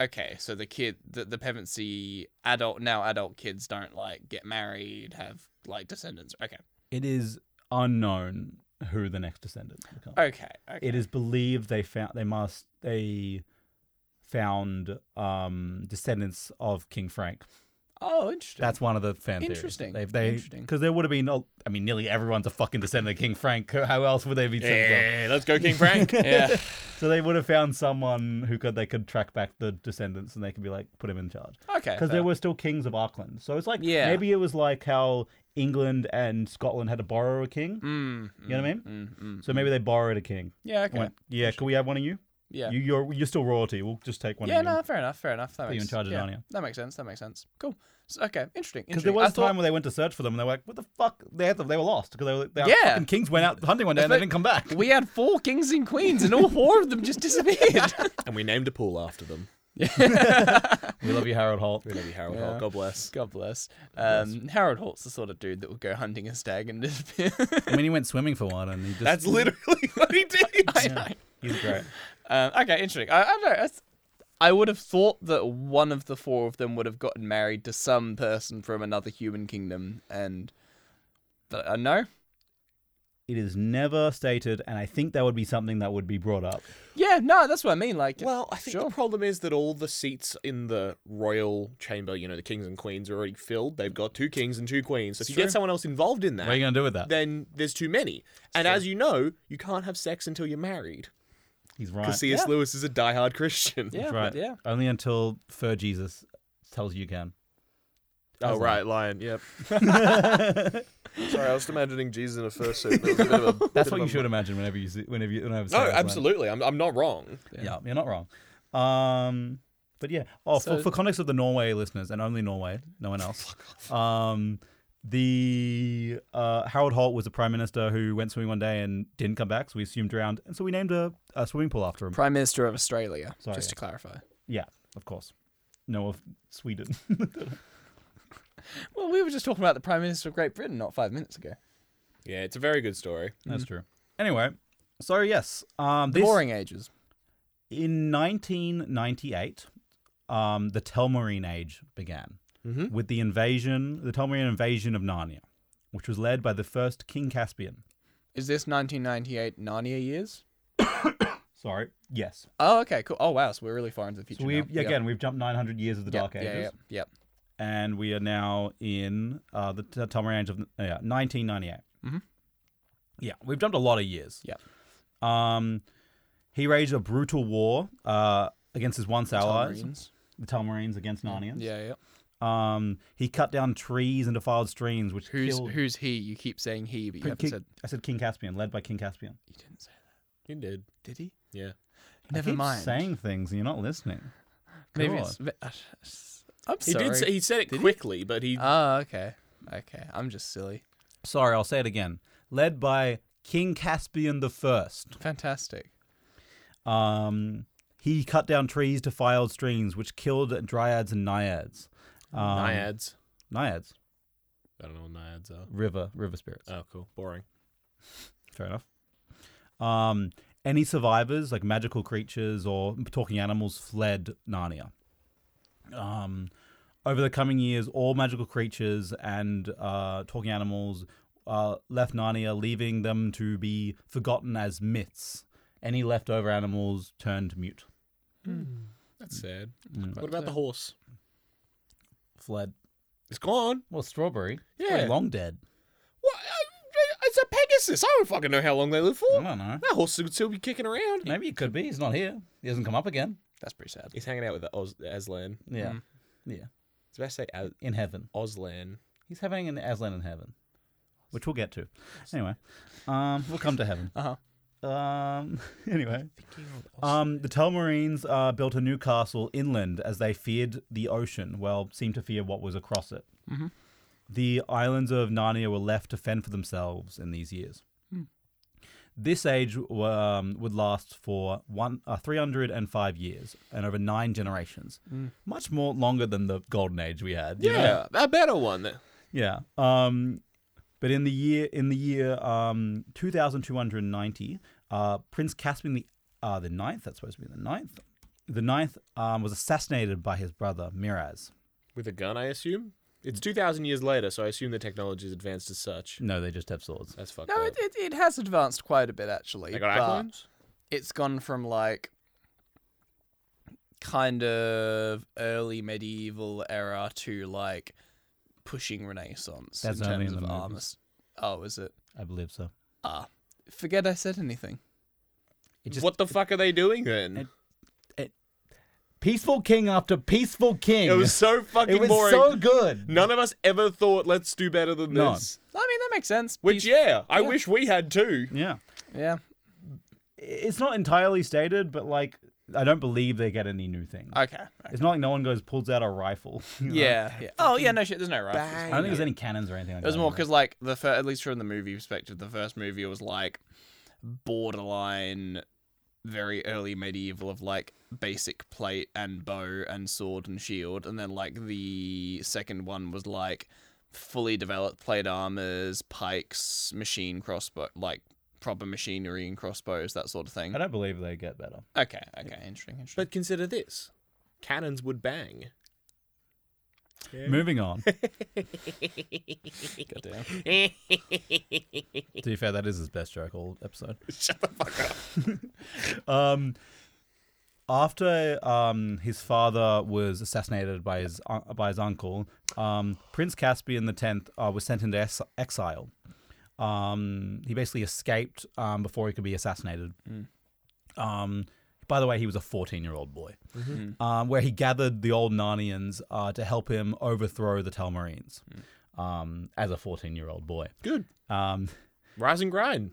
S2: Okay, so the kid, the, the Pevensey adult, now adult kids don't like get married, have like descendants. Okay.
S1: It is unknown who the next descendant becomes.
S2: Okay. okay.
S1: It is believed they found they must they found um descendants of King Frank.
S2: Oh, interesting.
S1: That's one of the fan
S2: Interesting.
S1: Theories. They,
S2: Interesting.
S1: Because there would have been, oh, I mean, nearly everyone's a fucking descendant of King Frank. How else would they be? descendants
S3: Yeah,
S1: [LAUGHS]
S3: let's go, King Frank.
S2: yeah.
S1: of? So they would have found someone who could they could track back the descendants and they could be like put him in charge.
S2: Okay.
S1: Because
S2: fair.
S1: there were still kings of Auckland. So it's like
S2: Yeah.
S1: maybe it was like how England and Scotland had to borrow a king.
S2: Mm,
S1: You know what I
S2: mm,
S1: mean?
S2: mm, mm.
S1: So maybe they borrowed a king.
S2: Yeah,
S1: and
S2: okay.
S1: Went, yeah, can we have one of you?
S2: yeah.
S1: You, you're you're still royalty. We'll just take one
S2: yeah,
S1: of you.
S2: no, fair enough, fair enough. That
S1: Put you
S2: makes,
S1: in charge of
S2: yeah,
S1: Narnia.
S2: That makes sense. That makes sense. Cool. So, okay, interesting.
S1: Because
S2: Because
S1: there was
S2: I
S1: a time
S2: thought,
S1: where they went to search for them and they were like, what the fuck? They, had to, they were lost because they were, they
S2: Yeah.
S1: fucking kings went out hunting one day and they didn't come back.
S2: we had four kings and queens, and all four of them just
S1: [LAUGHS]
S2: disappeared.
S3: and we named a pool after them.
S1: We love you, Harold Holt.
S3: We love you, Harold.
S1: Oh,
S2: Yeah.
S3: God
S2: [LAUGHS]
S3: bless.
S2: God bless. Um, Harold Holt's the sort of dude that would go hunting a stag and disappear. [LAUGHS]
S1: I mean, he went swimming for one and he just.
S3: That's literally what he did.
S2: I know.
S1: He's great.
S2: Um, okay, interesting. I, I don't know. That's, I would have thought that one of the four of them would have gotten married to some person from another human kingdom, and but uh, no.
S1: It is never stated, and I think that would be something that would be brought up.
S2: Yeah, no, that's what I mean. Like,
S3: Well, I think
S2: sure.
S3: the problem is that all the seats in the royal chamber, you know, the kings and queens, are already filled. They've got two kings and two queens. So if you
S2: true.
S3: get someone else involved in that,
S1: What are you going to do with that?
S3: then there's too many. and
S2: true.
S3: as you know, you can't have sex until you're married.
S1: He's right.
S3: Because C.S.
S2: Yeah.
S3: Lewis is a diehard Christian.
S2: yeah,
S1: He's right.
S2: yeah.
S1: Only until Fur Jesus tells you can.
S3: Oh,
S1: Doesn't
S3: right, lion. [LAUGHS] Yep. Sorry, I was just imagining Jesus in a fursuit. That was a bit of a-
S1: That's what
S3: bit
S1: you
S3: of a-
S1: should imagine whenever you see, whenever you whenever.
S3: No,
S1: Sarah's like-
S3: absolutely. I'm, I'm not wrong.
S1: Yeah. you're not wrong. Um, but yeah. Oh,
S2: So- [LAUGHS]
S1: for, for context of the Norway listeners and only Norway, no one else. um, The uh, Harold Holt was a prime minister who went swimming one day and didn't come back, so we assumed drowned, and so we named a, a swimming pool after him.
S2: Prime Minister of Australia,
S1: Sorry,
S2: just
S1: yeah.
S2: to clarify.
S1: yeah, of course. No, of Sweden.
S2: Mm-hmm. Well, we were just talking about the Prime Minister of Great Britain not five minutes ago.
S3: Yeah, it's a very good story.
S1: [LAUGHS] That's true. Anyway, so yes, um,
S2: The
S1: this,
S2: Boring ages.
S1: in 1998, um, the Telmarine Age began
S2: Mm-hmm.
S1: with the invasion, the Telmarine invasion of Narnia, which was led by the first King Caspian.
S2: Is this 1998 Narnia years?
S1: Sorry. Yes.
S2: Oh, okay, cool. Oh, wow, so we're really far into the future.
S1: So we
S2: now. Yep.
S1: again we've jumped 900 years of the
S2: Yep,
S1: Dark Ages,
S2: Yeah, yep, yep.
S1: and we are now in uh, the T- Telmarine Age of yeah, 1998.
S2: Mhm.
S1: Yeah, we've jumped a lot of years.
S2: Yep.
S1: Um, he waged a brutal war uh, against his once allies,
S2: Tamarins.
S1: the Telmarines against Narnians.
S2: Mm-hmm. Yeah, yeah.
S1: Um, he cut down trees and defiled streams, which
S2: Who's
S1: killed.
S2: who's he? You keep saying he, but you
S1: King-
S2: haven't said
S1: I said King Caspian, led by King Caspian.
S2: you didn't say that.
S3: He did.
S2: Did he?
S3: Yeah.
S1: I
S2: Never
S1: keep
S2: mind.
S1: Saying things and you're not listening.
S2: Maybe
S1: God.
S2: it's, uh, I'm
S3: He
S2: sorry.
S3: did. Say, he Um, said it quickly, but he.
S2: Oh, okay. Okay. I'm just silly.
S1: Sorry, I'll say it again. Led by King Caspian the First.
S2: Fantastic.
S1: Um, he cut down trees, defiled streams, which killed dryads and naiads. Um,
S3: naiads.
S1: Naiads.
S3: I don't know what naiads are.
S1: River, river spirits.
S3: Oh, cool. Boring.
S1: Fair enough. Um, any survivors, like magical creatures or talking animals, fled Narnia. Um, over the coming years, all magical creatures and uh, talking animals uh, left Narnia, leaving them to be forgotten as myths. Any leftover animals turned mute,
S3: That's sad.
S1: Mm.
S3: What about the horse?
S1: fled.
S3: It's gone.
S1: Well, strawberry.
S3: It's very Yeah.
S1: long dead.
S3: What? Uh, It's a Pegasus. I don't fucking know how long they live for.
S1: I don't know.
S3: That horse would still be kicking around.
S1: Maybe it could be. He's not here. He hasn't come up again.
S2: That's pretty sad.
S3: He's hanging out with the Oz- Aslan.
S1: Yeah,
S2: Mm.
S1: yeah.
S3: It's best to say Az-
S1: In heaven.
S3: Auslan.
S1: He's having an Aslan in heaven, which we'll get to. Anyway, um, we'll come to heaven.
S2: Uh huh.
S1: Um, [LAUGHS] anyway, um, the Telmarines uh, built a new castle inland as they feared the ocean. Well, seemed to fear what was across it.
S2: Mhm.
S1: The islands of Narnia were left to fend for themselves in these years. This age um, would last for one uh, 305 years and over nine generations. Much more longer than the golden age we had. you know?
S3: Yeah, a better one. that-
S1: Yeah. Um, but in the year in the year um, 2290, uh, Prince Caspian the uh, the ninth. That's supposed to be the ninth. The ninth um, was assassinated by his brother Miraz.
S3: With a gun, I assume.
S1: Mm.
S3: It's two thousand years later, so I assume the technology is advanced as such.
S1: No, they just have swords.
S3: That's fucked
S2: No,
S3: up.
S2: it, it, it has advanced quite a bit actually.
S3: they got
S2: but
S3: iPhones.
S2: it's gone from like kind of early medieval era to like pushing Renaissance
S1: That's
S2: in
S1: only
S2: terms
S1: in
S2: of
S1: the
S2: armor.
S1: movies.
S2: Oh, is it?
S1: I believe so.
S2: Ah, forget I said anything.
S1: It just
S3: what the fuck are they doing then?
S1: it- peaceful king after peaceful king.
S3: It was
S1: [LAUGHS]
S3: so
S1: It
S3: fucking
S1: was
S3: boring.
S1: so good.
S3: None of us ever thought, let's do better than
S1: No.
S3: this.
S2: I mean that makes sense.
S3: Which,
S2: Peace-
S3: yeah, I wish we had too.
S1: Yeah,
S2: yeah.
S1: it's not entirely stated, but like I don't believe they get any new things.
S2: Okay.
S1: It's not like no one goes pulls out a [LAUGHS] rifle. [LAUGHS] you know?
S2: Yeah. yeah. Oh yeah. No shit. There's no rifles.
S1: I don't think there's any cannons or anything like
S2: It was
S1: that.
S2: more because, like, the fir- at least from the movie perspective, the first movie was like borderline, very early medieval of like basic plate and bow and sword and shield, and then like the second one was like fully developed plate armors, pikes, machine crossbow, like proper machinery and crossbows, that sort of thing.
S1: I don't believe they get better.
S2: Okay, okay, interesting, interesting.
S3: But consider this cannons would bang.
S1: Moving
S3: [LAUGHS]
S1: on.
S2: Goddamn.
S1: to be fair, that is his best joke all episode.
S3: [LAUGHS] Shut the fuck up.
S1: [LAUGHS] Um, after um, his father was assassinated by his uh, by his uncle, um, Prince Caspian the Tenth uh, was sent into ex- exile. Um, he basically escaped um, before he could be assassinated. Um, by the way, he was a fourteen-year-old boy, um, where he gathered the old Narnians uh, to help him overthrow the Telmarines um, as a fourteen-year-old boy.
S3: Good.
S1: Um,
S3: Rise and grind.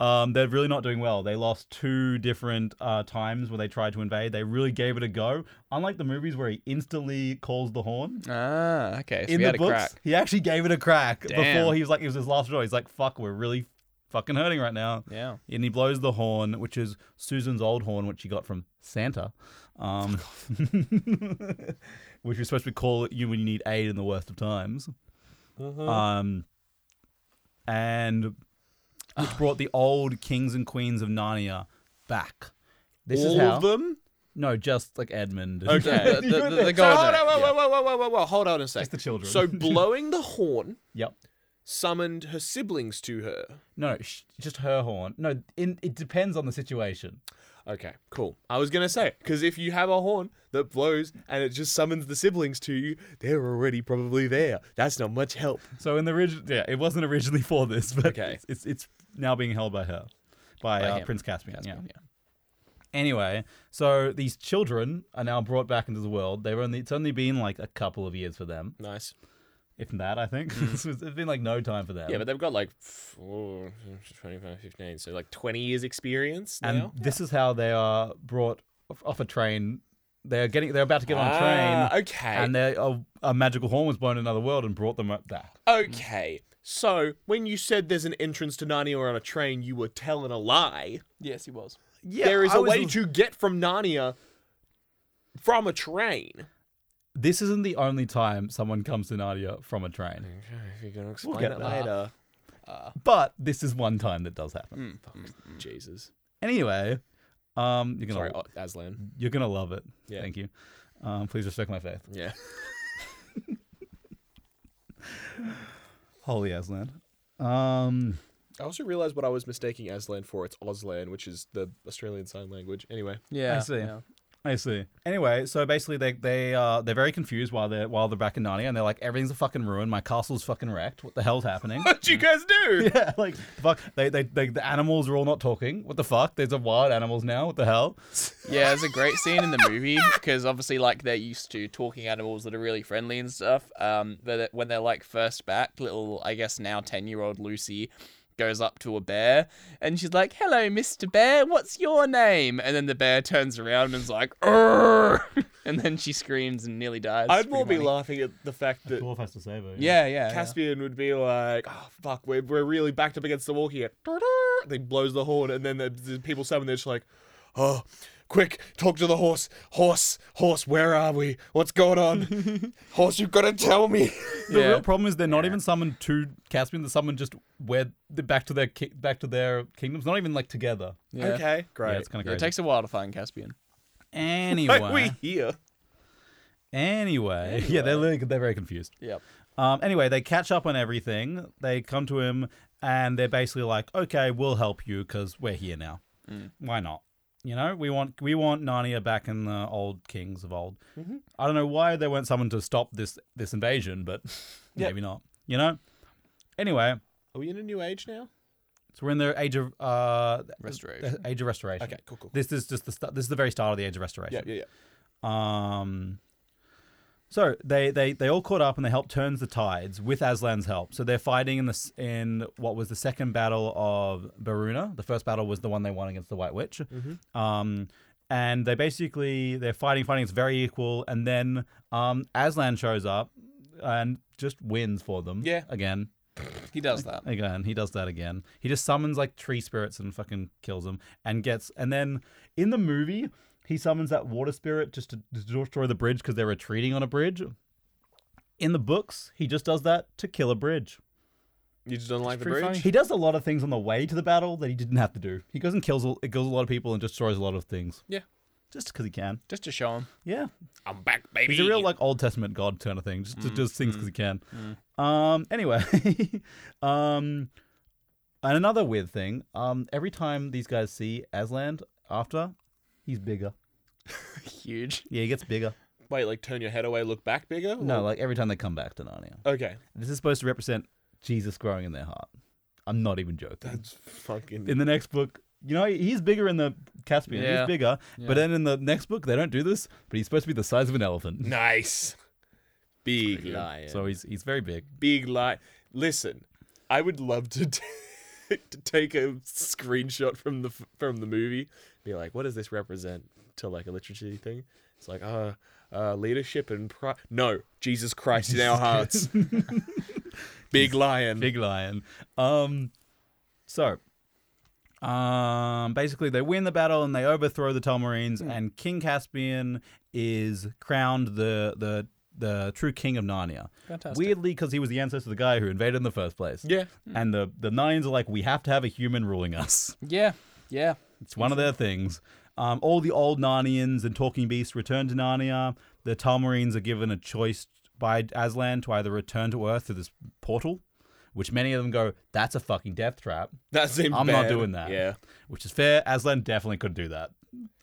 S1: um, they're really not doing well. They lost two different uh, times where they tried to invade. They really gave it a go. Unlike the movies where he instantly calls the horn.
S2: Ah, okay. So
S1: In
S2: we
S1: the
S2: had a
S1: books,
S2: crack.
S1: he actually gave it a crack
S2: Damn.
S1: before he was like, it was his last resort. He's like, fuck, we're really fucking hurting right now.
S2: Yeah.
S1: And he blows the horn, which is Susan's old horn, which she got from Santa, um, [LAUGHS] which you're supposed to call you when you need aid in the worst of times.
S2: Mm-hmm.
S1: Um, and
S2: [SIGHS]
S1: which brought the old kings and queens of Narnia back. This is
S3: All
S1: how.
S3: of them.
S1: [LAUGHS] no, just like Edmund.
S2: Okay.
S1: [LAUGHS]
S2: the, the, the, the
S3: So,
S2: golden-
S3: hold on, whoa,
S1: yeah.
S3: whoa, whoa, whoa, whoa, whoa, whoa, hold on a
S1: just the
S3: second.
S1: children. [LAUGHS]
S3: So blowing the horn
S1: yep.
S3: summoned her siblings to her.
S1: No, sh- just her horn. No, in, it depends on the situation.
S3: Okay, cool. I was gonna say because if you have a horn that blows and it just summons the siblings to you, they're already probably there. That's not much help.
S1: So in the original, yeah, it wasn't originally for this, [LAUGHS] but
S3: Okay.
S1: it's, it's it's now being held by her, by, uh,
S2: him.
S1: Prince Caspian.
S2: That's
S1: yeah.
S2: good,
S1: Anyway, so these children are now brought back into the world. They've only it's only been like a couple of years for them,
S3: Nice. Mm.
S1: if that. I think [LAUGHS] it's it's been like no time for them.
S3: Yeah, but they've got like f- oh, 25, 15, so like 20 years experience
S1: and
S3: now.
S1: this is how they are brought off, off a train. They are getting. They're about to get on a train,
S3: Ah, okay.
S1: and they a, a magical horn was blown in another world and brought them up there.
S3: okay. So when you said there's an entrance to Narnia on a train, you were telling a lie.
S2: Yes, he was.
S1: Yeah,
S3: there is
S1: a
S3: a way to get from Narnia from a train.
S1: This isn't the only time someone comes to Narnia from a train,
S2: Mm.
S3: Okay, if you're gonna explain
S1: get
S3: it
S1: there.
S3: later.
S1: but this is one time that does
S2: Mm.
S1: happen.
S3: Mm. Jesus.
S1: Anyway, um, you're gonna
S3: Sorry, O- Aslan.
S1: you're gonna love it.
S3: Yeah.
S1: Thank you. Um, please respect my faith.
S3: Yeah.
S1: Holy Aslan. Um,
S3: I also realized what I was mistaking Aslan for. It's Auslan, which is the Australian Sign Language. Anyway.
S2: Yeah.
S1: see.
S2: yeah.
S1: I see. Anyway, so basically they they uh they're very confused while they're while they're back in Narnia and they're like everything's a fucking ruin. My castle's fucking wrecked. What the hell's
S2: [LAUGHS]
S1: happening? [LAUGHS]
S3: What
S2: Mm.
S3: you guys do?
S1: yeah, like fuck. They, they they the animals are all not talking. What the fuck? There's a wild animals now. What the
S2: [LAUGHS]
S1: hell?
S2: Yeah, it's a great scene in the movie because obviously, like, they're used to talking animals that are really friendly and stuff. Um, but that- when they're like first back, little, I guess now ten year old Lucy goes up to a bear and she's like, "Hello, Mister Bear, what's your name?" And then the bear turns around and is like, "Urgh!" [LAUGHS] and then she screams and nearly dies. It's
S3: I'd more be
S2: pretty funny.
S3: laughing at the fact that
S1: Dwarf has to save her.
S2: yeah, yeah, yeah.
S3: Caspian would be like, oh, fuck, we're, we're really backed up against the wall here. [LAUGHS] They blows the horn, and then the, the people summon, they're just like, oh, quick, talk to the horse. Horse, horse, where are we? What's going on? horse, you've got to tell me.
S1: The
S2: Yeah.
S1: real problem is they're not even summoned to Caspian. They're summoned just where they're back to their ki- back to their kingdoms. Not even like together.
S3: [LAUGHS]
S2: Yeah.
S3: Okay,
S1: Yeah,
S3: great.
S1: it's kind of
S2: Yeah,
S1: crazy.
S2: it takes a while to find Caspian.
S1: anyway,
S2: [LAUGHS]
S3: Like, we here.
S1: anyway, yeah, they're literally- they're very confused.
S2: Yep.
S1: Um, anyway, they catch up on everything. They come to him and they're basically like, "Okay, we'll help you because we're here now.
S2: Mm.
S1: Why not? You know, we want we want Narnia back in the old kings of old.
S2: Mm-hmm.
S1: I don't know why they weren't someone to stop this this invasion, but [LAUGHS] maybe not. You know. Anyway,
S3: Are we in a new age now?
S1: so we're in the age of uh,
S2: Restoration.
S1: the age of restoration.
S3: Okay, cool,
S1: [LAUGHS]
S3: cool.
S1: This is just the st- this is the very start of the age of restoration.
S3: Yeah, yeah, yeah.
S1: Um, so they, they they all caught up and they helped turn the tides with Aslan's help. So they're fighting in the s- in what was the second battle of Baruna. The first battle was the one they won against the White Witch.
S3: Mm-hmm.
S1: Um, and they basically they're fighting, fighting. It's very equal, and then um, Aslan shows up and just wins for them.
S3: Yeah.
S1: again.
S2: [LAUGHS] He does that.
S1: Again, he does that again. He just summons like tree spirits and fucking kills them and gets. And then in the movie, he summons that water spirit just to to destroy the bridge because they're retreating on a bridge. In the books, he just does that to kill a bridge.
S3: You just don't like the
S2: pretty
S3: bridge?
S1: He does a lot of things on the way to the battle that he didn't have to do. He goes and kills, a- kills a lot of people and destroys a lot of things.
S3: Yeah.
S1: Just because he can.
S2: Just to show him.
S1: Yeah.
S5: I'm back, baby.
S1: He's a real like Old Testament God kind of thing. Just
S2: Mm,
S1: just does things because he can. Um. Anyway, [LAUGHS] um, and another weird thing. Um. Every time these guys see Aslan after, he's bigger.
S2: Huge.
S1: Yeah, he gets bigger.
S3: Wait, like turn your head away, look back bigger?
S1: No,
S3: Or-
S1: like every time they come back to Narnia,
S3: Okay.
S1: this is supposed to represent Jesus growing in their heart. I'm not even joking.
S3: That's fucking.
S1: in the next book. You know, he's bigger in the Caspian.
S2: Yeah.
S1: He's bigger. But then in the next book, they don't do this, but he's supposed to be the size of an elephant.
S2: [LAUGHS]
S3: nice. Big lion.
S1: So he's he's very big.
S3: big light. Listen, I would love to, [LAUGHS] t- to take a screenshot from the f- from the movie. Be like, what does this represent to like a literature thing? It's like, uh, uh leadership and pride. No, Jesus Christ in our hearts. [LAUGHS] Big lion.
S1: Big lion. Um, so, um, basically, they win the battle and they overthrow the Telmarines, and King Caspian is crowned the the the true king of Narnia.
S2: Fantastic.
S1: Weirdly, because he was the ancestor of the guy who invaded in the first place.
S3: Yeah.
S1: And the the Narnians are like, we have to have a human ruling us.
S2: [LAUGHS] Yeah, yeah.
S1: It's one of their things. Um, all the old Narnians and talking beasts return to Narnia. The Talmarines are given a choice by Aslan to either return to Earth through this portal, which many of them go, that's a fucking death trap,
S3: That seems
S1: I'm not
S3: bad.
S1: doing that.
S3: Yeah.
S1: which is fair. Aslan definitely could do that.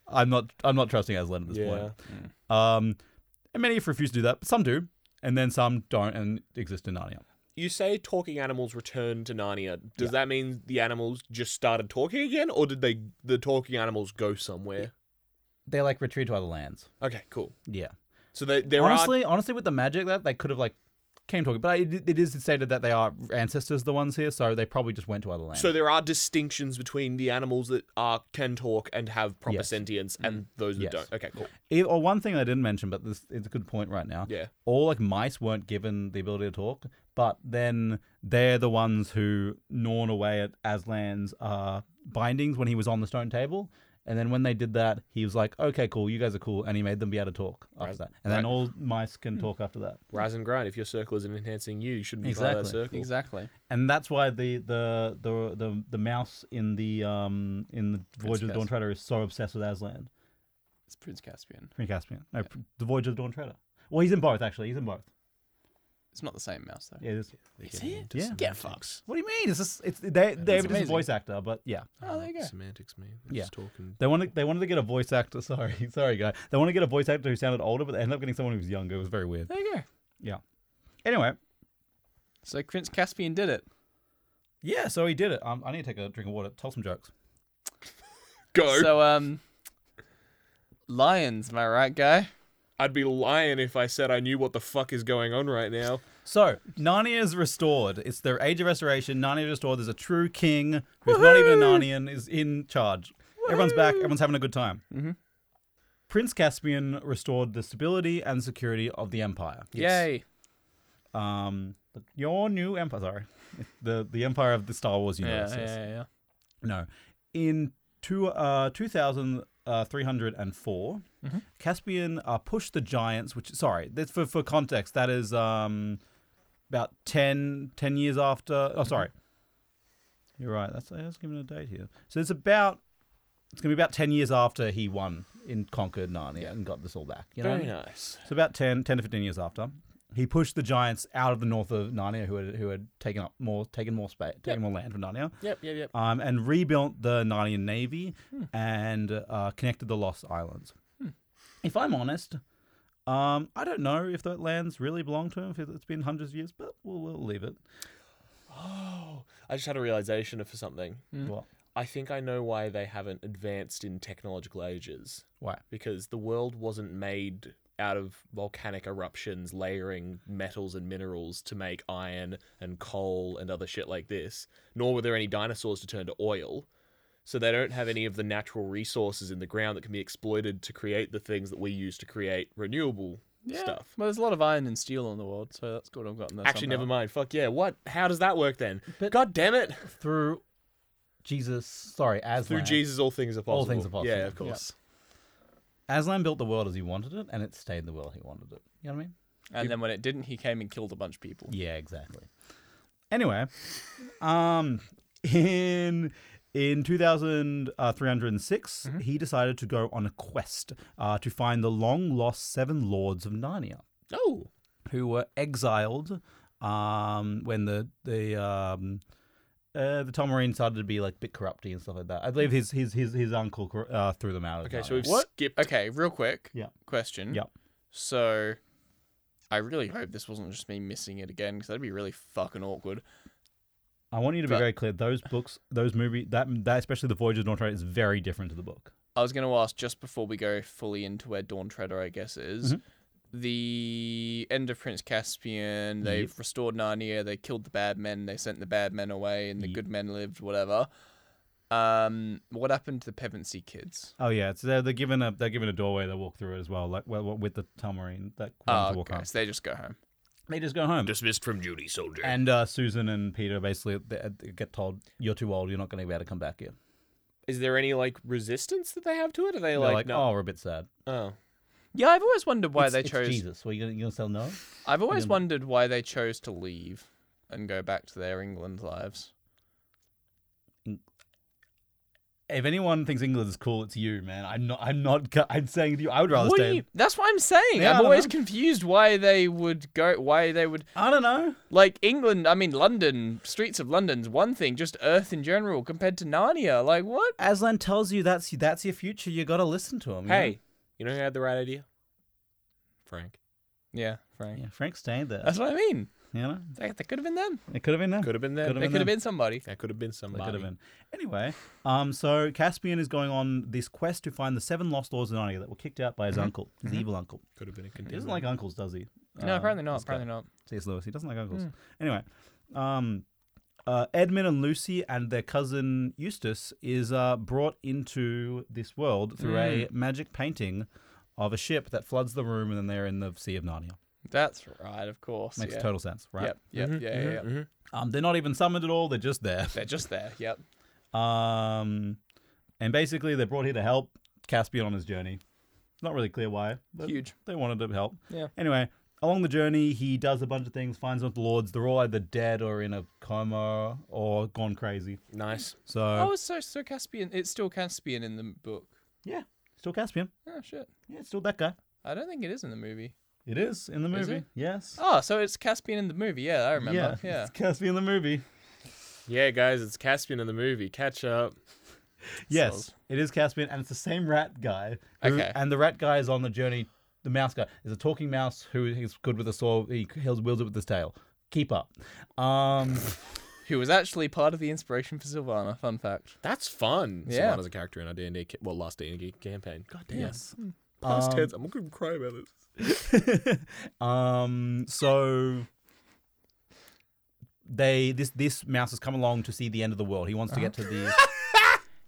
S1: I'm not I'm not trusting Aslan at this
S3: Yeah.
S1: point. Um, and many refuse to do that, but some do. And then some don't and exist in Narnia.
S3: You say talking animals return to Narnia. Does that mean the animals just started talking again, or did they the talking animals go somewhere?
S1: They like retreat to other lands.
S3: Okay, cool.
S1: Yeah.
S3: So they, there are
S1: honestly, honestly, with the magic that they could have like came talking, but it, it is stated that they are ancestors, the ones here, so they probably just went to other lands.
S3: So there are distinctions between the animals that are can talk and have proper
S1: Yes.
S3: sentience and those that
S1: Yes.
S3: don't. Okay, cool.
S1: If- E, or one thing I didn't mention, but this it's a good point right now.
S3: Yeah.
S1: All like mice weren't given the ability to talk, but then they're the ones who gnawn away at Aslan's uh, bindings when he was on the stone table. And then when they did that, he was like, "Okay, cool, you guys are cool," and he made them be able to talk after that. And then all mice can talk after that.
S3: Rise and grind. If your circle isn't enhancing you, you shouldn't try that
S1: Exactly.
S3: circle.
S2: Exactly.
S1: and that's why the the the the, the mouse in the um in the Voyage of the Dawn
S2: Caspian.
S1: Treader is so obsessed with Aslan.
S2: It's Prince Caspian.
S1: Prince Caspian. No, Pr- the Voyage of the Dawn Treader. Well, he's in both actually. He's in both.
S2: It's not the same mouse though.
S1: Yeah, it is.
S2: Is it?
S1: Yeah.
S2: Get fucked.
S1: What do you mean? It's just, it's they David is a
S2: amazing.
S1: voice actor, but yeah.
S2: Oh, there you go.
S3: Semantics, man.
S1: Yeah.
S3: Just talking.
S1: They wanted they wanted to get a voice actor. [LAUGHS] Sorry, sorry, guy. They wanted to get a voice actor who sounded older, but they ended up getting someone who was younger. It was very weird.
S2: There you go.
S1: Anyway,
S2: So Prince Caspian did it.
S1: yeah. So he did it. Um, I need to take a drink of water. Tell some jokes. Oh.
S3: Go.
S2: So um, lions. Am I right, guy?
S3: I'd be lying if I said I knew what the fuck is going on right now.
S1: So Narnia is restored. It's their age of restoration. Narnia is restored. There's a true king who's not even a Narnian is in charge. Everyone's back. Everyone's having a good time. Mm-hmm. Prince Caspian restored the stability and security of the empire.
S2: Yay!
S1: Um, your new empire. Sorry, [LAUGHS] the the empire of the Star Wars
S2: Yeah,
S1: universe.
S2: yeah,
S1: yes.
S2: yeah, yeah.
S1: No. In two, uh, 2304, Caspian uh, pushed the giants, which, sorry, that's for, for context, that is um, about 10, 10 years after. Oh, sorry. You're right. That's, I was given a date here. So it's about. It's gonna be about ten years after he won and conquered Narnia and got this all back. You know, what I mean?
S3: nice.
S1: so about 10, 10 to fifteen years after, he pushed the giants out of the north of Narnia, who had who had taken up more, taken more space, taken more land from Narnia
S3: Yep, yep, yep.
S1: um, and rebuilt the Narnian navy
S3: Hmm.
S1: and uh, connected the Lost Islands. If I'm honest, um, I don't know if that land's really belonged to him. If it's been hundreds of years, but we'll, we'll leave it.
S3: I just had a realization for something.
S1: Well,
S3: I think I know why they haven't advanced in technological ages.
S1: why?
S3: because the world wasn't made out of volcanic eruptions layering metals and minerals to make iron and coal and other shit like this, nor were there any dinosaurs to turn to oil. So they don't have any of the natural resources in the ground that can be exploited to create the things that we use to create renewable
S2: Yeah.
S3: stuff.
S2: Well, there's a lot of iron and steel in the world, so that's good. I've gotten that.
S3: Actually,
S2: somehow.
S3: never mind. Fuck yeah. What? How does that work then? God damn it.
S1: Through Jesus, sorry, Aslan.
S3: Through Jesus, all things are possible.
S1: All things are possible.
S3: Yeah, of
S1: Yeah.
S3: course.
S1: Aslan built the world as he wanted it, and it stayed the world he wanted it. You know what I mean?
S2: And then when it didn't, he came and killed a bunch of people.
S1: Yeah, exactly. Anyway, um, in in uh, 2306,
S3: Mm-hmm.
S1: he decided to go on a quest uh, to find the long lost seven lords of Narnia,
S3: Oh.
S1: who were exiled um, when the the um, uh, the Tomarine started to be like a bit corrupty and stuff like that. I believe his his his, his uncle cor- uh, threw them out. Of
S3: Okay, so
S1: Narnia.
S3: we've
S2: What?
S3: skipped.
S2: Okay, real quick.
S1: Yeah.
S2: Question.
S1: Yep.
S2: So, I really hope this wasn't just me missing it again, because that'd be really fucking awkward.
S1: I want you to be
S2: But-
S1: very clear. Those books, those movie, that that especially the Voyage of the Dawn Treader is very different to the book.
S2: I was going to ask just before we go fully into where Dawn Treader, I guess, is
S1: Mm-hmm.
S2: the end of Prince Caspian. They've restored Narnia. They killed the bad men. They sent the bad men away, and the good men lived. Whatever. Um, what happened to the Pevensey kids?
S1: Oh yeah, so they're, they're given a they're given a doorway they walk through it as well, like well, well, with the Tamarine that
S2: Oh,
S1: wants to walk
S2: okay.
S1: up.
S2: So they just go home.
S1: They just go home.
S6: Dismissed from duty, soldier.
S1: and uh, Susan and Peter basically they- uh, they get told you're too old, you're not going to be able to come back here.
S3: Is there any like resistance that they have to it? Are they
S1: They're
S3: like,
S1: like,
S3: no?
S1: oh, we're a bit sad.
S3: Oh.
S2: Yeah, I've always wondered why
S1: It's-
S2: they
S1: it's
S2: chose.
S1: Jesus. Well, you're going to tell no?
S2: I've always
S1: Yeah.
S2: wondered why they chose to leave and go back to their England lives.
S1: If anyone thinks England is cool, it's you, man. I'm not. I'm not. cu- I'm saying to you, I would rather
S2: What do
S1: stay.
S2: you- that's what I'm saying.
S1: Yeah, I
S2: I'm
S1: don't
S2: always
S1: know.
S2: confused why they would go. Why they would
S1: I don't know.
S2: like England. I mean, London streets of London's one thing. Just Earth in general compared to Narnia. Like what?
S1: Aslan tells you that's that's your future. You got to listen to him. you
S3: Hey, you know who had the right idea? Frank.
S2: Yeah, Frank.
S1: know? yeah, Frank stayed there.
S2: That's what I mean.
S1: you know,
S2: That, that could have been them.
S1: it could have been them.
S3: Could have been that.
S1: Could've
S2: It could
S1: them.
S2: have been somebody.
S3: That could have been
S1: They
S3: somebody.
S1: could have been. Anyway, um, so Caspian is going on this quest to find the seven lost laws of Narnia that were kicked out
S2: Mm-hmm.
S1: by his uncle, his evil uncle.
S3: Could have been a
S1: He
S3: contender.
S1: doesn't like uncles, does he?
S2: no,
S1: Uh,
S2: apparently not.
S1: this guy.
S2: Apparently Mm. not.
S1: C.S. Lewis. He doesn't like uncles. Anyway, um, uh, Edmund and Lucy and their cousin Eustace is uh, brought into this world through
S2: Mm.
S1: a magic painting of a ship that floods the room, and then they're in the Sea of Narnia.
S2: That's right. Of course.
S1: Makes
S2: yeah.
S1: total sense, Mm-hmm, right?
S2: Yep. Yep. yeah. Yeah. yeah.
S1: Um, they're not even summoned at all; they're just there.
S2: They're just there. Yep.
S1: Um, and basically, they're brought here to help Caspian on his journey. Not really clear why. But
S2: Huge.
S1: They wanted to help.
S2: Yeah.
S1: Anyway, along the journey, he does a bunch of things, finds out the lords. They're all either dead or in a coma or gone crazy.
S3: Nice.
S1: So,
S2: Oh, it's so so Caspian. It's still Caspian in the book.
S1: yeah, still Caspian.
S2: Oh shit.
S1: Yeah, still that guy.
S2: I don't think it is in the movie.
S1: It is in the
S2: Is
S1: movie.
S2: it?
S1: Yes.
S2: Oh, so it's Caspian in the movie. Yeah, I remember.
S1: Yeah, [LAUGHS]
S2: Yeah.
S1: It's Caspian in the movie.
S3: Yeah, guys, it's Caspian in the movie. Catch up.
S1: Yes,
S2: Sold.
S1: it is Caspian, and it's the same rat guy. who-
S2: Okay.
S1: And the rat guy is on the journey. The mouse guy is a talking mouse who is good with a sword. He heals, wields it with his tail. Keep up.
S2: [LAUGHS]
S1: Um,
S2: Who was actually part of the inspiration for Sylvana. Fun fact.
S3: That's fun.
S2: Yeah.
S3: Sylvana's a character in our D&D, ca- well, last D&D campaign. God damn.
S1: yes.
S3: Past tense. I'm going to cry about it.
S1: um, so they this this mouse has come along to see the end of the world. He wants to get to
S2: [LAUGHS]
S1: the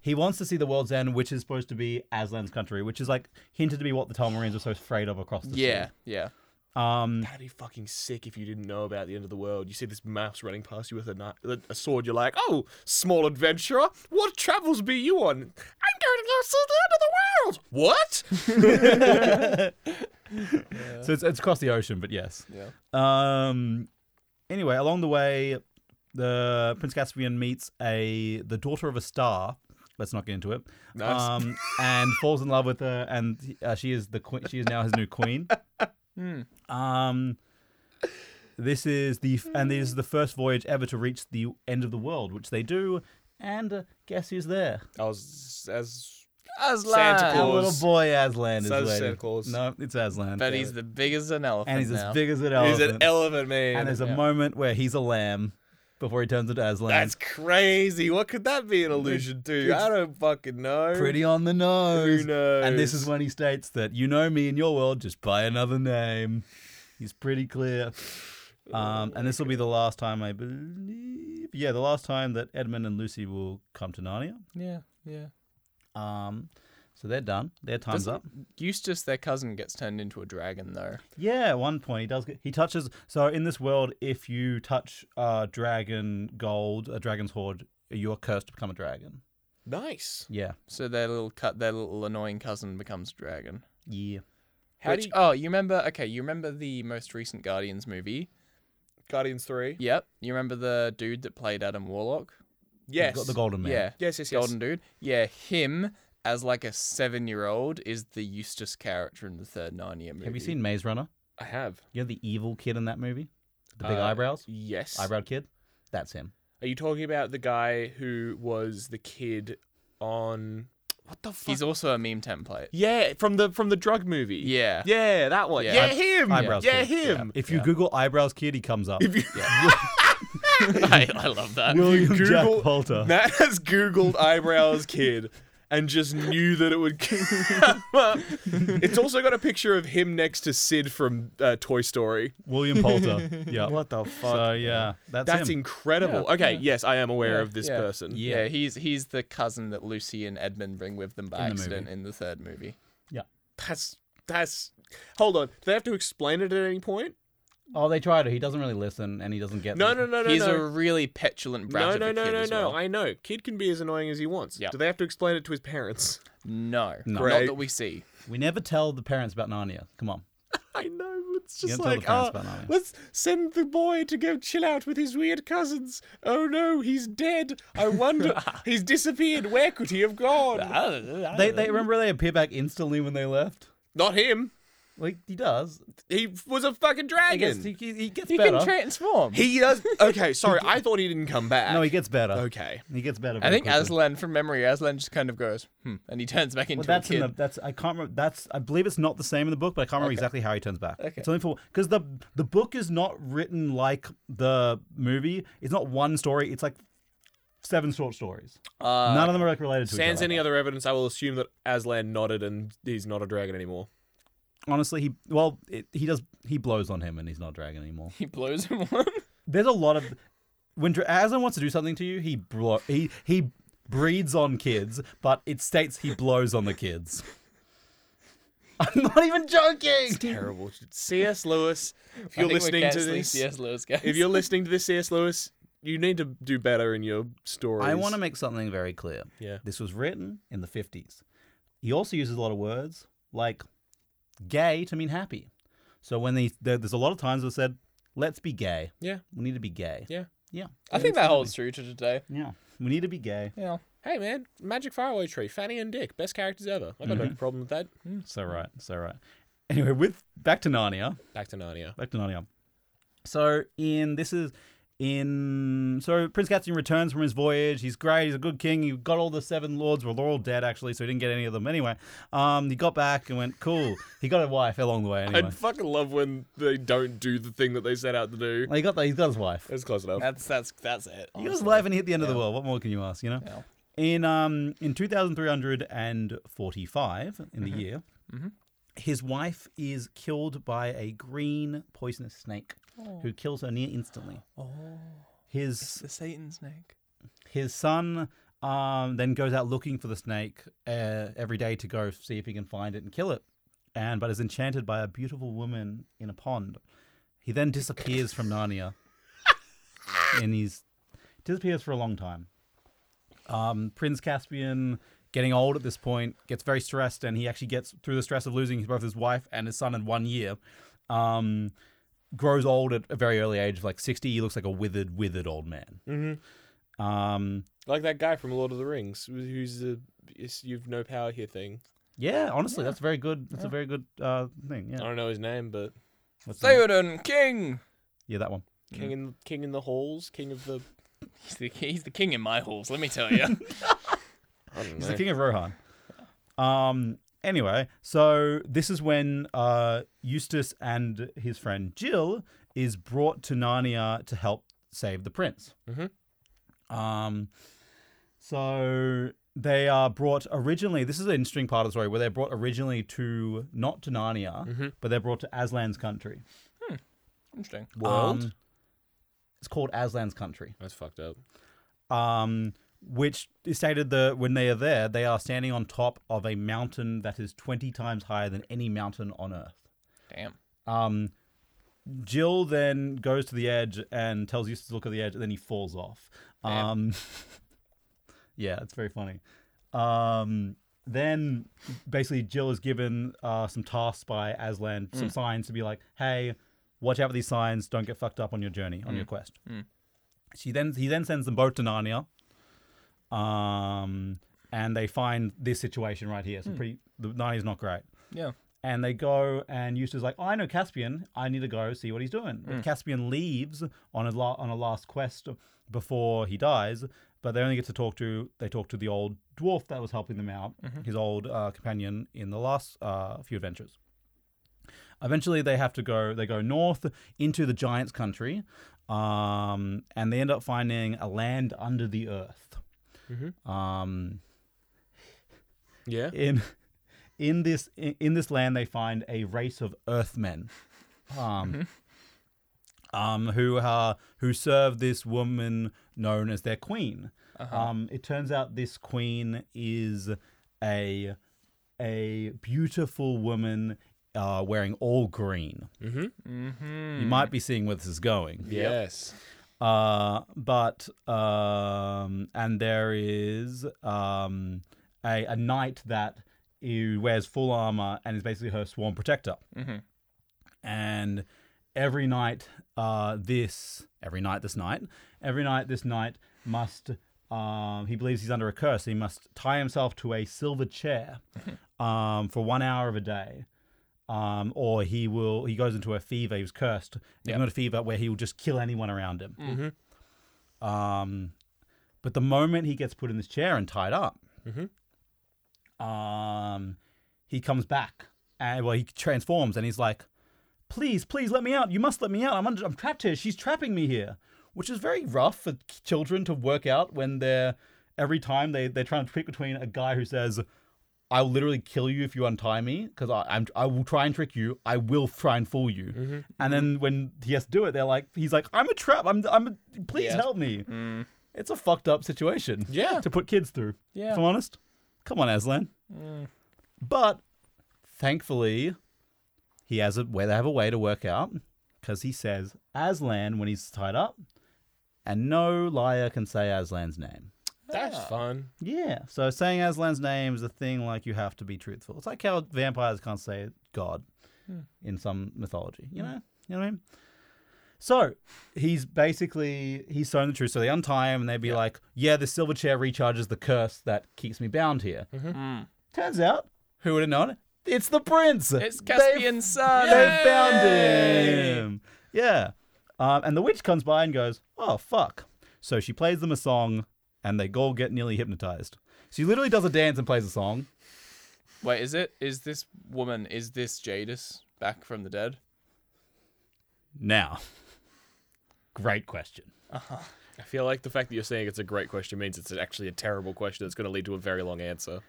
S1: he wants to see the world's end, which is supposed to be Aslan's country, which is like hinted to be what the Talmarines were so afraid of across the sea.
S2: Yeah. Yeah.
S1: Um,
S3: That'd be fucking sick if you didn't know about the end of the world. You see this mouse running past you with a, kni- a sword. You're like, oh, small adventurer, what travels be you on? I'm going to go to the end of the world. What?
S1: so it's, it's across the ocean, but yes.
S2: Yeah.
S1: Um. Anyway, along the way, the Prince Caspian meets a the daughter of a star. Let's not get into it.
S3: Nice.
S1: Um, and falls in love with her, and uh, she is the queen. She is now his new queen. Um. This is the and this is the first voyage ever to reach the end of the world, which they do. And uh, guess who's there?
S3: I was as
S2: Aslan.
S3: Santa
S1: Our
S3: Claus.
S1: little boy Aslan is
S3: Says
S1: waiting.
S3: Santa Claus.
S1: No, it's Aslan.
S2: But he's the biggest an elephant.
S1: and he's
S2: now.
S1: as big as an elephant.
S3: elephant man.
S1: And there's a moment where he's a lamb before he turns into Aslan.
S3: That's crazy. What could that be an allusion to? I don't fucking know.
S1: pretty on the nose.
S3: Who knows?
S1: And this is when he states that you know me in your world, just by another name. He's pretty [SIGHS] clear. Um, and this will be the last time I believe, yeah, the last time that Edmund and Lucy will come to Narnia.
S2: Yeah. Yeah.
S1: Um, so they're done. Their time's
S2: Doesn't-
S1: up.
S2: Eustace, their cousin, gets turned into a dragon though.
S1: Yeah, at one point he does. Get, he touches. So in this world, if you touch uh, dragon gold, a dragon's hoard, you're cursed to become a dragon.
S3: nice.
S1: Yeah.
S2: So their little cut, their little annoying cousin becomes a dragon.
S1: Yeah.
S3: How
S2: Which,
S3: do you-
S2: oh, you remember? Okay, you remember the most recent Guardians movie?
S3: Guardians Three.
S2: Yep. You remember the dude that played Adam Warlock?
S3: Yes.
S1: Got the golden man.
S2: Yeah.
S3: Yes, yes, yes.
S2: Golden dude. Yeah, him as like a seven-year-old is the Eustace character in the third Narnia movie.
S1: Have you seen Maze Runner?
S3: I have.
S1: You're the evil kid in that movie. The big
S3: Uh,
S1: eyebrows,
S3: Yes.
S1: eyebrow kid. That's him.
S3: Are you talking about the guy who was the kid on what the fuck?
S2: He's also a meme template.
S3: Yeah, from the from the drug movie.
S2: Yeah.
S3: Yeah, that one.
S2: Yeah.
S3: Yeah, him.
S1: Eyebrows
S3: Yeah,
S1: kid.
S3: him.
S1: If you Google eyebrows kid, he comes up.
S3: [LAUGHS]
S2: I, I love that.
S1: William Jack
S3: Google-
S1: Poulter.
S3: [LAUGHS] Matt has Googled eyebrows kid, and just knew that it
S2: [LAUGHS]
S3: would come up. It's also got a picture of him next to Sid from uh, Toy Story.
S1: William Poulter.
S3: [LAUGHS]
S1: Yeah.
S3: What the fuck?
S1: So yeah, that's,
S3: That's
S1: him.
S3: incredible.
S2: Yeah,
S3: okay,
S2: yeah.
S3: yes, I am aware
S2: Yeah,
S3: of this
S2: yeah.
S3: person.
S2: Yeah. he's he's the cousin that Lucy and Edmund bring with them by
S1: In the
S2: accident
S1: movie.
S2: in the third movie.
S3: That's that's. Hold on. Do they have to explain it at any point?
S1: oh, they tried it. He doesn't really listen, and he doesn't get.
S3: No,
S1: the-
S3: no, no, no,
S2: he's
S3: no.
S2: a really petulant brat
S3: no,
S2: of
S3: no,
S2: a
S3: no,
S2: kid
S3: no,
S2: as
S3: no.
S2: well.
S3: I know. Kid can be as annoying as he wants.
S2: Yeah.
S3: Do they have to explain it to his parents?
S2: No,
S1: No.
S2: not
S3: Great.
S2: that we see.
S1: We never tell the parents about Narnia. Come on.
S3: I know. but It's
S1: You
S3: just
S1: don't
S3: like,
S1: tell the
S3: oh,
S1: parents about Narnia.
S3: let's send the boy to go chill out with his weird cousins. Oh no, he's dead.
S1: [LAUGHS]
S3: I wonder. he's disappeared. Where could he have gone?
S1: They,
S3: Uh,
S1: they remember they appear back instantly when they left.
S3: Not him.
S1: Like he does.
S3: He was a fucking
S1: He gets,
S3: dragon.
S1: he, he he gets
S2: He
S1: better.
S2: can transform.
S3: He does.
S1: [LAUGHS]
S3: Okay, sorry. I thought he didn't come back.
S1: no, he gets better.
S3: Okay.
S1: He gets better.
S2: I
S1: very
S2: think
S1: quickly.
S2: Aslan, from memory, Aslan just kind of goes, hmm, and he turns back into
S1: Well, that's
S2: a
S1: in
S2: kid.
S1: the that's I can't remember. That's I believe it's not the same in the book, but I can't remember exactly how he turns back. It's only for because the the book is not written like the movie. It's not one story. It's like seven short stories.
S2: Uh,
S1: None of them are like related to
S3: Sans
S1: each other.
S3: any other evidence, I will assume that Aslan nodded and he's not a dragon anymore.
S1: Honestly, he well it, he does he blows on him and he's not a dragon anymore.
S2: [LAUGHS] he blows him one.
S1: There's a lot of when Dra- Aslan wants to do something to you, he blo- he he breeds on kids, but it states he blows on the kids. I'm not even joking.
S3: Terrible. C.S. Lewis, if you're
S2: I think we're
S3: listening to
S2: canceling
S3: this,
S2: C.S. Lewis, guys.
S3: if you're listening to this, C.S. Lewis, you need to do better in your stories.
S1: I want to make something very clear.
S3: Yeah.
S1: This was written in the 50s. He also uses a lot of words like gay to mean happy. So when they, there, there's a lot of times they said, let's be gay.
S3: Yeah.
S1: We need to be gay.
S3: Yeah.
S1: Yeah.
S2: I think that holds true to today.
S1: Yeah. We need to be
S3: [LAUGHS]
S1: gay.
S2: Yeah.
S3: Hey man, Magic Faraway Tree, Fanny and Dick, best characters ever. I got
S1: Mm-hmm.
S3: no problem with that.
S1: So right. So right. Anyway, with back to Narnia.
S3: Back to Narnia.
S1: Back to Narnia. So in this is in so Prince Caspian returns from his voyage. He's great. He's a good king. He got all the seven lords. Well, they're all dead actually, so he didn't get any of them anyway. Um, he got back and went cool. He got a wife along the way
S3: [LAUGHS] I
S1: anyway.
S3: would fucking love when they don't do the thing that they set out to do.
S1: Well, he got the, he's got his wife.
S3: That's close enough.
S2: That's that's that's it.
S1: He got his
S2: honestly.
S1: wife and he hit the end of the world. What more can you ask? You know.
S2: Yeah.
S1: In um in two thousand three hundred and forty five in the year. His wife is killed by a green poisonous snake, who kills her near instantly. His
S2: The Satan snake.
S1: his son um, then goes out looking for the snake uh, every day to go see if he can find it and kill it and but is enchanted by a beautiful woman in a pond he then disappears from narnia and he's disappears for a long time um, prince caspian getting old at this point gets very stressed and he actually gets through the stress of losing both his wife and his son in one year um, grows old at a very early age of like 60 he looks like a withered withered old man um,
S3: Like that guy from Lord of the Rings, who's the it's- you've no power here thing.
S1: Yeah, honestly, that's very good. That's a very good uh, thing.
S3: I
S1: Yeah,
S3: don't know his name, but
S1: What's the name?
S2: Theoden King.
S1: yeah, that one.
S3: King in King in the Halls, King of the.
S2: He's the, he's the king in my halls. Let me tell you.
S3: I don't
S1: He's
S3: know.
S1: the king of Rohan. Um. Anyway, so this is when uh, Eustace and his friend Jill is brought to Narnia to help save the prince. Mm-hmm. Um. So they are brought originally. This is an interesting part of the story where they're brought originally to not to Narnia, but they're brought to Aslan's country.
S2: Interesting.
S3: World?
S1: Um, it's called Aslan's country.
S3: That's fucked up.
S1: um, which stated that when they are there, they are standing on top of a mountain that is 20 times higher than any mountain on Earth.
S2: Damn.
S1: Um, Jill then goes to the edge and tells Eustace to look at the edge, and then he falls off. Um, [LAUGHS] yeah, it's very funny. Um, then basically, Jill is given uh, some tasks by Aslan, some signs to be like, hey, watch out for these signs, don't get fucked up on your journey, on your quest. She then he then sends them both to Narnia. Um, and they find this situation right here. So pretty the Narnia's not great
S2: Yeah.
S1: and they go and Eustace is like, "Oh, I know Caspian. I need to go see what he's doing. But Caspian leaves on a la- on a last quest before he dies, but they only get to talk to they talk to the old dwarf that was helping them out, his old uh, companion in the last uh, few adventures. Eventually, they have to go. They go north into the giants' country, um, and they end up finding a land under the earth. Um,
S3: Yeah.
S1: in in this in, in this land they find a race of earthmen um um who are who serve this woman known as their queen um it turns out this queen is a a beautiful woman uh, wearing all green. Mm-hmm. Mm-hmm. You might be seeing where this is going.
S3: Yes.
S1: Uh, but um, and there is um, a, a knight that he wears full armor and is basically her sworn protector. And every night, uh, this every night this night, every night this night must. Um, he believes he's under a curse. He must tie himself to a silver chair um, for one hour of a day um, or he will he goes into a fever. He was cursed. If Not a fever where he will just kill anyone around him. Um, but the moment he gets put in this chair and tied up, um, he comes back and well he transforms and he's like, "Please, please let me out! You must let me out! I'm under, I'm trapped here. She's trapping me here," which is very rough for k- children to work out when they're every time they they're trying to trick between a guy who says. I'll literally kill you if you untie me because I'm I will try and trick you. I will try and fool you. And then when he has to do it, they're like, he's like, I'm a trap. I'm I'm. A, please help me. It's a fucked up situation.
S3: Yeah.
S1: To put kids through. Yeah. If I'm honest, come on, Aslan. But thankfully, he has a way. They have a way to work out because he says Aslan when he's tied up, and no liar can say Aslan's name.
S3: That's fun.
S1: Yeah. So saying Aslan's name is a thing like you have to be truthful. It's like how vampires can't say God in some mythology. You know? You know what I mean? So he's basically he's sown the truth. So they untie him and they'd be like, Yeah, the silver chair recharges the curse that keeps me bound here.
S2: Hmm.
S1: Turns out, who would have known it? It's the prince.
S2: It's
S1: They-
S2: Caspian Sun.
S1: they found him. Yeah. Um, and the witch comes by and goes, oh, fuck. So she plays them a song and they all get nearly hypnotized. She literally does a dance and plays a song.
S2: Wait, is it? Is this woman? Is this Jadis back from the dead?
S1: Now, great question.
S3: I feel like the fact that you're saying it's a great question means it's actually a terrible question that's going to lead to a very long answer.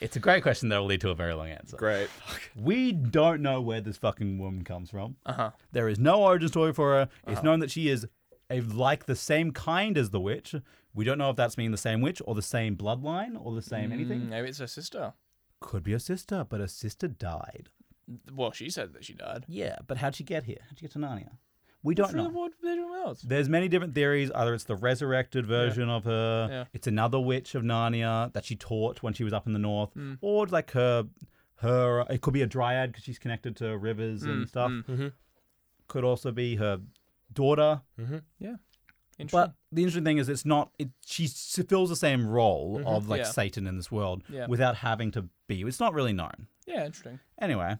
S1: It's a great question that will lead to a very long answer.
S3: Great.
S1: We don't know where this fucking woman comes from.
S2: Uh-huh.
S1: There is no origin story for her. It's known that she is a, like the same kind as the witch. We don't know if that's meaning the same witch or the same bloodline or the same anything.
S2: Maybe it's her sister.
S1: Could be her sister, but her sister died.
S2: Well, she said that she died.
S1: Yeah, but how'd she get here? How'd she get to Narnia? We don't
S2: Through the
S1: know.
S2: ward bedroom else.
S1: There's many different theories. Either it's the resurrected version of her,
S2: Yeah.
S1: it's another witch of Narnia that she taught when she was up in the north,
S2: Hmm.
S1: or like her, her. It could be a dryad because she's connected to rivers
S2: Hmm,
S1: and stuff. Could also be her daughter. But
S2: Interesting.
S1: the interesting thing is, it's not. It, she s- fills the same role of like
S2: Mm-hmm. Yeah.
S1: Satan in this world
S2: Yeah.
S1: without having to be. It's not really known.
S2: yeah, interesting.
S1: Anyway,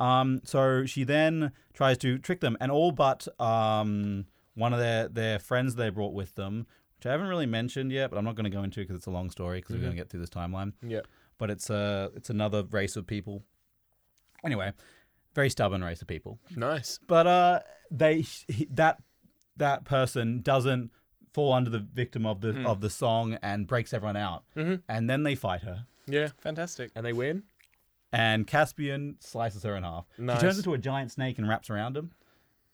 S1: um, so she then tries to trick them, and all but um, one of their their friends they brought with them, which I haven't really mentioned yet, but I'm not going to go into because it's a long story because we're going to get through this timeline.
S3: Yep.
S1: But it's a it's another race of people. Anyway, very stubborn race of people.
S3: Nice.
S1: But uh, they he, that that person doesn't fall under the victim of the of the song and breaks everyone out, and then they fight her
S3: Yeah.
S2: Fantastic.
S3: And they win.
S1: and Caspian slices her in half. She
S3: Nice.
S1: turns into a giant snake and wraps around him,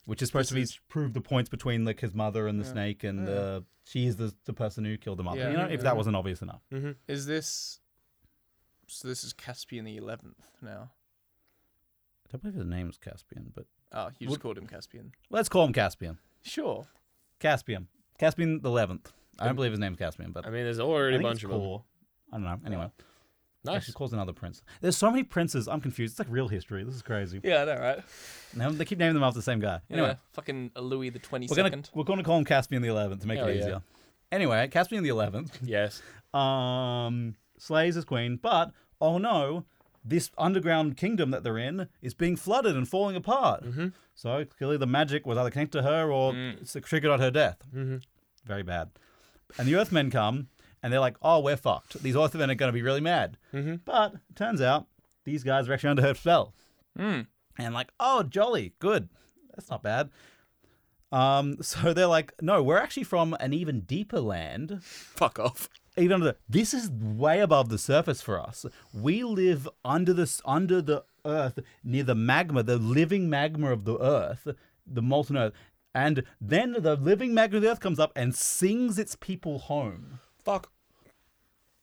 S1: which is supposed to be prove the points between like his mother and the snake, and the she is the, the person who killed the mother.
S2: Yeah.
S1: You know, if that wasn't obvious enough,
S3: Mm-hmm.
S2: Is this? So this is Caspian the Eleventh now.
S1: I don't believe his name is Caspian, but
S2: Oh, you just called him Caspian.
S1: let's call him Caspian.
S2: Sure.
S1: Caspian, Caspian the eleventh. I don't believe his name's Caspian, but
S3: I mean, there's
S1: I
S3: already a
S1: think
S3: bunch
S1: it's
S3: of them.
S1: Cor. I don't know. Anyway,
S3: Nice.
S1: she [LAUGHS] calls another prince. There's so many princes. I'm confused. It's like real history. This is crazy.
S2: Yeah, I know, right?
S1: Now They keep naming them after the same guy. Anyway,
S2: Yeah, fucking Louis the Twenty
S1: we're gonna
S2: Second.
S1: we're gonna call him Caspian the eleventh to make
S3: Hell
S1: it
S3: yeah.
S1: easier. Anyway, Caspian the eleventh.
S3: Yes.
S1: um, slays his queen, but oh no, this underground kingdom that they're in is being flooded and falling apart. So clearly the magic was either connected to her or it's triggered on her death. Very bad. And the Earthmen come and they're like, oh, we're fucked. These Earthmen are going to be really mad. But turns out these guys are actually under her spell. And like, oh, jolly, good. That's not bad. [LAUGHS] Um, so they're like, no, we're actually from an even deeper land
S3: Fuck off.
S1: even under the, this is way above the surface for us. We live under this under the earth near the magma, the living magma of the earth, the molten earth. And then the living magma of the earth comes up and sings its people home.
S3: Fuck.
S1: [LAUGHS]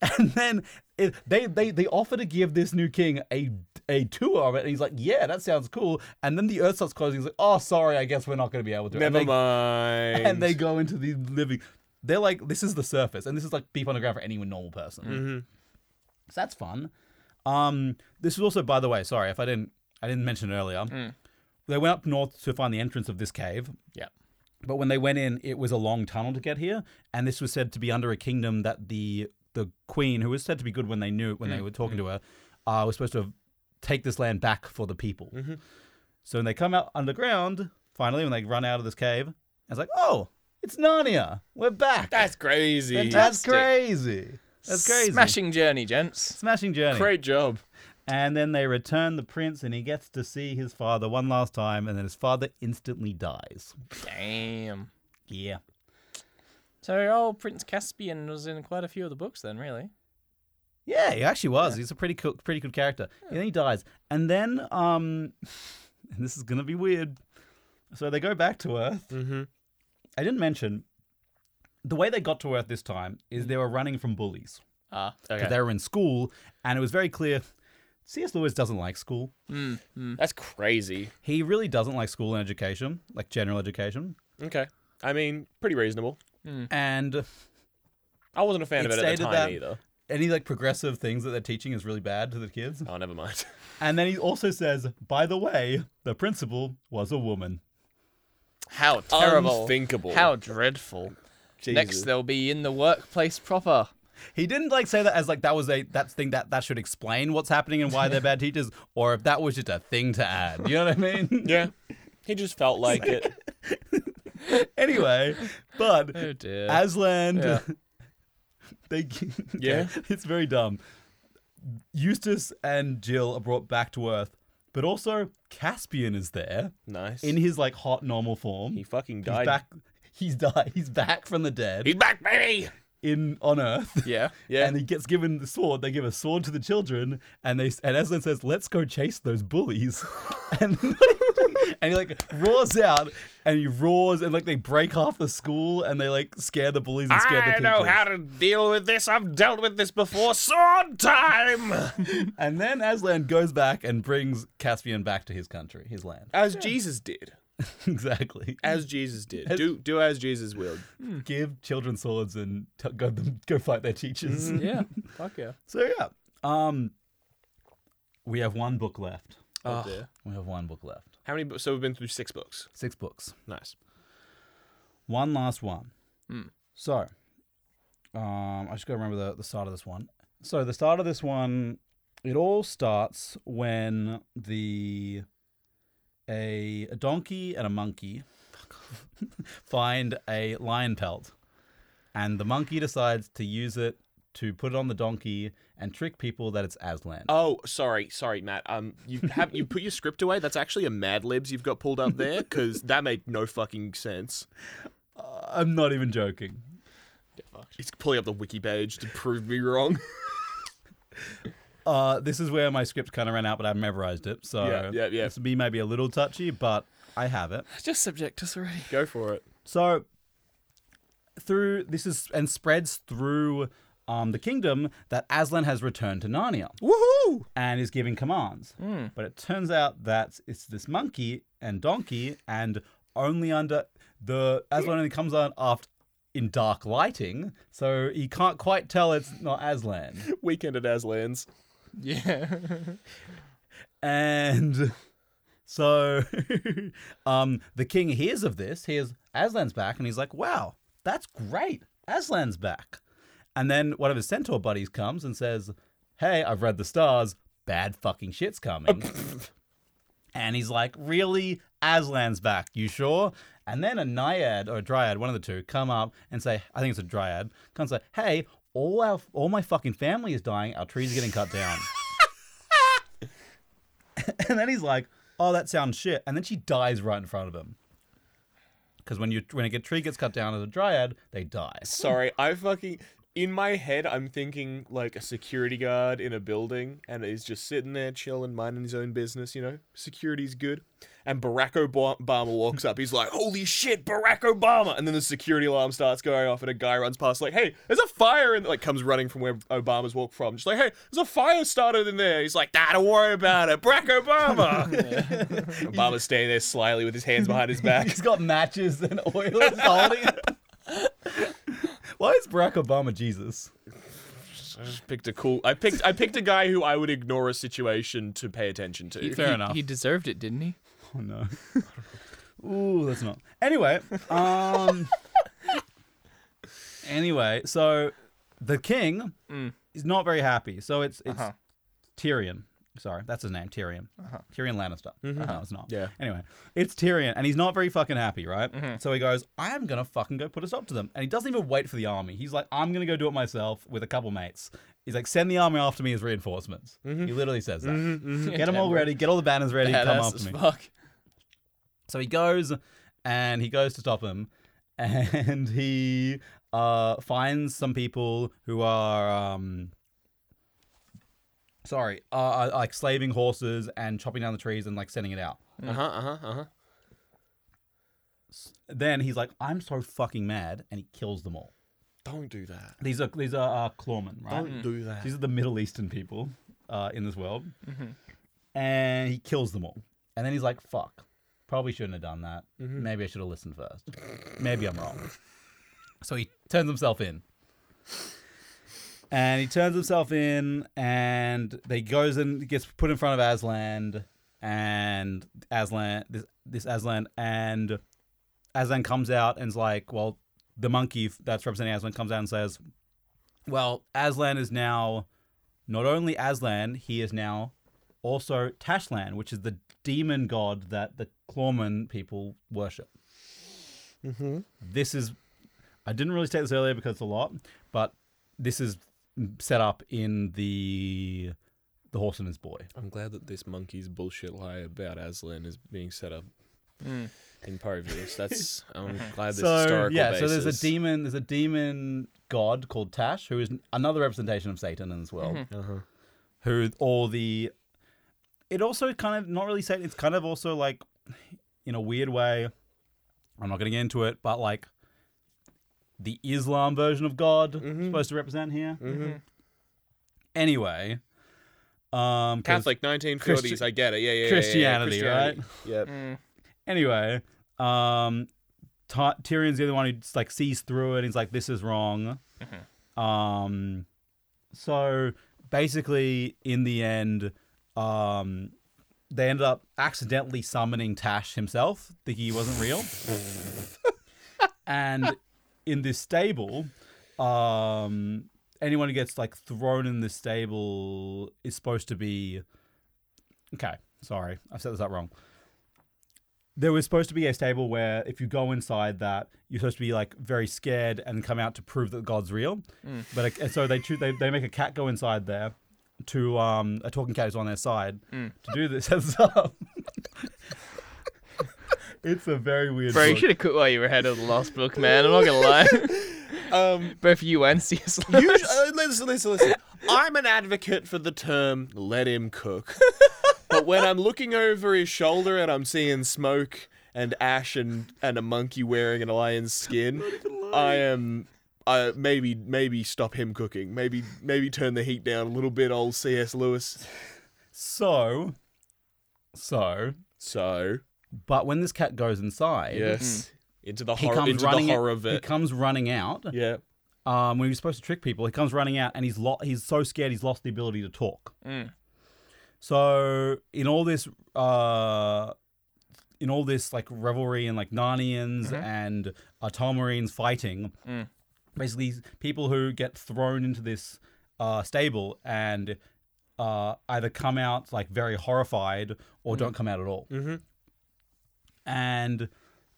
S1: And then it, they, they they offer to give this new king a a tour of it, and he's like, "Yeah, that sounds cool." And then the earth starts closing. He's like, "Oh, sorry, I guess we're not going to be able to." do it." And
S3: Never
S1: they- [LAUGHS]
S3: mind.
S1: and they go into the living. They're like, this is the surface, and this is like deep underground for any normal person. So that's fun. Um, this is also, by the way, sorry if I didn't, I didn't mention it earlier. They went up north to find the entrance of this cave,
S2: Yeah.
S1: but when they went in, it was a long tunnel to get here, and this was said to be under a kingdom that the the queen, who was said to be good when they knew when they were talking to her, uh, was supposed to take this land back for the people. So when they come out underground, finally, when they run out of this cave, it's like, oh, it's Narnia. We're back.
S3: That's crazy.
S1: That's crazy. That's crazy.
S2: Smashing journey, gents.
S1: Smashing journey.
S3: Great job.
S1: And then they return the prince, and he gets to see his father one last time, and then his father instantly dies.
S2: Damn.
S1: Yeah.
S2: So old Prince Caspian was in quite a few of the books then, really.
S1: Yeah, he actually was. He's a pretty cool, pretty good character. And then he dies, and then um, [LAUGHS] and this is gonna be weird. So they go back to Earth. Mm-hmm. I didn't mention the way they got to Earth this time is they were running from bullies
S2: Ah.
S1: because they were in school, and it was very clear. C.S. Lewis doesn't like school.
S2: Hmm,
S3: That's crazy.
S1: He really doesn't like school and education, like general education,
S3: Okay. I mean, pretty reasonable.
S1: and
S3: I wasn't a fan
S1: It
S3: of it at the
S1: stated
S3: time
S1: that-
S3: either.
S1: any like progressive things that they're teaching is really bad to the kids.
S3: Oh, never [LAUGHS] mind.
S1: And then he also says, by the way, the principal was a woman.
S2: How terrible.
S3: Unthinkable.
S2: How dreadful. Next
S3: Jesus.
S2: they'll be in the workplace proper.
S1: He didn't like say that as like that was a that's thing that that should explain what's happening and why they're
S3: [LAUGHS]
S1: bad teachers, or if that was just a thing to add. You know what I mean?
S3: Yeah. He just felt like it. [LAUGHS]
S1: anyway, but
S2: Oh dear.
S1: Uh, Aslan, [LAUGHS]
S2: Yeah.
S1: they [LAUGHS]
S3: Yeah.
S1: it's very dumb. Eustace and Jill are brought back to Earth, but also Caspian is there
S3: Nice.
S1: in his like hot normal form.
S3: he fucking
S1: he's
S3: died.
S1: back. He's died. He's back from the dead
S3: He's back, baby.
S1: in on Earth.
S2: yeah.
S3: Yeah.
S1: And he gets given the sword. They give a sword to the children, and they and Aslan says, "Let's go chase those bullies." [LAUGHS] and and he like roars out, and he roars, and like they break half the school, and they like scare the bullies and scare the
S5: I
S1: teachers.
S5: know how to deal with this. I've dealt with this before.
S3: [LAUGHS]
S5: Sword time!
S1: [LAUGHS] And then Aslan goes back and brings Caspian back to his country, his land. [LAUGHS]
S3: As Jesus did.
S1: exactly.
S3: As Jesus did. do do as Jesus willed.
S5: Hmm.
S1: Give children swords and t- go them go fight their teachers.
S5: Mm-hmm.
S2: Yeah. Fuck yeah.
S1: [LAUGHS] So yeah, um, we have one book left.
S3: Oh, dear.
S1: We have one book left.
S3: How many books? So we've been through six books.
S1: Six books.
S3: Nice.
S1: One last one.
S3: Hmm.
S1: So, um, I just got to remember the, the start of this one. So, the start of this one, it all starts when the a, a donkey and a monkey [LAUGHS] find a lion pelt, and the monkey decides to use it to put it on the donkey and trick people that it's Aslan.
S3: Oh, sorry, sorry, Matt. Um, you have you put your script away? That's actually a Mad Libs you've got pulled up there because [LAUGHS] that made no fucking sense.
S1: I'm not even joking.
S3: He's pulling up the wiki page to prove me wrong.
S1: Uh, this is where my script kind of ran out, but I've memorized it. So
S3: Yeah, yeah, yeah.
S1: this would be maybe a little touchy, but I have it.
S2: Just subject us already.
S3: Go for [LAUGHS] it.
S1: So through this is and spreads through um, the kingdom that Aslan has returned to Narnia
S3: Woohoo!
S1: and is giving commands. But it turns out that it's this monkey and donkey, and only under the Aslan only comes on after in dark lighting, so he can't quite tell it's not Aslan.
S3: Weekend at Aslan's.
S2: Yeah.
S1: And [LAUGHS] so [LAUGHS] um, the king hears of this. Hears Aslan's back, and he's like, wow, that's great. Aslan's back. And then one of his centaur buddies comes and says, hey, I've read the stars. Bad fucking shit's coming. and he's like, really? Aslan's back. You sure? And then a naiad or a dryad, one of the two, come up and say, I think it's a dryad, comes and say, hey, all our, all my fucking family is dying. Our trees are getting cut down. [LAUGHS] And then he's like, "Oh, that sounds shit." And then she dies right in front of him. Because when you when a tree gets cut down as a dryad, they die.
S3: Sorry, I fucking in my head, I'm thinking like a security guard in a building and is just sitting there chilling, minding his own business, you know? Security's good. And Barack Oba- Obama walks up. He's like, holy shit, Barack Obama! And then the security alarm starts going off and a guy runs past, like, hey, there's a fire! And like comes running from where Obama's walked from. Just like, hey, there's a fire started in there. He's like, nah, don't worry about it. Barack Obama! [LAUGHS] Obama's standing there slyly with his hands behind
S1: [LAUGHS]
S3: his back.
S1: He's got matches and oil. He's holding it. [LAUGHS] Why is Barack Obama Jesus?
S3: I just picked a cool. I picked. I picked a guy who I would ignore a situation to pay attention to.
S1: Fair enough.
S2: He deserved it, didn't he?
S1: Oh no. Ooh, that's not. Anyway,
S2: [LAUGHS]
S1: um. anyway, so the king
S2: Mm.
S1: is not very happy. So it's it's
S2: Uh-huh.
S1: Tyrion. Sorry, that's his name, Tyrion. Tyrion Lannister.
S2: Mm-hmm.
S1: No, it's not.
S3: Yeah.
S1: Anyway, it's Tyrion, and he's not very fucking happy, right?
S2: Mm-hmm.
S1: So he goes, "I am gonna fucking go put a stop to them," and he doesn't even wait for the army. He's like, "I'm gonna go do it myself with a couple mates." He's like, "Send the army after me as reinforcements."
S2: Mm-hmm.
S1: He literally says that. Get them all
S2: Damn right.
S1: ready. Get all the banners ready. come
S2: Mm-hmm. Badass
S1: after
S2: as
S1: me.
S2: fuck.
S1: So he goes and he goes to stop him [LAUGHS] and he uh, finds some people who are um, sorry, are, are like slaving horses and chopping down the trees and like sending it out.
S3: Uh huh. Uh huh. Uh huh.
S1: Then he's like, I'm so fucking mad and he kills them all.
S6: Don't do that.
S1: These are these are uh, clawmen, right?
S6: Don't do that.
S1: These are the Middle Eastern people uh, in this world. Mm-hmm. And he kills them all. And then he's like, fuck, probably shouldn't have done that. Maybe I should have listened first. Maybe I'm wrong. [LAUGHS] So he turns himself in. And he turns himself in, and they goes and gets put in front of Aslan, and Aslan, this, this Aslan, and Aslan comes out and's like, well, the monkey that's representing Aslan comes out and says, well, Aslan is now not only Aslan, he is now also Tashlan, which is the demon god that the Clawman people worship. Mm-hmm. This is, I didn't really state this earlier because it's a lot, but this is set up in the the horse and his boy.
S6: I'm glad that this monkey's bullshit lie about Aslan is being set up in Parvius.
S1: [LAUGHS]
S6: That's I'm glad this
S1: Mm. so
S6: historical
S1: yeah,
S6: basis.
S1: so there's a demon, there's a demon god called Tash, who is another representation of Satan in this world. Who all the, it also kind of not really Satan. It's kind of also like, in a weird way, I'm not going to get into it, but like, the Islam version of God supposed to represent here. Anyway, um, 'cause-
S3: Catholic 1940s. I get it. Yeah. Yeah. yeah, yeah, yeah.
S1: Christianity, right?
S3: Yep.
S1: Anyway, um, Ty- Tyrion's the only one who just, like sees through it. He's like, "This is wrong." Um, so basically, in the end, um, they ended up accidentally summoning Tash himself, thinking he wasn't real. and in this stable, um, anyone who gets like thrown in this stable is supposed to be. Okay, sorry, I set this up wrong there was supposed to be a stable where if you go inside that you're supposed to be like very scared and come out to prove that God's real. But like, and so they, choo- they they make a cat go inside there to um a talking cat who's on their side to do this [LAUGHS] as well. it's a very weird.
S2: Bro, you
S1: book.
S2: should have quit while you were ahead of the last book, man. I'm not gonna lie.
S3: Um.
S2: Both you and C.S.
S3: You,
S2: Lewis.
S3: uh, listen. Listen. Listen. I'm an advocate for the term "let him cook," but when I'm looking over his shoulder and I'm seeing smoke and ash and, and a monkey wearing an lion's skin, I am. I maybe maybe stop him cooking. Maybe maybe turn the heat down a little bit, old C.S. Lewis.
S1: So, so,
S3: So
S1: but when this cat goes inside,
S3: yes, into the
S1: Mm-hmm. he
S3: horror,
S1: comes
S3: into
S1: running.
S3: the horror of
S1: He
S3: it.
S1: comes running out.
S3: yeah.
S1: um, when he was supposed to trick people, he comes running out and he's lo- he's so scared he's lost the ability to talk. So in all this, uh, in all this like revelry and like Narnians and uh, Talmarines fighting, basically people who get thrown into this uh, stable and uh, either come out like very horrified or don't come out at all. Mm-hmm. And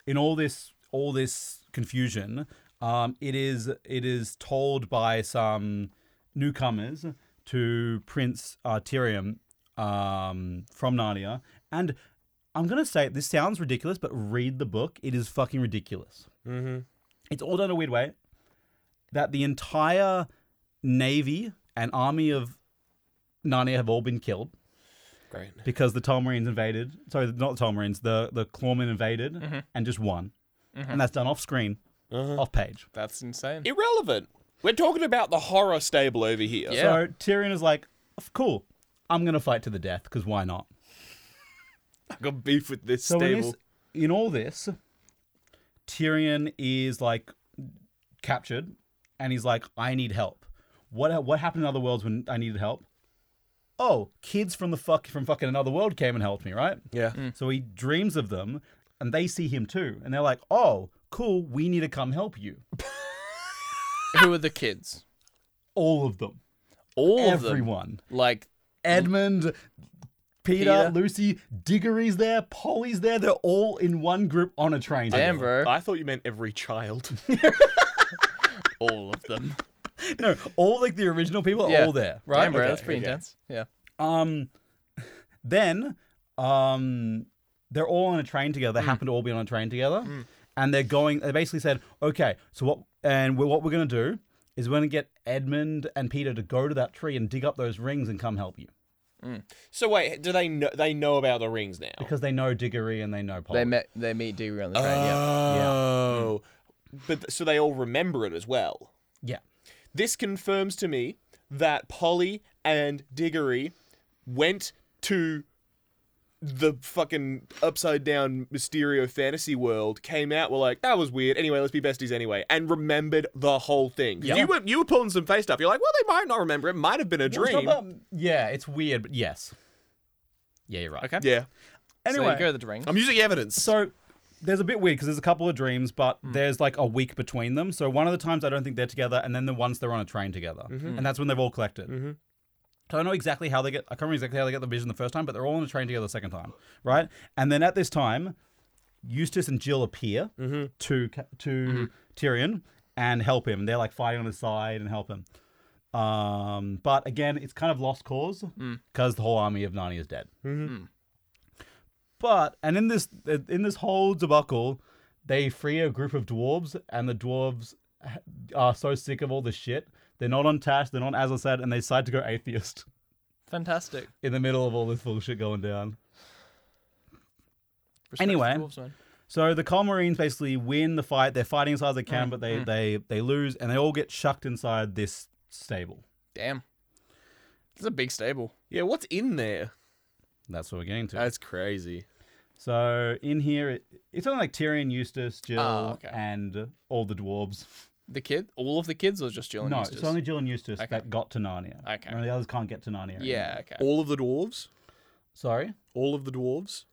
S1: in all this all this confusion, um, it is it is told by some newcomers to Prince Arterium um, from Narnia, and I'm gonna say this sounds ridiculous, but read the book. It is fucking ridiculous. Mm-hmm. It's all done a weird way. that the entire navy and army of Narnia have all been killed
S3: Great.
S1: because the Tolmarines invaded. Sorry, not the Tolmarines, the the Clawmen invaded and just won, and that's done off screen, off page.
S2: That's insane.
S3: Irrelevant. We're talking about the horror stable over here.
S2: Yeah.
S1: So Tyrion is like, "F- "Cool, I'm gonna fight to the death because why not?"
S3: I got beef with this
S1: So in,
S3: stable.
S1: this, in all this, Tyrion is like captured, and he's like, "I need help." What what happened in other worlds when I needed help? Oh, kids from the fuck from fucking another world came and helped me, right?
S3: yeah.
S1: So he dreams of them, and they see him too, and they're like, "Oh, cool, we need to come help you."
S2: Who are the kids?
S1: All of them,
S2: All of them.
S1: everyone,
S2: Like
S1: Edmund. Peter,
S2: Peter.
S1: Lucy, Diggory's there, Polly's there. They're all in one group on a train.
S2: damn,
S1: together.
S2: bro.
S3: I thought you meant every child. [LAUGHS]
S2: All of them.
S1: no, all like the original people are
S2: Yeah.
S1: all there, right?
S2: Damn, bro.
S1: Okay,
S2: that's pretty
S1: okay.
S2: intense. Yeah.
S1: Um, then um, they're all on a train together.
S2: Mm.
S1: They happen to all be on a train together, and they're going. They basically said, "Okay, so what? And we what we're gonna do is we're gonna get Edmund and Peter to go to that tree and dig up those rings and come help you
S3: so wait, do they know? They know about the rings now?
S1: because they know Diggory and they know Polly.
S2: They met. They meet Diggory on the train.
S3: Uh,
S2: yeah.
S3: Oh. But th- so they all remember it as well.
S1: yeah,
S3: This confirms to me that Polly and Diggory went to the fucking upside down Mysterio fantasy world, came out, were like, that was weird. Anyway, let's be besties anyway, and remembered the whole thing.
S1: Yeah.
S3: You were you were pulling some face stuff. You're like, well, they might not remember. It might have been a
S1: Well, it's not
S3: dream.
S1: that- um, yeah, it's weird, but yes, yeah, you're right.
S2: Okay.
S3: Yeah.
S2: So
S1: Anyway,
S2: you go to the ring.
S3: I'm using evidence.
S1: So there's a bit weird because there's a couple of dreams, but there's like a week between them. So one of the times I don't think they're together, and then the once they're on a train together, and that's when they've all collected. So I don't know exactly how they get. I can't remember exactly how they get the vision the first time, but they're all on a train together the second time, right? And then at this time, Eustace and Jill appear to Ca- to Tyrion and help him. They're like fighting on his side and help him. Um, but again, it's kind of lost cause because the whole army of Narnia is dead. But and in this in this whole debacle, they free a group of dwarves, and the dwarves ha- are so sick of all this shit. They're not on Tash, they're not Azazad, and they decide to go atheist [LAUGHS]
S2: Fantastic.
S1: in the middle of all this bullshit going down.
S2: Respect to
S1: Anyway.
S2: the Wolves, man.
S1: So the Colmarines basically win the fight. They're fighting as hard as they
S2: Mm,
S1: can, but they, they they lose, and they all get shucked inside this stable.
S2: Damn. It's a big stable.
S3: yeah, what's in there?
S1: That's what we're getting
S2: Uh,
S1: to.
S3: That's crazy.
S1: so in here, it, it's only like Tyrion, Eustace, Jill,
S2: Oh, okay.
S1: and all the dwarves.
S2: The kid, all of the kids, or just Jill and
S1: no,
S2: Eustace?
S1: it's only Jill and Eustace
S2: Okay.
S1: that got to Narnia.
S2: Okay.
S1: And the others can't get to Narnia.
S2: Yeah. Okay.
S3: All of the dwarves?
S1: Sorry.
S3: All of the dwarves?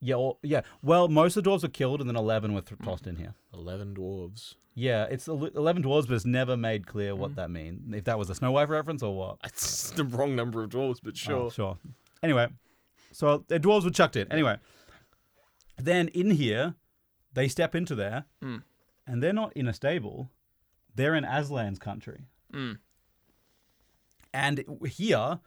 S1: Yeah. Or, yeah. Well, most of the dwarves were killed, and then eleven were th- tossed in here.
S3: 11 dwarves.
S1: Yeah, it's el- eleven dwarves, but it's never made clear what that means. If that was a Snow White reference or what?
S3: It's [LAUGHS] the wrong number of dwarves, but
S1: Oh,
S3: sure.
S1: sure. Anyway, so the dwarves were chucked in. Anyway, then in here, they step into there, and they're not in a stable; they're in Aslan's country. And here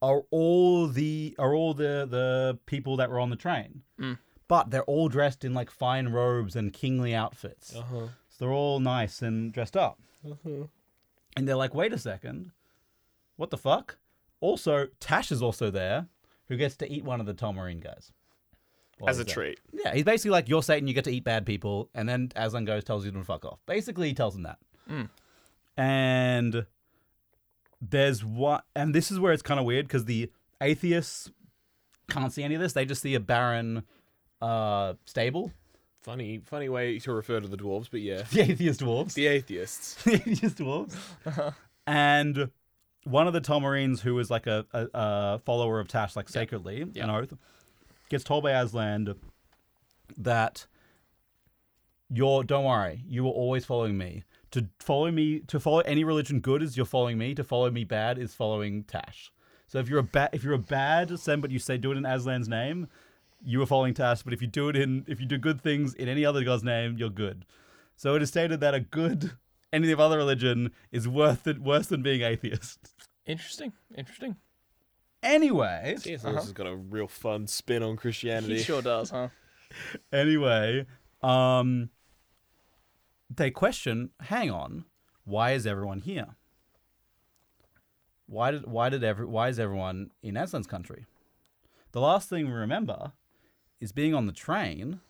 S1: are all the are all the the people that were on the train,
S3: Mm.
S1: but they're all dressed in like fine robes and kingly outfits.
S3: Uh-huh.
S1: So they're all nice and dressed up. And they're like, wait a second, what the fuck? Also, Tash is also there, who gets to eat one of the Tomarine guys. While
S3: As a
S1: he's there.
S3: treat.
S1: Yeah, he's basically like, you're Satan, you get to eat bad people. And then Aslan goes, tells you to fuck off. Basically, he tells him that. And there's what, and this is where it's kind of weird because the atheists can't see any of this. They just see a barren uh, stable, [LAUGHS]
S3: Funny, funny way to refer to the dwarves, but yeah.
S1: the atheist dwarves. [LAUGHS]
S3: The atheists.
S1: atheist dwarves. And one of the Tomarines, who is like a, a, a follower of Tash, like sacredly, an oath, gets told by Aslan that you're, don't worry, you were always following me. To follow me, to follow any religion good is you're following me. To follow me bad is following Tash. So if you're a bad, if you're a bad sin, but you say do it in Aslan's name, you were following Tash. But if you do it in, if you do good things in any other god's name, you're good. So it is stated that a good any of other religion is worth it worse than being atheist.
S2: Interesting. Interesting.
S1: Anyway,
S3: This has got a real fun spin on
S2: He
S3: Christianity.
S2: sure does, huh?
S1: anyway, um, they question. Hang on, why is everyone here? Why did why did every why is everyone in Aslan's country? The last thing we remember is being on the train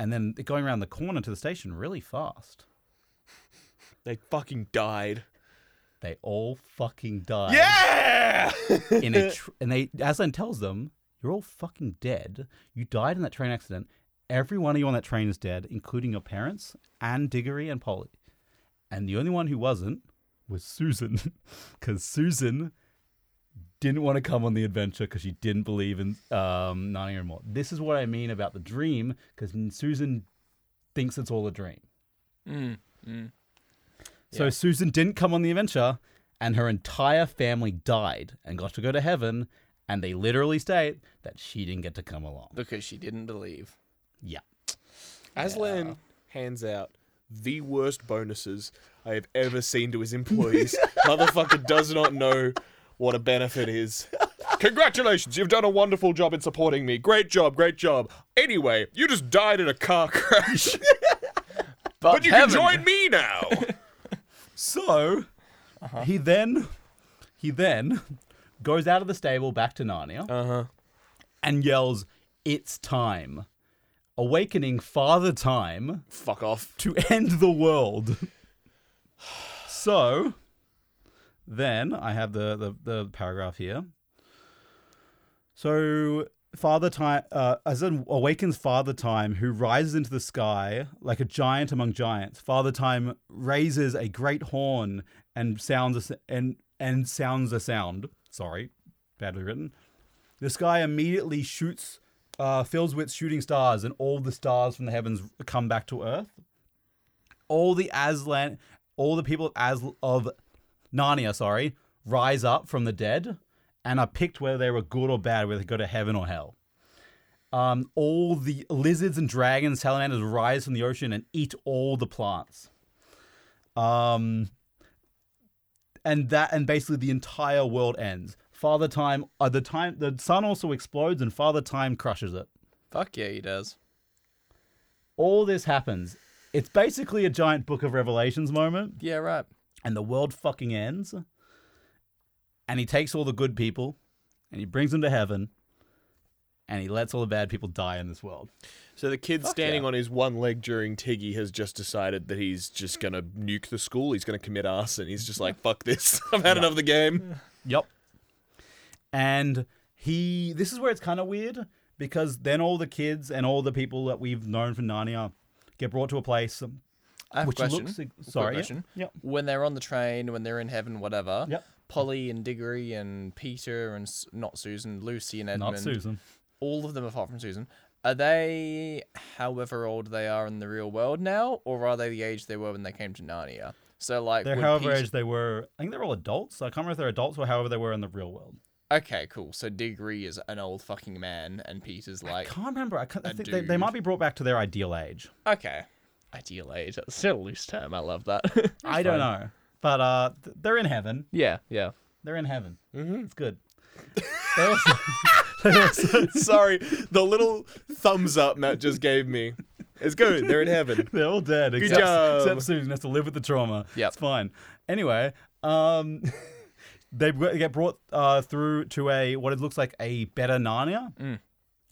S1: and then it going around the corner to the station really fast.
S3: They fucking died.
S1: They all fucking died.
S3: Yeah! [LAUGHS]
S1: in a tr- and they Aslan tells them, "You're all fucking dead. You died in that train accident. Every one of you on that train is dead, including your parents and Diggory and Polly. And the only one who wasn't was Susan, [LAUGHS] because Susan didn't want to come on the adventure because she didn't believe in um, Narnia anymore. This is what I mean about the dream, because Susan thinks it's all a dream. So Susan didn't come on the adventure, and her entire family died and got to go to heaven. And they literally state that she didn't get to come along.
S2: [LAUGHS] because she didn't believe.
S1: Yeah.
S3: Aslan hands out the worst bonuses I have ever seen to
S6: [LAUGHS]
S3: his employees. Motherfucker does not know what a benefit is.
S6: Congratulations, you've done a wonderful job in supporting me. Great job, great job. Anyway, you just died in a car
S3: [LAUGHS]
S6: crash,
S2: But,
S6: but you
S2: heaven,
S6: can join me now.
S1: So he then he then goes out of the stable back to Narnia and yells, "It's time!" Awakening Father Time
S3: Fuck off.
S1: to [LAUGHS] end the world. So then I have the, the, the paragraph here. So Father Time, uh, as in awakens Father Time, who rises into the sky like a giant among giants. Father Time raises a great horn and sounds a, s- and and sounds a sound. Sorry, badly written. The sky immediately shoots, uh, fills with shooting stars, and all the stars from the heavens come back to earth all the Aslan, all the people of As of Narnia, sorry, rise up from the dead and are picked whether they were good or bad, whether they go to heaven or hell. Um, all the lizards and dragons, salamanders rise from the ocean and eat all the plants. Um, and that, and basically the entire world ends. Father time, uh, the time, the sun also explodes, and Father time crushes it.
S2: Fuck yeah, he does.
S1: All this happens. It's basically a giant Book of Revelations moment.
S2: Yeah, right.
S1: and the world fucking ends. And he takes all the good people and he brings them to heaven and he lets all the bad people die in this world.
S3: So the kid standing
S2: yeah.
S3: on his one leg during Tiggy has just decided that he's just gonna nuke the school. He's gonna commit arson. He's just like, fuck this. [LAUGHS] I've had enough of the game.
S1: Yep. And he, this is where it's kind of weird because then all the kids and all the people that we've known from Narnia get brought to a place um,
S2: I have
S1: which
S2: a question.
S1: looks.
S2: Quick
S1: Sorry. yeah.
S2: question.
S1: Yep.
S2: When they're on the train, when they're in heaven, whatever.
S1: Yep.
S2: Polly and Diggory and Peter and S- not Susan, Lucy and Edmund.
S1: Not Susan.
S2: All of them apart from Susan. Are they however old they are in the real world now, or are they the age they were when they came to Narnia? So like,
S1: They're
S2: would
S1: however
S2: Peter-
S1: age they were. I think they're all adults. I can't remember if they're adults or however they were in the real world.
S2: Okay, cool. So Diggory is an old fucking man, and Peter's like,
S1: Can't remember. I, can't, I
S2: A
S1: think they, they might be brought back to their ideal age.
S2: okay, ideal age. That's still a loose term. I love that. [LAUGHS]
S1: I don't know. But uh, th- they're in heaven.
S2: yeah, yeah.
S1: They're in heaven. Mm-hmm. It's good. They also-
S3: Sorry, the little thumbs up Matt just gave me. It's good. They're in heaven.
S1: they're all dead. except,
S3: job.
S1: except Susan has to live with the trauma.
S2: Yep.
S1: It's fine. Anyway, um, [LAUGHS] they w- get brought uh, through to a what it looks like a better Narnia.
S2: Mm.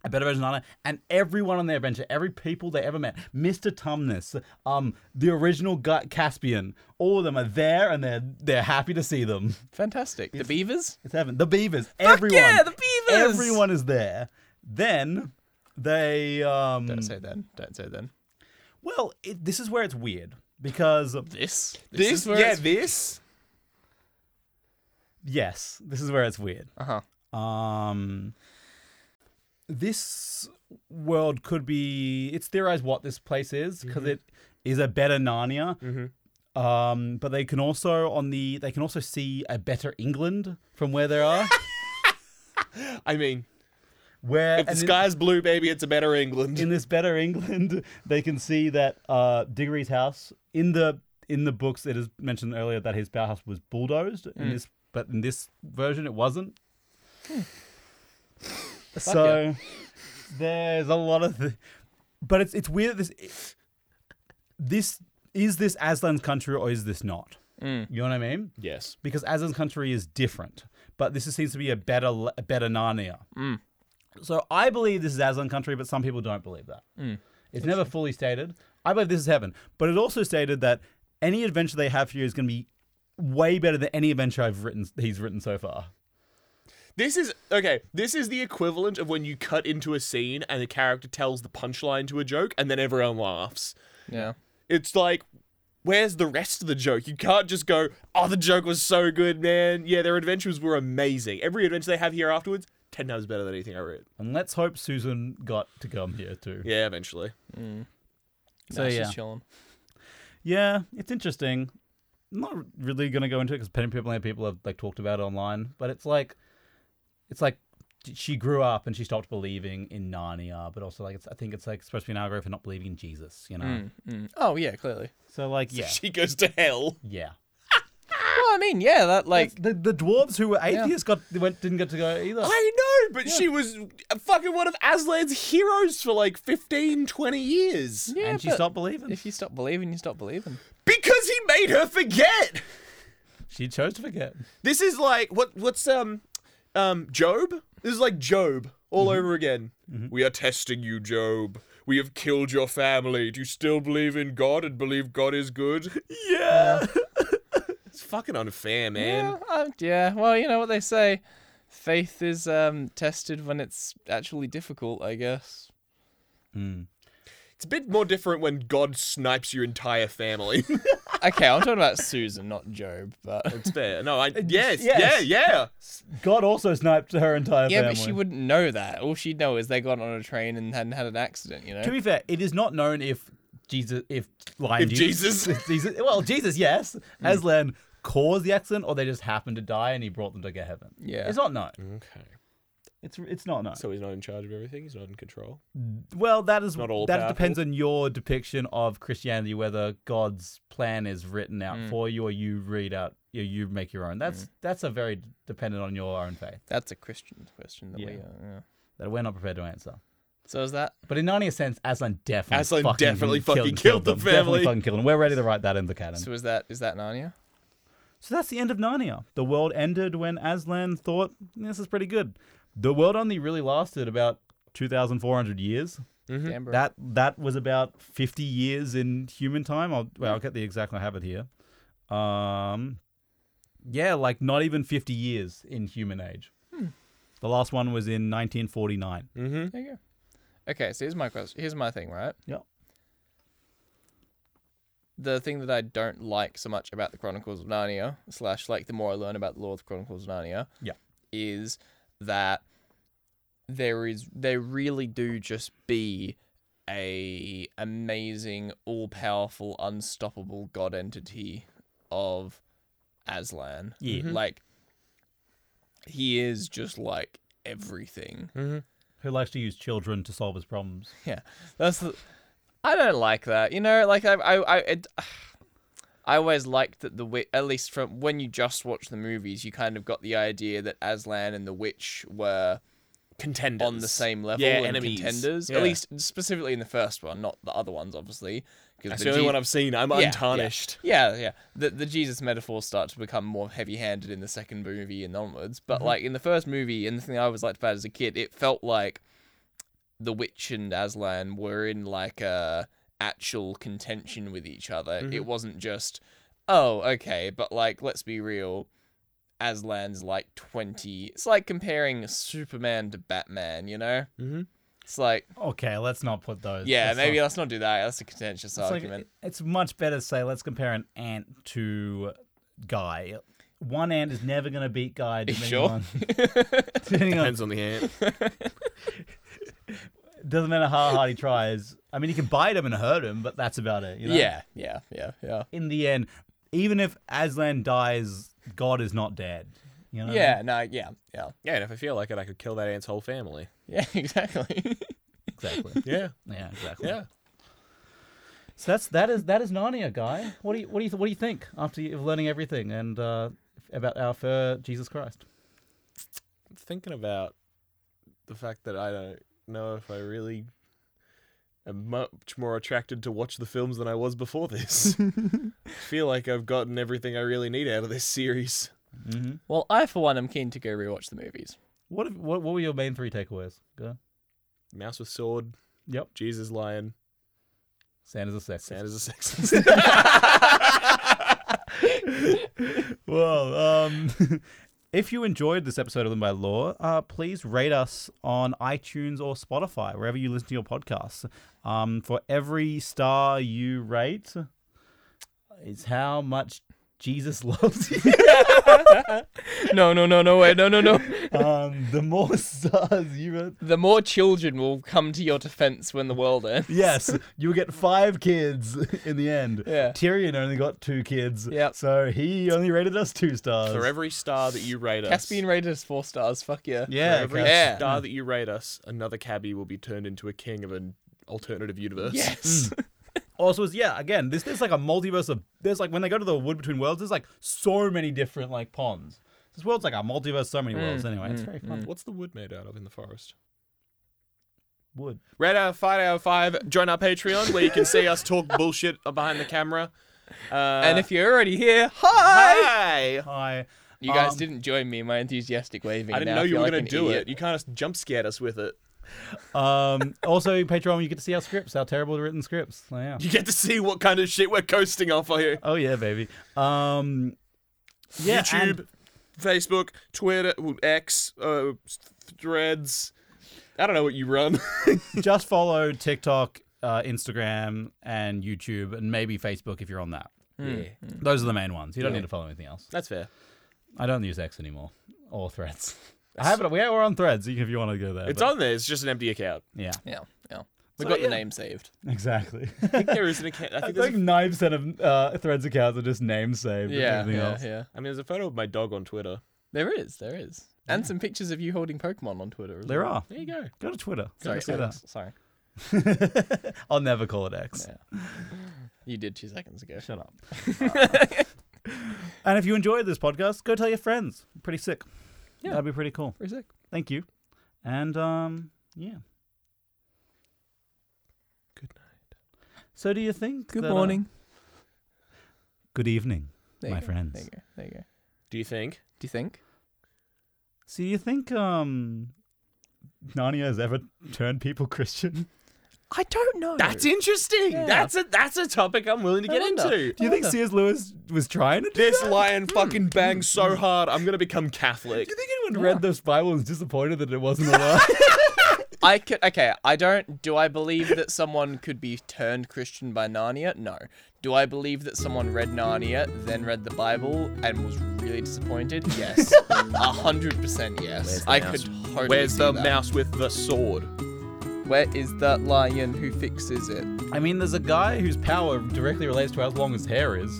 S1: A better version of Narnia. And everyone on their adventure, every people they ever met, Mr. Tumnus, um, the original gut Caspian, all of them are there and they're they're happy to see them.
S2: Fantastic. The beavers?
S1: It's heaven. The beavers. everyone.
S2: yeah, the beavers!
S1: Everyone is there. Then they um
S2: Don't say then. Don't say then.
S1: well, it, this is where it's weird because
S2: This?
S3: This, yeah, this.
S1: yes, this is where it's weird.
S2: Uh huh.
S1: Um this world could be it's theorized what this place is because is a better Narnia. Um, but they can also on the they can also see a better England from where they are.
S3: I mean,
S1: Where
S3: if the
S1: and in-
S3: sky's blue, baby, it's a better England.
S1: in this better England, [LAUGHS] they can see that uh, Diggory's house in the in the books it is mentioned earlier that his powerhouse was bulldozed. In this, but in this version, it wasn't. so [LAUGHS] there's a lot of, th- but it's it's weird that this this is this Aslan's country or is this not? You know what I mean?
S3: Yes.
S1: Because Aslan's country is different, but this seems to be a better, le- a better Narnia. So I believe this is Aslan country, but some people don't believe that. It's never fully stated. I believe this is heaven, but it also stated that any adventure they have for you is going to be way better than any adventure I've written. He's written so far.
S3: This is okay. This is the equivalent of when you cut into a scene and the character tells the punchline to a joke and then everyone laughs.
S2: Yeah.
S3: It's like, where's the rest of the joke? You can't just go, oh, the joke was so good, man. Yeah, their adventures were amazing. Every adventure they have here afterwards, 10 times better than anything I read.
S1: And let's hope Susan got to come here too.
S3: Yeah, eventually.
S1: So
S2: Nah, she's
S1: yeah,
S2: chilling.
S1: yeah, it's interesting. I'm not really gonna go into it because plenty of people and people have like talked about it online, but it's like, it's like she grew up and she stopped believing in Narnia, but also like it's, I think it's like supposed to be an allegory for not believing in Jesus, you know.
S2: Oh yeah, clearly.
S1: Hmm. So like yeah,
S3: [LAUGHS] She goes to hell.
S1: yeah.
S2: Well, I mean, yeah, that like
S1: the the dwarves who were atheists got went didn't get to go either.
S3: I know, but she was fucking one of Aslan's heroes for like 15, 20 years.
S2: yeah,
S1: and she
S2: but
S1: stopped believing.
S2: If you stop believing, you stop believing.
S3: Because he made her forget.
S1: she chose to forget.
S3: This is like what what's um um Job? This is like Job all over again.
S6: We are testing you, Job. We have killed your family. Do you still believe in God and believe God is good?
S3: [LAUGHS] It's fucking unfair, man.
S2: Yeah, uh, yeah. Well, you know what they say. Faith is um, tested when it's actually difficult, I guess.
S3: It's a bit more different when God snipes your entire family. [LAUGHS]
S2: Okay, I'm talking about Susan, not Job. But
S3: it's fair. No, I yes,
S1: yes.
S3: yeah, yeah.
S1: God also sniped her entire
S2: [LAUGHS] yeah,
S1: family.
S2: but she wouldn't know that. All she'd know is they got on a train and had had an accident. You know.
S1: To be fair, it is not known if Jesus, if Lion,
S3: If
S1: [LAUGHS]
S3: Jesus- Mm.
S1: if Jesus- well, Jesus, yes, Aslan caused the accident, or they just happened to die and he brought them to get heaven.
S2: Yeah.
S1: it's not known.
S3: Okay.
S1: It's it's not known.
S3: So he's not in charge of everything. He's not in control.
S1: well, that is
S3: not all
S1: that
S3: powerful.
S1: depends on your depiction of Christianity, whether God's plan is written out
S3: Mm.
S1: for you or you read out, you, you make your own. That's that's a very dependent on your own faith
S2: That's a Christian question that we. Uh, yeah.
S1: that we're not prepared to answer.
S2: So is that?
S1: But in Narnia sense, Aslan definitely
S3: Aslan
S1: fucking
S3: definitely
S1: killed,
S3: fucking killed the
S1: them. Definitely
S3: family.
S1: fucking killed them. We're ready to write that in the canon.
S2: So is that? Is that Narnia?
S1: So that's the end of Narnia. The world ended when Aslan thought, this is pretty good. The world only really lasted about 2,400 years.
S2: Damn, bro.
S1: Mm-hmm. That that was about 50 years in human time. I'll, well, I'll get the exact, I have it here. Um, yeah, like not even 50 years in human age. The last one was in 1949.
S2: There you go. Okay, so here's my question. Here's my thing, right?
S1: Yep.
S2: The thing that I don't like so much about the Chronicles of Narnia, slash, like the more I learn about the lore of the Chronicles of Narnia,
S1: Yeah.
S2: is that there is they really do just be a amazing, all powerful, unstoppable god entity of Aslan.
S1: Yeah.
S2: Like he is just like everything.
S1: Who likes to use children to solve his problems?
S2: Yeah, that's. The, I don't like that. You know, like I, I, I, it, [SIGHS] I always liked that the witch. At least from when you just watch the movies, you kind of got the idea that Aslan and the witch were
S3: Contenders
S2: on the same level
S3: Yeah,
S2: and
S3: enemies.
S2: contenders.
S3: Yeah.
S2: At least specifically in the first one, not the other ones, obviously. Because
S3: That's the only one I've seen. I'm untarnished.
S2: Yeah, yeah. The the Jesus metaphors start to become more heavy-handed in the second movie and onwards. But
S1: Mm-hmm.
S2: like in the first movie, and the thing I always liked about it as a kid, it felt like the witch and Aslan were in like a actual contention with each other.
S1: Mm-hmm.
S2: It wasn't just oh okay, but like let's be real. Aslan's like twenty. It's like comparing Superman to Batman. You know. Mm-hmm. It's like
S1: Okay, let's not put those.
S2: yeah,
S1: let's
S2: maybe
S1: not-
S2: let's not do that. That's a contentious
S1: It's like-
S2: argument.
S1: it's much better to say let's compare an ant to guy. One ant is never going to beat guy. Depending
S2: sure? [LAUGHS]
S1: On, depending on,
S3: [LAUGHS] Depends on the ant.
S1: doesn't matter how hard he tries. I mean, he can bite him and hurt him, but that's about it. You know?
S2: yeah, yeah, yeah, yeah.
S1: In the end, even if Aslan dies, God is not dead. You know.
S2: Yeah, no, yeah, yeah, [LAUGHS]
S3: yeah, and if I feel like it, I could kill that ant's whole family.
S2: yeah, exactly. [LAUGHS]
S1: Exactly.
S3: [LAUGHS] Yeah.
S1: Yeah. Exactly.
S3: Yeah.
S1: So that's that is that is Narnia, guy. What do you what do you what do you think after you, learning everything and uh, about our fur Jesus Christ?
S3: thinking about the fact that I don't know if I really am much more attracted to watch the films than I was before [LAUGHS] this. I feel like I've gotten everything I really need out of this series.
S1: Mm-hmm.
S2: Well, I for one am keen to go rewatch the movies.
S1: What, if- what what were your main three takeaways? Go.
S3: Mouse with sword.
S1: Yep.
S3: Jesus lion.
S1: Santa's a sex.
S3: Santa's a [LAUGHS] sexist.
S1: Well, um, [LAUGHS] if you enjoyed this episode of Them by Law, uh, please rate us on iTunes or Spotify, wherever you listen to your podcasts. Um, for every star you rate, is how much Jesus [LAUGHS] loves you.
S2: No, no, no, no, wait, no, no, [LAUGHS] no.
S1: um, the more [LAUGHS] stars you rate,
S2: The more children will come to your defense when the world ends.
S1: yes, you'll get five kids [LAUGHS] in the end.
S2: [LAUGHS] Yeah.
S1: Tyrion only got two kids.
S2: Yep.
S1: So he only rated us two stars.
S3: For every star that you rate us,
S2: Caspian rated us four stars. Fuck yeah.
S1: yeah.
S3: every
S1: Cas-
S2: Yeah.
S3: star that you rate us, another cabbie will be turned into a king of an alternative
S2: [LAUGHS]
S3: universe.
S2: Yes.
S1: also is yeah again this there's like a multiverse of there's like when they go to the wood between worlds there's like so many different like ponds this world's like a multiverse so
S3: Mm,
S1: many worlds anyway it's very fun
S3: [LAUGHS] What's the wood made out of in the forest?
S1: wood
S3: Red out of five out of five. Join our Patreon where you can see
S2: [LAUGHS]
S3: us talk bullshit behind the camera. Uh,
S2: and if you're already here, hi.
S3: hi.
S1: hi
S2: You guys
S1: Um,
S2: didn't join me in my enthusiastic waving.
S3: I didn't
S2: now
S3: know
S2: I
S3: you
S2: feel
S3: were
S2: like
S3: gonna
S2: an
S3: do
S2: idiot.
S3: it. You kind of jump scared us with it.
S1: um [LAUGHS] also patreon you get to see our scripts our terrible written scripts Oh, yeah
S3: You get to see what kind of shit we're coasting off of here.
S1: oh yeah baby um yeah
S3: YouTube, Facebook, Twitter, ooh, X, uh, Threads. I don't know what you run.
S1: and [LAUGHS] just follow tiktok uh, instagram and youtube and maybe facebook if you're on that
S2: Hmm.
S3: Mm.
S1: those are the main ones you don't need to follow anything else
S3: [LAUGHS] That's fair.
S1: i don't use x anymore or threads I have it. We are on threads if you want to go there.
S3: It's
S1: but-
S3: on there. It's just an empty account.
S1: Yeah.
S2: Yeah, yeah. We got
S1: yeah.
S2: the name saved.
S1: Exactly. [LAUGHS]
S3: I think there is an account. I
S1: I
S3: think there's.
S1: think
S3: A,
S1: nine percent of uh, Threads accounts are just name saved. and
S2: Yeah,
S1: everything
S2: yeah,
S1: else.
S2: yeah.
S3: I mean, there's a photo of my dog on Twitter.
S2: There is, there is, and some pictures of you holding Pokemon on Twitter. As
S1: There
S2: well.
S1: are.
S3: There you go.
S1: Go to Twitter.
S2: Sorry,
S1: Go to
S2: X, sorry.
S1: Twitter. [LAUGHS] I'll never call it X.
S2: You did two seconds ago.
S1: Shut up. and if you enjoyed this podcast, go tell your friends. Pretty sick.
S2: Yeah.
S1: That'd be pretty cool.
S2: For a sec.
S1: Thank you. And um, yeah.
S3: Good night.
S1: So do you think?
S2: Good
S1: that, uh,
S2: morning.
S1: good evening.
S2: There
S1: my
S2: you go,
S1: friends.
S2: There you go. There you go.
S3: Do you think?
S2: Do you think?
S1: So do you think um, Narnia has ever turned people Christian?
S2: I don't know.
S3: That's interesting.
S2: Yeah.
S3: That's a that's a topic I'm willing to
S2: I
S3: get
S2: wonder.
S3: into. Hmm.
S1: Do you think
S2: Wonder.
S1: C.S. Lewis was trying to do
S3: [LAUGHS] This
S1: that?
S3: lion fucking bangs so hard, I'm gonna become Catholic.
S1: Do you think anyone read this Bible and was disappointed that it wasn't alive?
S2: I could. Okay, I don't. Do I believe that someone could be turned Christian by Narnia? No. Do I believe that someone read Narnia, then read the Bible, and was really [LAUGHS] disappointed? Yes. A hundred percent yes. I could totally.
S3: Where's
S2: see
S3: the
S2: that.
S3: mouse with the sword?
S2: Where is that lion who fixes it?
S1: [LAUGHS] I mean, there's a guy whose power directly relates to how long his hair is.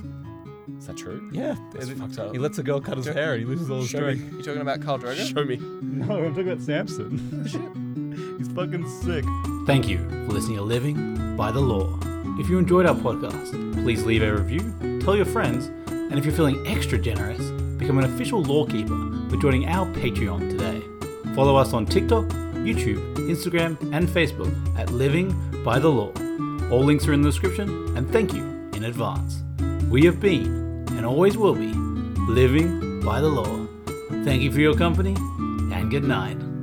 S3: Is that true?
S1: Yeah,
S3: fucked up.
S1: he lets a girl cut his hair and he loses all his strength.
S2: You talking about Carl Drogo?
S3: Show me.
S1: [LAUGHS] No, I'm talking about Samson. [LAUGHS] He's fucking sick. Thank you for listening to Living by the Law. If you enjoyed our podcast, please leave a review, tell your friends, and if you're feeling extra generous, become an official law keeper by joining our Patreon today. Follow us on TikTok, YouTube, Instagram, and Facebook at Living by the Law. All links are in the description, and thank you in advance. We have been, and always will be, living by the law. Thank you for your company, and good night.